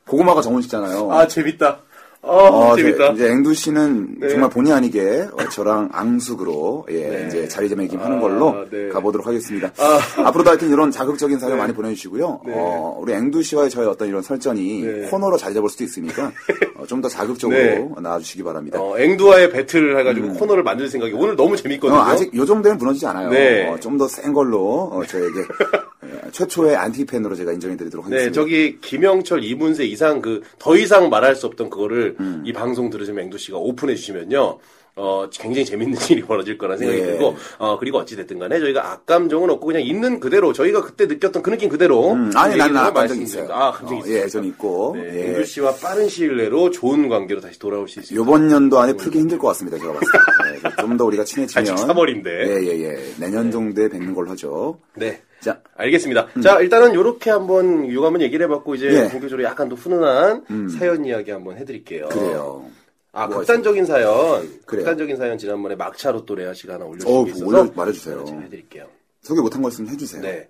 S2: 고구마가 정원식잖아요.
S3: 아 재밌다. 아,
S2: 어, 이제-
S3: 재밌다. 네.
S2: 이제 앵두 씨는 정말 본의 아니게 어, 저랑 앙숙으로 예, 이제 자리매김 하는 걸로
S3: 네. 아.
S2: 가보도록 하겠습니다. 앞으로도 하여튼 이런 자극적인 사연 많이 보내주시고요.
S3: 네.
S2: 어, 우리 앵두 씨와의 저의 어떤 이런 설전이 코너로 자리 잡을 수도 있으니까 어, 좀 더 자극적으로
S3: 네.
S2: 나와주시기 바랍니다.
S3: 어, 앵두와의 배틀을 해가지고 코너를 만들 생각이 오늘 너무 재밌거든요.
S2: 음. 어, 아직 요 정도는 무너지지 않아요. 어,
S3: 네.
S2: 좀 더 센 걸로 어, 저에게 예, 최초의 안티팬으로 제가 인정해드리도록 하겠습니다.
S3: 네, 저기 김영철, 이문세 이상 그 더 이상 말할 수 없던 그거를
S2: 음.
S3: 이 방송 들으시면 앵두 씨가 오픈해 주시면요. 어, 굉장히 재밌는 일이 벌어질 거라는 생각이
S2: 예.
S3: 들고, 어, 그리고 어찌됐든 간에 저희가 악감정은 없고 그냥 있는 그대로, 저희가 그때 느꼈던 그 느낌 그대로.
S2: 음, 아니
S3: 얘기를
S2: 난나 감정
S3: 말씀드립니다.
S2: 있어요.
S3: 아, 감정이
S2: 어,
S3: 있어요.
S2: 예, 전 있고.
S3: 네,
S2: 예.
S3: 앵두 씨와 빠른 시일 내로 좋은 관계로 다시 돌아올 수 있습니다.
S2: 요번 연도 안에 풀기 힘들 것 같습니다. 제가 봤을 때. 네, 그 좀 더 우리가 친해지면.
S3: 네. 아직 뭐, 4월인데.
S2: 예예예. 내년 정도에 뵙는 걸로 하죠.
S3: 네.
S2: 자,
S3: 알겠습니다. 자, 일단은 요렇게 한번 유감은 얘기를 해봤고, 이제
S2: 음. 예. 음.
S3: 본격적으로 약간 더 훈훈한 사연 이야기 한번 해드릴게요.
S2: 그래요.
S3: 아,
S2: 뭐가
S3: 극단적인 사연.
S2: 그래요.
S3: 극단적인 사연 지난번에 막차로 또 레아 씨가 하나
S2: 어우,
S3: 올려주신 게 있어서
S2: 올려- 말해주세요.
S3: 제가 해드릴게요.
S2: 소개 못한 걸 있으면 해주세요.
S3: 네.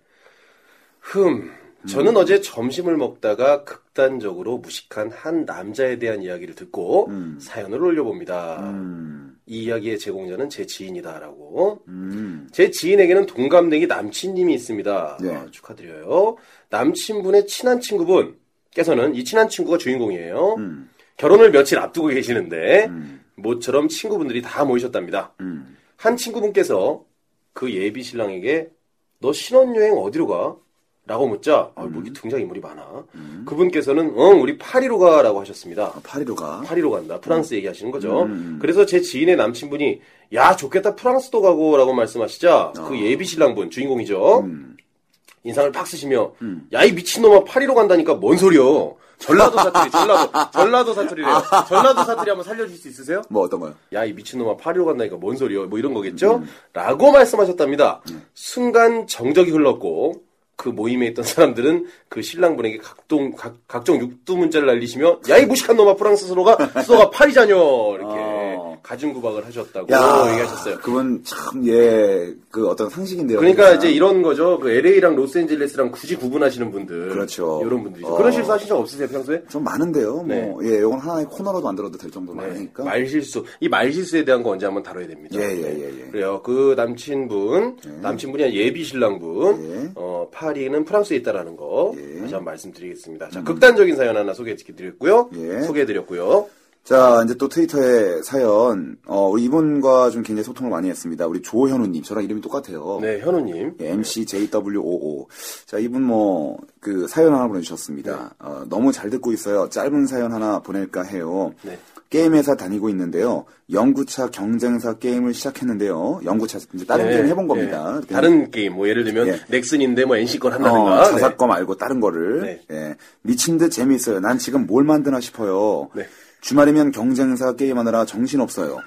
S3: 흠.
S2: 음.
S3: 저는 어제 점심을 먹다가 극단적으로 무식한 한 남자에 대한 이야기를 듣고 사연을 올려봅니다.
S2: 음,
S3: 이 이야기의 제공자는 제 지인이다라고.
S2: 음,
S3: 제 지인에게는 동갑내기 남친님이 있습니다.
S2: 네.
S3: 아, 축하드려요. 남친분의 친한 친구분께서는 이 친한 친구가 주인공이에요.
S2: 음,
S3: 결혼을 며칠 앞두고 계시는데
S2: 음,
S3: 모처럼 친구분들이 다 모이셨답니다.
S2: 음.
S3: 한 친구분께서 그 예비 신랑에게 너 신혼여행 어디로 가? 라고 묻자
S2: 음.
S3: 아, 뭐 이게 등장인물이 많아. 그분께서는 응 우리 파리로 가라고 하셨습니다.
S2: 아, 파리로 가.
S3: 파리로 간다. 프랑스 얘기하시는 거죠.
S2: 음.
S3: 그래서 제 지인의 남친분이 야 좋겠다 프랑스도 가고라고 말씀하시자
S2: 아.
S3: 그 예비 신랑분 주인공이죠.
S2: 음.
S3: 인상을 팍 쓰시며
S2: 음.
S3: 야 이 미친놈아 파리로 간다니까 뭔 소리여. 전라도 사투리 전라도 전라도 사투리래요. 전라도 사투리 한번 살려줄 수 있으세요?
S2: 뭐 어떤 거요?
S3: 야 이 미친놈아 파리로 간다니까 뭔 소리여. 뭐 이런 거겠죠.
S2: 음.
S3: 라고 말씀하셨답니다.
S2: 네.
S3: 순간 정적이 흘렀고 그 모임에 있던 사람들은 그 신랑분에게 각동 각, 각종 육두 문자를 날리시며 야이 무식한 놈아 프랑스로가 수도가 파리자녀 이렇게
S2: 어.
S3: 가중구박을 하셨다고
S2: 야,
S3: 얘기하셨어요.
S2: 그건 참, 예, 그 어떤 상식인데요.
S3: 그러니까
S2: 그냥.
S3: 이제 이런 거죠. 그 LA랑 로스앤젤레스랑 굳이 구분하시는 분들.
S2: 그렇죠.
S3: 이런 분들이죠.
S2: 어.
S3: 그런 실수 하신 적 없으세요, 평소에?
S2: 좀 많은데요.
S3: 네.
S2: 뭐, 예, 이건 하나의 코너로도 만들어도 될 정도로 많으니까.
S3: 말실수. 이 말실수에 대한 거 언제 한번 다뤄야 됩니다.
S2: 예, 예,
S3: 네.
S2: 예, 예.
S3: 그래요. 그 남친분, 남친분이 아니라 예비 신랑분,
S2: 예.
S3: 어, 파리는 프랑스에 있다라는 거
S2: 예. 음.
S3: 다시 한번 말씀드리겠습니다. 자, 극단적인 사연 하나 소개해드렸고요.
S2: 예.
S3: 소개해드렸고요.
S2: 자, 이제 또 트위터에 사연, 어, 우리 이분과 좀 굉장히 소통을 많이 했습니다. 우리 조현우님, 저랑 이름이 똑같아요.
S3: 네, 현우님.
S2: 예, MCJW55. 자, 이분 뭐, 그, 사연 하나
S3: 네.
S2: 보내주셨습니다. 어, 너무 잘 듣고 있어요. 짧은 사연 하나 보낼까 해요.
S3: 네.
S2: 게임회사 다니고 있는데요. 연구차 경쟁사 게임을 시작했는데요. 연구차, 이제 다른
S3: 네,
S2: 게임 해본 겁니다.
S3: 네. 다른 게임, 뭐 예를 들면
S2: 예.
S3: 넥슨인데 뭐 NC 건 한다든가.
S2: 어,
S3: 네.
S2: 자사거 말고 다른 거를.
S3: 네.
S2: 예. 미친 듯 재미있어요. 난 지금 뭘 만드나 싶어요.
S3: 네.
S2: 주말이면 경쟁사 게임하느라 정신없어요.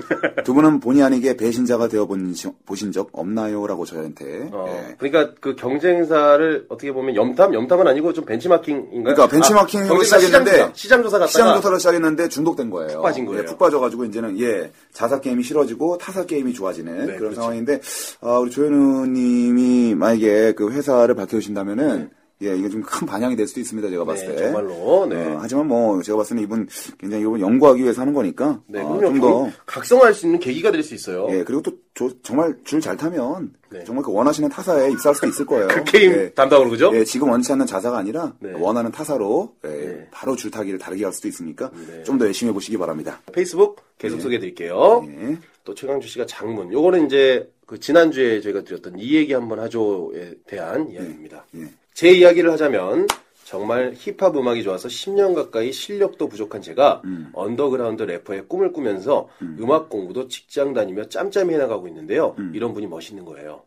S2: 두 분은 본의 아니게 배신자가 되어본 시- 보신 적 없나요? 라고 저희한테.
S3: 어,
S2: 예.
S3: 그러니까 그 경쟁사를 어떻게 보면 염탐, 염탐은 아니고 좀 벤치마킹인가요?
S2: 그러니까 벤치마킹으로
S3: 경쟁사
S2: 시작했는데
S3: 시장조사, 시장조사 갔다가
S2: 시장조사를 시작했는데 중독된 거예요.
S3: 푹 빠진 거예요.
S2: 예, 푹 빠져가지고 이제는 예 자사 게임이 싫어지고 타사 게임이 좋아지는 그런
S3: 그렇죠.
S2: 상황인데 아, 우리 조현우님이 만약에 그 회사를 밝혀주신다면은 예 이게 좀 큰 반향이 될 수도 있습니다. 제가 봤을
S3: 네,
S2: 때
S3: 정말로, 네.
S2: 어, 하지만 뭐 제가 봤을 때는 이분 굉장히 이분 연구하기 위해서 하는 거니까
S3: 네,
S2: 어,
S3: 그럼요.
S2: 좀
S3: 경-
S2: 더.
S3: 각성할 수 있는 계기가 될 수 있어요.
S2: 예, 그리고 또 조- 정말 줄 잘 타면
S3: 네.
S2: 정말 그 원하시는 타사에 입사할 수도 있을 거예요.
S3: 그 게임
S2: 예.
S3: 담당으로 그죠?
S2: 예, 지금 원치 않는 자사가 아니라
S3: 네.
S2: 원하는 타사로 예,
S3: 네.
S2: 바로 줄타기를 다르게 할 수도 있으니까
S3: 네.
S2: 좀 더 열심히 해보시기 바랍니다.
S3: 페이스북 계속 소개해드릴게요.
S2: 예.
S3: 또 최강주 씨가 장문. 요거는 이제 그 지난주에 저희가 드렸던 이 얘기 한번 하죠에 대한 이야기입니다.
S2: 예.
S3: 제 이야기를 하자면 정말 힙합 음악이 좋아서 10년 가까이 실력도 부족한 제가
S2: 음.
S3: 언더그라운드 래퍼의 꿈을 꾸면서
S2: 음.
S3: 음. 악 공부도 직장 다니며 짬짬이 해나가고 있는데요. 이런 분이 멋있는 거예요.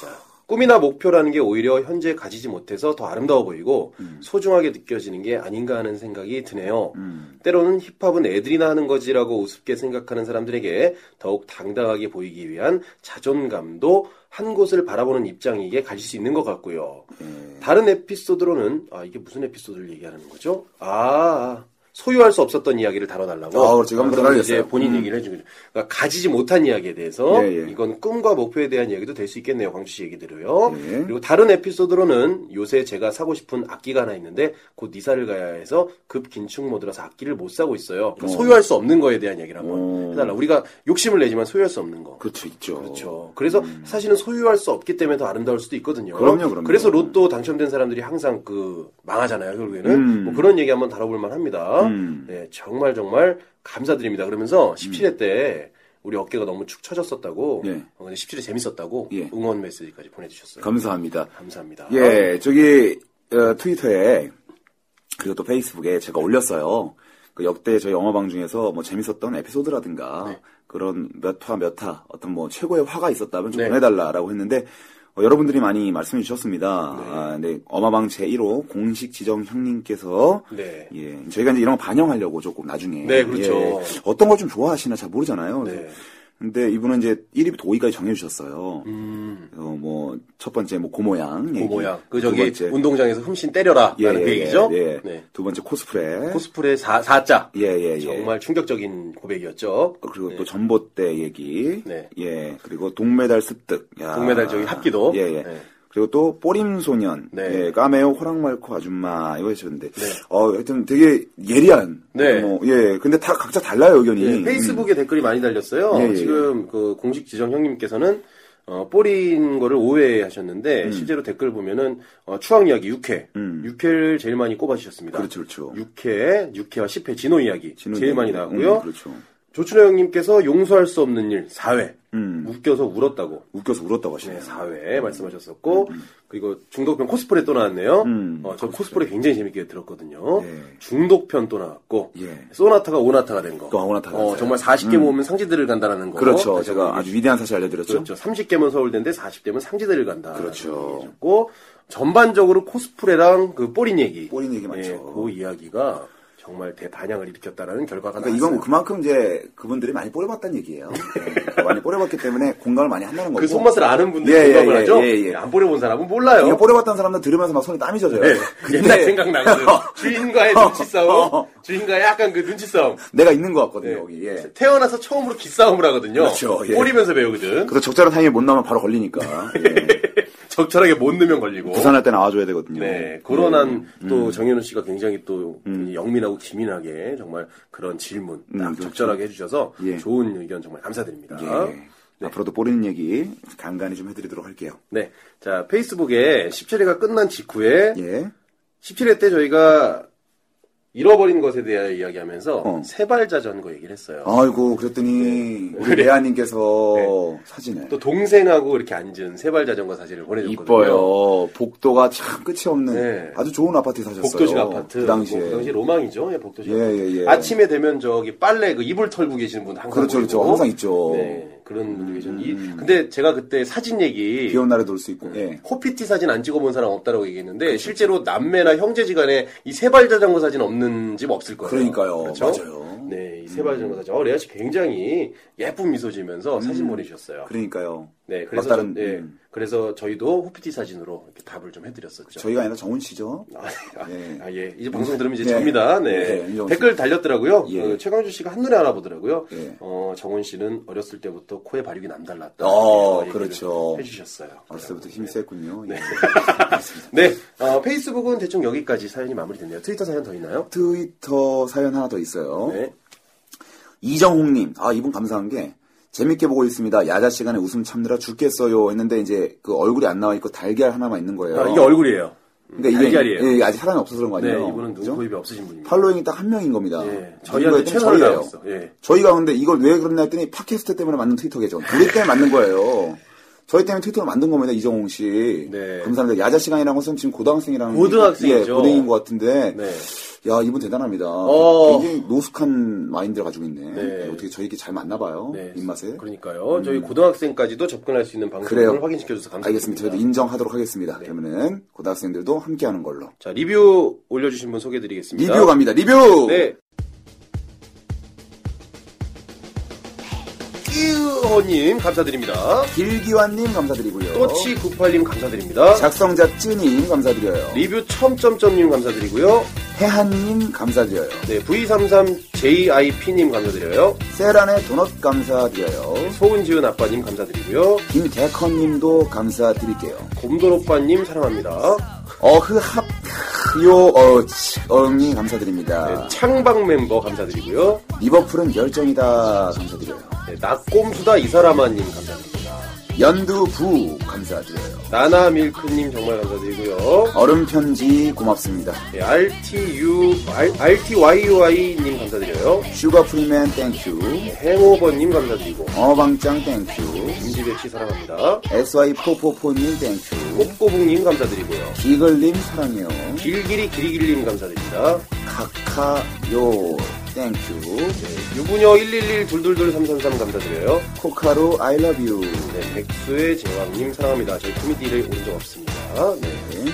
S3: 자, 꿈이나 목표라는 게 오히려 현재 가지지 못해서 더 아름다워 보이고
S2: 음.
S3: 소중하게 느껴지는 게 아닌가 하는 생각이 드네요.
S2: 음.
S3: 때로는 힙합은 애들이나 하는 거지라고 우습게 생각하는 사람들에게 더욱 당당하게 보이기 위한 자존감도 한 곳을 바라보는 입장이게 가질 수 있는 것 같고요.
S2: 예.
S3: 다른 에피소드로는 아 이게 무슨 에피소드를 얘기하는 거죠? 아 소유할 수 없었던 이야기를 다뤄달라고.
S2: 아, 지금 한번
S3: 그래서
S2: 들어가겠어요.
S3: 이제 본인
S2: 음.
S3: 얘기를 해주고 그러니까 가지지 못한 이야기에 대해서
S2: 예, 예.
S3: 이건 꿈과 목표에 대한 이야기도 될 수 있겠네요. 광주 씨 얘기대로요.
S2: 예.
S3: 그리고 다른 에피소드로는 요새 제가 사고 싶은 악기가 하나 있는데 곧 이사를 가야 해서 급 긴축 모드라서 악기를 못 사고 있어요. 그러니까
S2: 어.
S3: 소유할 수 없는 거에 대한 이야기를 한번
S2: 어.
S3: 해달라. 우리가 욕심을 내지만 소유할 수 없는 거.
S2: 그렇죠, 있죠.
S3: 그렇죠. 그래서 사실은 소유할 수 없기 때문에 더 아름다울 수도 있거든요.
S2: 음. 그럼요, 그럼요.
S3: 래서 로또 당첨된 사람들이 항상 그 망하잖아요, 결국에는.
S2: 음.
S3: 뭐 그런 얘기 한번 다뤄볼 만합니다.
S2: 음.
S3: 네, 정말 정말 감사드립니다. 그러면서 17회 때 우리 어깨가 너무 축 처졌었다고.
S2: 예.
S3: 어, 근데 17회 재밌었다고
S2: 예.
S3: 응원 메시지까지 보내주셨어요.
S2: 감사합니다.
S3: 감사합니다.
S2: 예, 저기 어, 트위터에 그리고 또 페이스북에 제가 올렸어요. 그 역대 저희 영화방 중에서 뭐 재밌었던 에피소드라든가
S3: 네.
S2: 그런 몇화몇화 어떤 뭐 최고의 화가 있었다면 좀
S3: 네.
S2: 보내달라라고 했는데 어, 여러분들이 많이 말씀해 주셨습니다.
S3: 네.
S2: 아, 근데 어마방 제1호 공식 지정 형님께서
S3: 네.
S2: 예, 저희가 이제 이런 거 반영하려고 조금 나중에
S3: 네, 그렇죠.
S2: 예, 어떤 걸 좀 좋아하시나 잘 모르잖아요.
S3: 네.
S2: 근데 이분은 이제 1위부터 5위까지 정해주셨어요.
S3: 음,
S2: 어뭐첫 번째 뭐 고모양
S3: 그
S2: 얘기.
S3: 모양. 그
S2: 두
S3: 저기
S2: 번째.
S3: 운동장에서 흠씬 때려라.
S2: 예,
S3: 라는
S2: 예,
S3: 그 얘기죠.
S2: 예.
S3: 네.
S2: 두 번째 코스프레.
S3: 코스프레 4, 사자
S2: 예예 예.
S3: 정말 충격적인 고백이었죠.
S2: 그리고
S3: 네.
S2: 또 전봇대 얘기.
S3: 네.
S2: 예. 그리고 동메달 습득. 야.
S3: 동메달 저기 합기도.
S2: 예 예.
S3: 네.
S2: 그리고 또 뽀림 소년.
S3: 네.
S2: 예. 까메오 호랑말코 아줌마 이거 하셨는데. 어 하여튼 되게 예리한.
S3: 네.
S2: 뭐, 예. 근데 다 각자 달라요 의견이. 음.
S3: 예, 페이스북에 댓글이 많이 달렸어요.
S2: 예, 예,
S3: 지금 그 공식 지정 형님께서는 어, 뽀린 거를 오해하셨는데 실제로 댓글 보면은 어, 추억 이야기 6회,
S2: 음.
S3: 6회를 제일 많이 꼽아주셨습니다.
S2: 그렇죠 그렇죠.
S3: 6회, 6회와 10회 진호 이야기
S2: 진호
S3: 제일
S2: 얘기.
S3: 많이 나왔고요.
S2: 음, 그렇죠.
S3: 조춘호 형님께서 용서할 수 없는 일 4회,
S2: 음.
S3: 웃겨서 울었다고
S2: 웃겨서 울었다고 하시네요.
S3: 네, 4회 말씀하셨었고 그리고 중독편 코스프레 또 나왔네요.
S2: 음.
S3: 어, 저 코스프레 굉장히 재밌게 들었거든요.
S2: 예.
S3: 중독편 또 나왔고
S2: 예.
S3: 소나타가 오나타가 된 거.
S2: 또 오나타가 됐어요.
S3: 어,
S2: 음.
S3: 정말 40개 모으면 상지들을 간다라는 거.
S2: 그렇죠.
S3: 다시
S2: 제가
S3: 한번
S2: 아주 위대한 사실 알려드렸죠.
S3: 그렇죠. 30개면 서울대인데 40개면 상지대를 간다.
S2: 그렇죠.
S3: 고 전반적으로 코스프레랑 그 뽀린 얘기.
S2: 뽀린 얘기 맞죠.
S3: 예, 그 이야기가 정말 대반향을 일으켰다라는 결과가
S2: 그러니까 이건
S3: 나왔어요.
S2: 그만큼 이제 그분들이 많이 뿌려봤다는 얘기예요. 예, 많이 뿌려봤기 때문에 공감을 많이 한다는 거고.
S3: 그 손맛을 아는 분들
S2: 예,
S3: 공감을
S2: 예,
S3: 하죠.
S2: 예, 예.
S3: 안 뿌려본 사람은 몰라요.
S2: 이거 뿌려봤다는 사람들 들으면서 막 손에 땀이 젖어요.
S3: 네,
S2: 근데
S3: 옛날 생각나고요. 주인과의 눈치 싸움,
S2: 어.
S3: 주인과의 약간 그 눈치 싸움.
S2: 내가 있는 것 같거든요.
S3: 네.
S2: 여기. 예.
S3: 태어나서 처음으로 기싸움을 하거든요.
S2: 그렇죠, 예.
S3: 꼬리면서 배우거든.
S2: 그래서 적절한 타이밍에 못 나오면 바로 걸리니까.
S3: 네.
S2: 예.
S3: 적절하게 못 넣으면 걸리고.
S2: 부산할 음, 때 나와줘야 되거든요.
S3: 네, 그런 한또 정현우 씨가 굉장히 또 영민하고 기민하게 정말 그런 질문
S2: 음,
S3: 딱
S2: 그렇죠.
S3: 적절하게 해주셔서
S2: 예.
S3: 좋은 의견 정말 감사드립니다.
S2: 예. 앞으로도 뿌리는 얘기 간간히 좀 해드리도록 할게요.
S3: 네, 자 페이스북에 17회가 끝난 직후에
S2: 예.
S3: 17회 때 저희가 잃어버린 것에 대해 이야기하면서
S2: 어.
S3: 세발자전거 얘기를 했어요.
S2: 아이고
S3: 네.
S2: 그랬더니 우리 레아님께서 사진을
S3: 또 동생하고 이렇게 앉은 세발자전거 사진을 보내줬거든요.
S2: 이뻐요. 복도가 참 끝이 없는
S3: 네.
S2: 아주 좋은 아파트에 사셨어요.
S3: 복도식 아파트.
S2: 그 당시에.
S3: 뭐, 그 당시 로망이죠. 예, 복도식
S2: 예,
S3: 아파트.
S2: 예, 예.
S3: 아침에 되면 저기 빨래 그 이불 털고 계시는 분 항상
S2: 그렇죠, 그렇죠. 음.
S3: 보이고.
S2: 항상 있죠.
S3: 네, 그런 분들 계셨는데. 이- 근데 제가 그때 사진 얘기.
S2: 비 온 날에 놀 수 있고. 예.
S3: 코피티 사진 안 찍어본 사람 없다라고 얘기했는데
S2: 그렇죠.
S3: 실제로 남매나 형제지간에 이 세발자전거 사진 없는 집 없을 거예요.
S2: 그러니까요.
S3: 그렇죠?
S2: 맞아요.
S3: 네, 이 세발자전거 사진. 어, 레아 씨 굉장히 예쁜 미소 지면서 사진
S2: 음.
S3: 보내주셨어요.
S2: 그러니까요.
S3: 네, 그래서
S2: 막다른,
S3: 저- 네,
S2: 음.
S3: 그래서 저희도 호피티 사진으로 이렇게 답을 좀 해드렸었죠.
S2: 저희가 아니라 정훈 씨죠.
S3: 아, 아,
S2: 네.
S3: 아, 예. 이제 방송 들으면 이제
S2: 네.
S3: 접니다. 네.
S2: 네, 이정훈
S3: 댓글 달렸더라고요.
S2: 예.
S3: 그 최강주 씨가 한눈에 알아보더라고요.
S2: 예.
S3: 어, 정훈 씨는 어렸을 때부터 코에 발육이 남달랐다.
S2: 어,
S3: 그래서 얘기를
S2: 그렇죠.
S3: 해주셨어요.
S2: 어렸을 때부터 힘이 셌군요. 예.
S3: 네. 어, 페이스북은 대충 여기까지 사연이 마무리됐네요. 트위터 사연 더 있나요?
S2: 트위터 사연 하나 더 있어요.
S3: 네.
S2: 이정홍님, 아 이분 감사한 게 재밌게 보고 있습니다. 야자 시간에 웃음 참느라 죽겠어요. 했는데 이제 그 얼굴이 안 나와 있고 달걀 하나만 있는 거예요.
S3: 아, 이게 얼굴이에요.
S2: 그러니까 이게
S3: 달걀이에요.
S2: 예, 이게 아직 사람이 없어서 그런 거
S3: 네,
S2: 어, 아니에요?
S3: 이분은
S2: 그죠?
S3: 눈코입이 없으신 분입니다.
S2: 팔로잉이 딱 한 명인 겁니다.
S3: 예.
S2: 누군가의
S3: 저희한테
S2: 땐
S3: 최선을
S2: 저희예요.
S3: 다했어. 예.
S2: 저희가 근데 이걸 왜 그랬나 했더니 팟캐스트 때문에 만든 트위터 계정. 우리 때문에 만든 거예요. 저희 때문에 트위터를 만든 겁니다, 이정홍 씨.
S3: 네.
S2: 감사합니다. 야자 시간이라는 것은 지금 고등학생이라는.
S3: 고등학생이죠.
S2: 예, 고등인 것 같은데.
S3: 네.
S2: 야, 이분 대단합니다.
S3: 어.
S2: 굉장히 노숙한 마인드를 가지고 있네. 예,
S3: 네.
S2: 어떻게 저에게 잘 맞나 봐요.
S3: 네.
S2: 입맛에. 음.
S3: 그러니까요. 저희 고등학생까지도 접근할 수 있는 방법을
S2: 그래요.
S3: 확인시켜줘서 감사합니다. 네.
S2: 알겠습니다. 저희도 인정하도록 하겠습니다. 그러면은 고등학생들도 함께하는 걸로.
S3: 자, 리뷰 올려주신 분 소개해드리겠습니다.
S2: 리뷰 갑니다. 리뷰.
S3: 네. 끼우호님 감사드립니다.
S2: 길기환님 감사드리고요.
S3: 또치98님 감사드립니다.
S2: 작성자 쯔님 감사드려요.
S3: 리뷰 첨점점님 감사드리고요.
S2: 해한님 감사드려요.
S3: 네, V33JIP님 감사드려요.
S2: 세란의 도넛 감사드려요.
S3: 소은지은 아빠님 감사드리고요.
S2: 김개커님도 감사드릴게요.
S3: 곰돌 오빠님 사랑합니다.
S2: 어흐합 요 어치 어흥이 감사드립니다.
S3: 네, 창방 멤버 감사드리고요.
S2: 리버풀은 열정이다 감사드려요.
S3: 네, 낙곰수다 이사라마님 감사드립니다.
S2: 연두부 감사드려요.
S3: 나나밀크님 정말 감사드리고요.
S2: 얼음 편지 고맙습니다.
S3: 네, RTU, RTYUI님 감사드려요.
S2: 슈가 프리맨 땡큐.
S3: 네, 행오버님 감사드리고,
S2: 어방짱 땡큐.
S3: 김지배씨 사랑합니다.
S2: SY444님 땡큐.
S3: 꽃고북님 감사드리고요.
S2: 기글님 사랑해요.
S3: 길길이 기리길님 감사드립니다. 네,
S2: 카카요 땡큐.
S3: 유부녀 111 222 333 감사드려요.
S2: 코카로 I love you.
S3: 네, 백수의 제왕님 사랑합니다. 저희 코미디를 온 적 없습니다. 네.
S2: 네.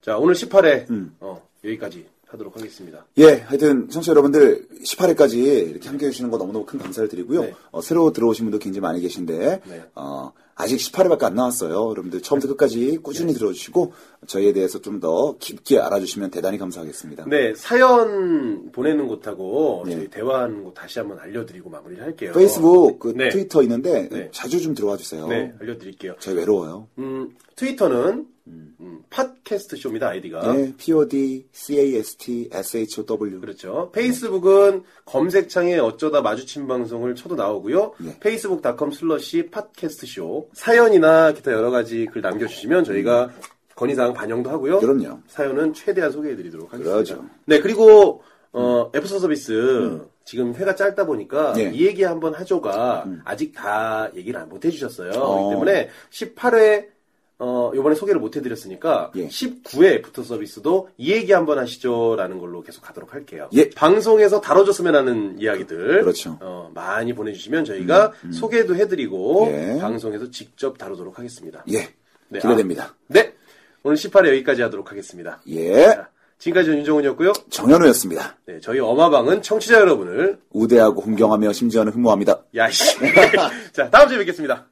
S3: 자, 오늘 18회
S2: 음.
S3: 어, 여기까지 하도록 하겠습니다.
S2: 예, 하여튼 청취자 여러분들 18회까지 이렇게 함께해 주시는 거 너무너무 큰 감사를 드리고요.
S3: 네.
S2: 어, 새로 들어오신 분도 굉장히 많이 계신데
S3: 네.
S2: 어, 아직 18회밖에 안 나왔어요. 여러분들 처음부터 끝까지 꾸준히
S3: 네.
S2: 들어주시고 저희에 대해서 좀 더 깊게 알아주시면 대단히 감사하겠습니다.
S3: 네, 사연 보내는 곳하고
S2: 네.
S3: 저희 대화하는 곳 다시 한번 알려드리고 마무리를 할게요.
S2: 페이스북, 그
S3: 네.
S2: 트위터 있는데
S3: 네.
S2: 자주 좀 들어와 주세요.
S3: 네, 알려드릴게요.
S2: 저희 외로워요.
S3: 음, 트위터는 음, 팟캐스트 쇼입니다, 아이디가.
S2: 네, POD, CAST, SHOW.
S3: 그렇죠. 페이스북은 검색창에 어쩌다 마주친 방송을 쳐도 나오고요.
S2: 네.
S3: 페이스북닷컴 슬러시 팟캐스트 쇼 사연이나 기타 여러 가지 글 남겨주시면 저희가 건의사항 반영도 하고요.
S2: 음. 그럼요.
S3: 사연은 최대한 소개해드리도록 하겠습니다.
S2: 그러죠. 음.
S3: 네 그리고 어, 애프터 서비스 지금 회가 짧다 보니까
S2: 네.
S3: 이 얘기 한번 하죠가 아직 다 얘기를 안- 못 해주셨어요.
S2: 음. 어.
S3: 그렇기 때문에 18회 어, 요번에 소개를 못 해드렸으니까,
S2: 예.
S3: 19회 부터 서비스도 이 얘기 한번 하시죠. 라는 걸로 계속 가도록 할게요.
S2: 예.
S3: 방송에서 다뤄줬으면 하는 이야기들.
S2: 그렇죠. 음,
S3: 어, 많이 보내주시면 저희가 소개도 해드리고,
S2: 예.
S3: 방송에서 직접 다루도록 하겠습니다.
S2: 예.
S3: 네,
S2: 기대됩니다.
S3: 네. 오늘 18회 여기까지 하도록 하겠습니다.
S2: 예.
S3: 자, 지금까지 전 윤정훈이었고요.
S2: 정현우였습니다.
S3: 네, 저희 엄마방은 청취자 여러분을, 아.
S2: 우대하고 공경하며 심지어는 흠모합니다.
S3: 야씨. 자, 다음주에 뵙겠습니다.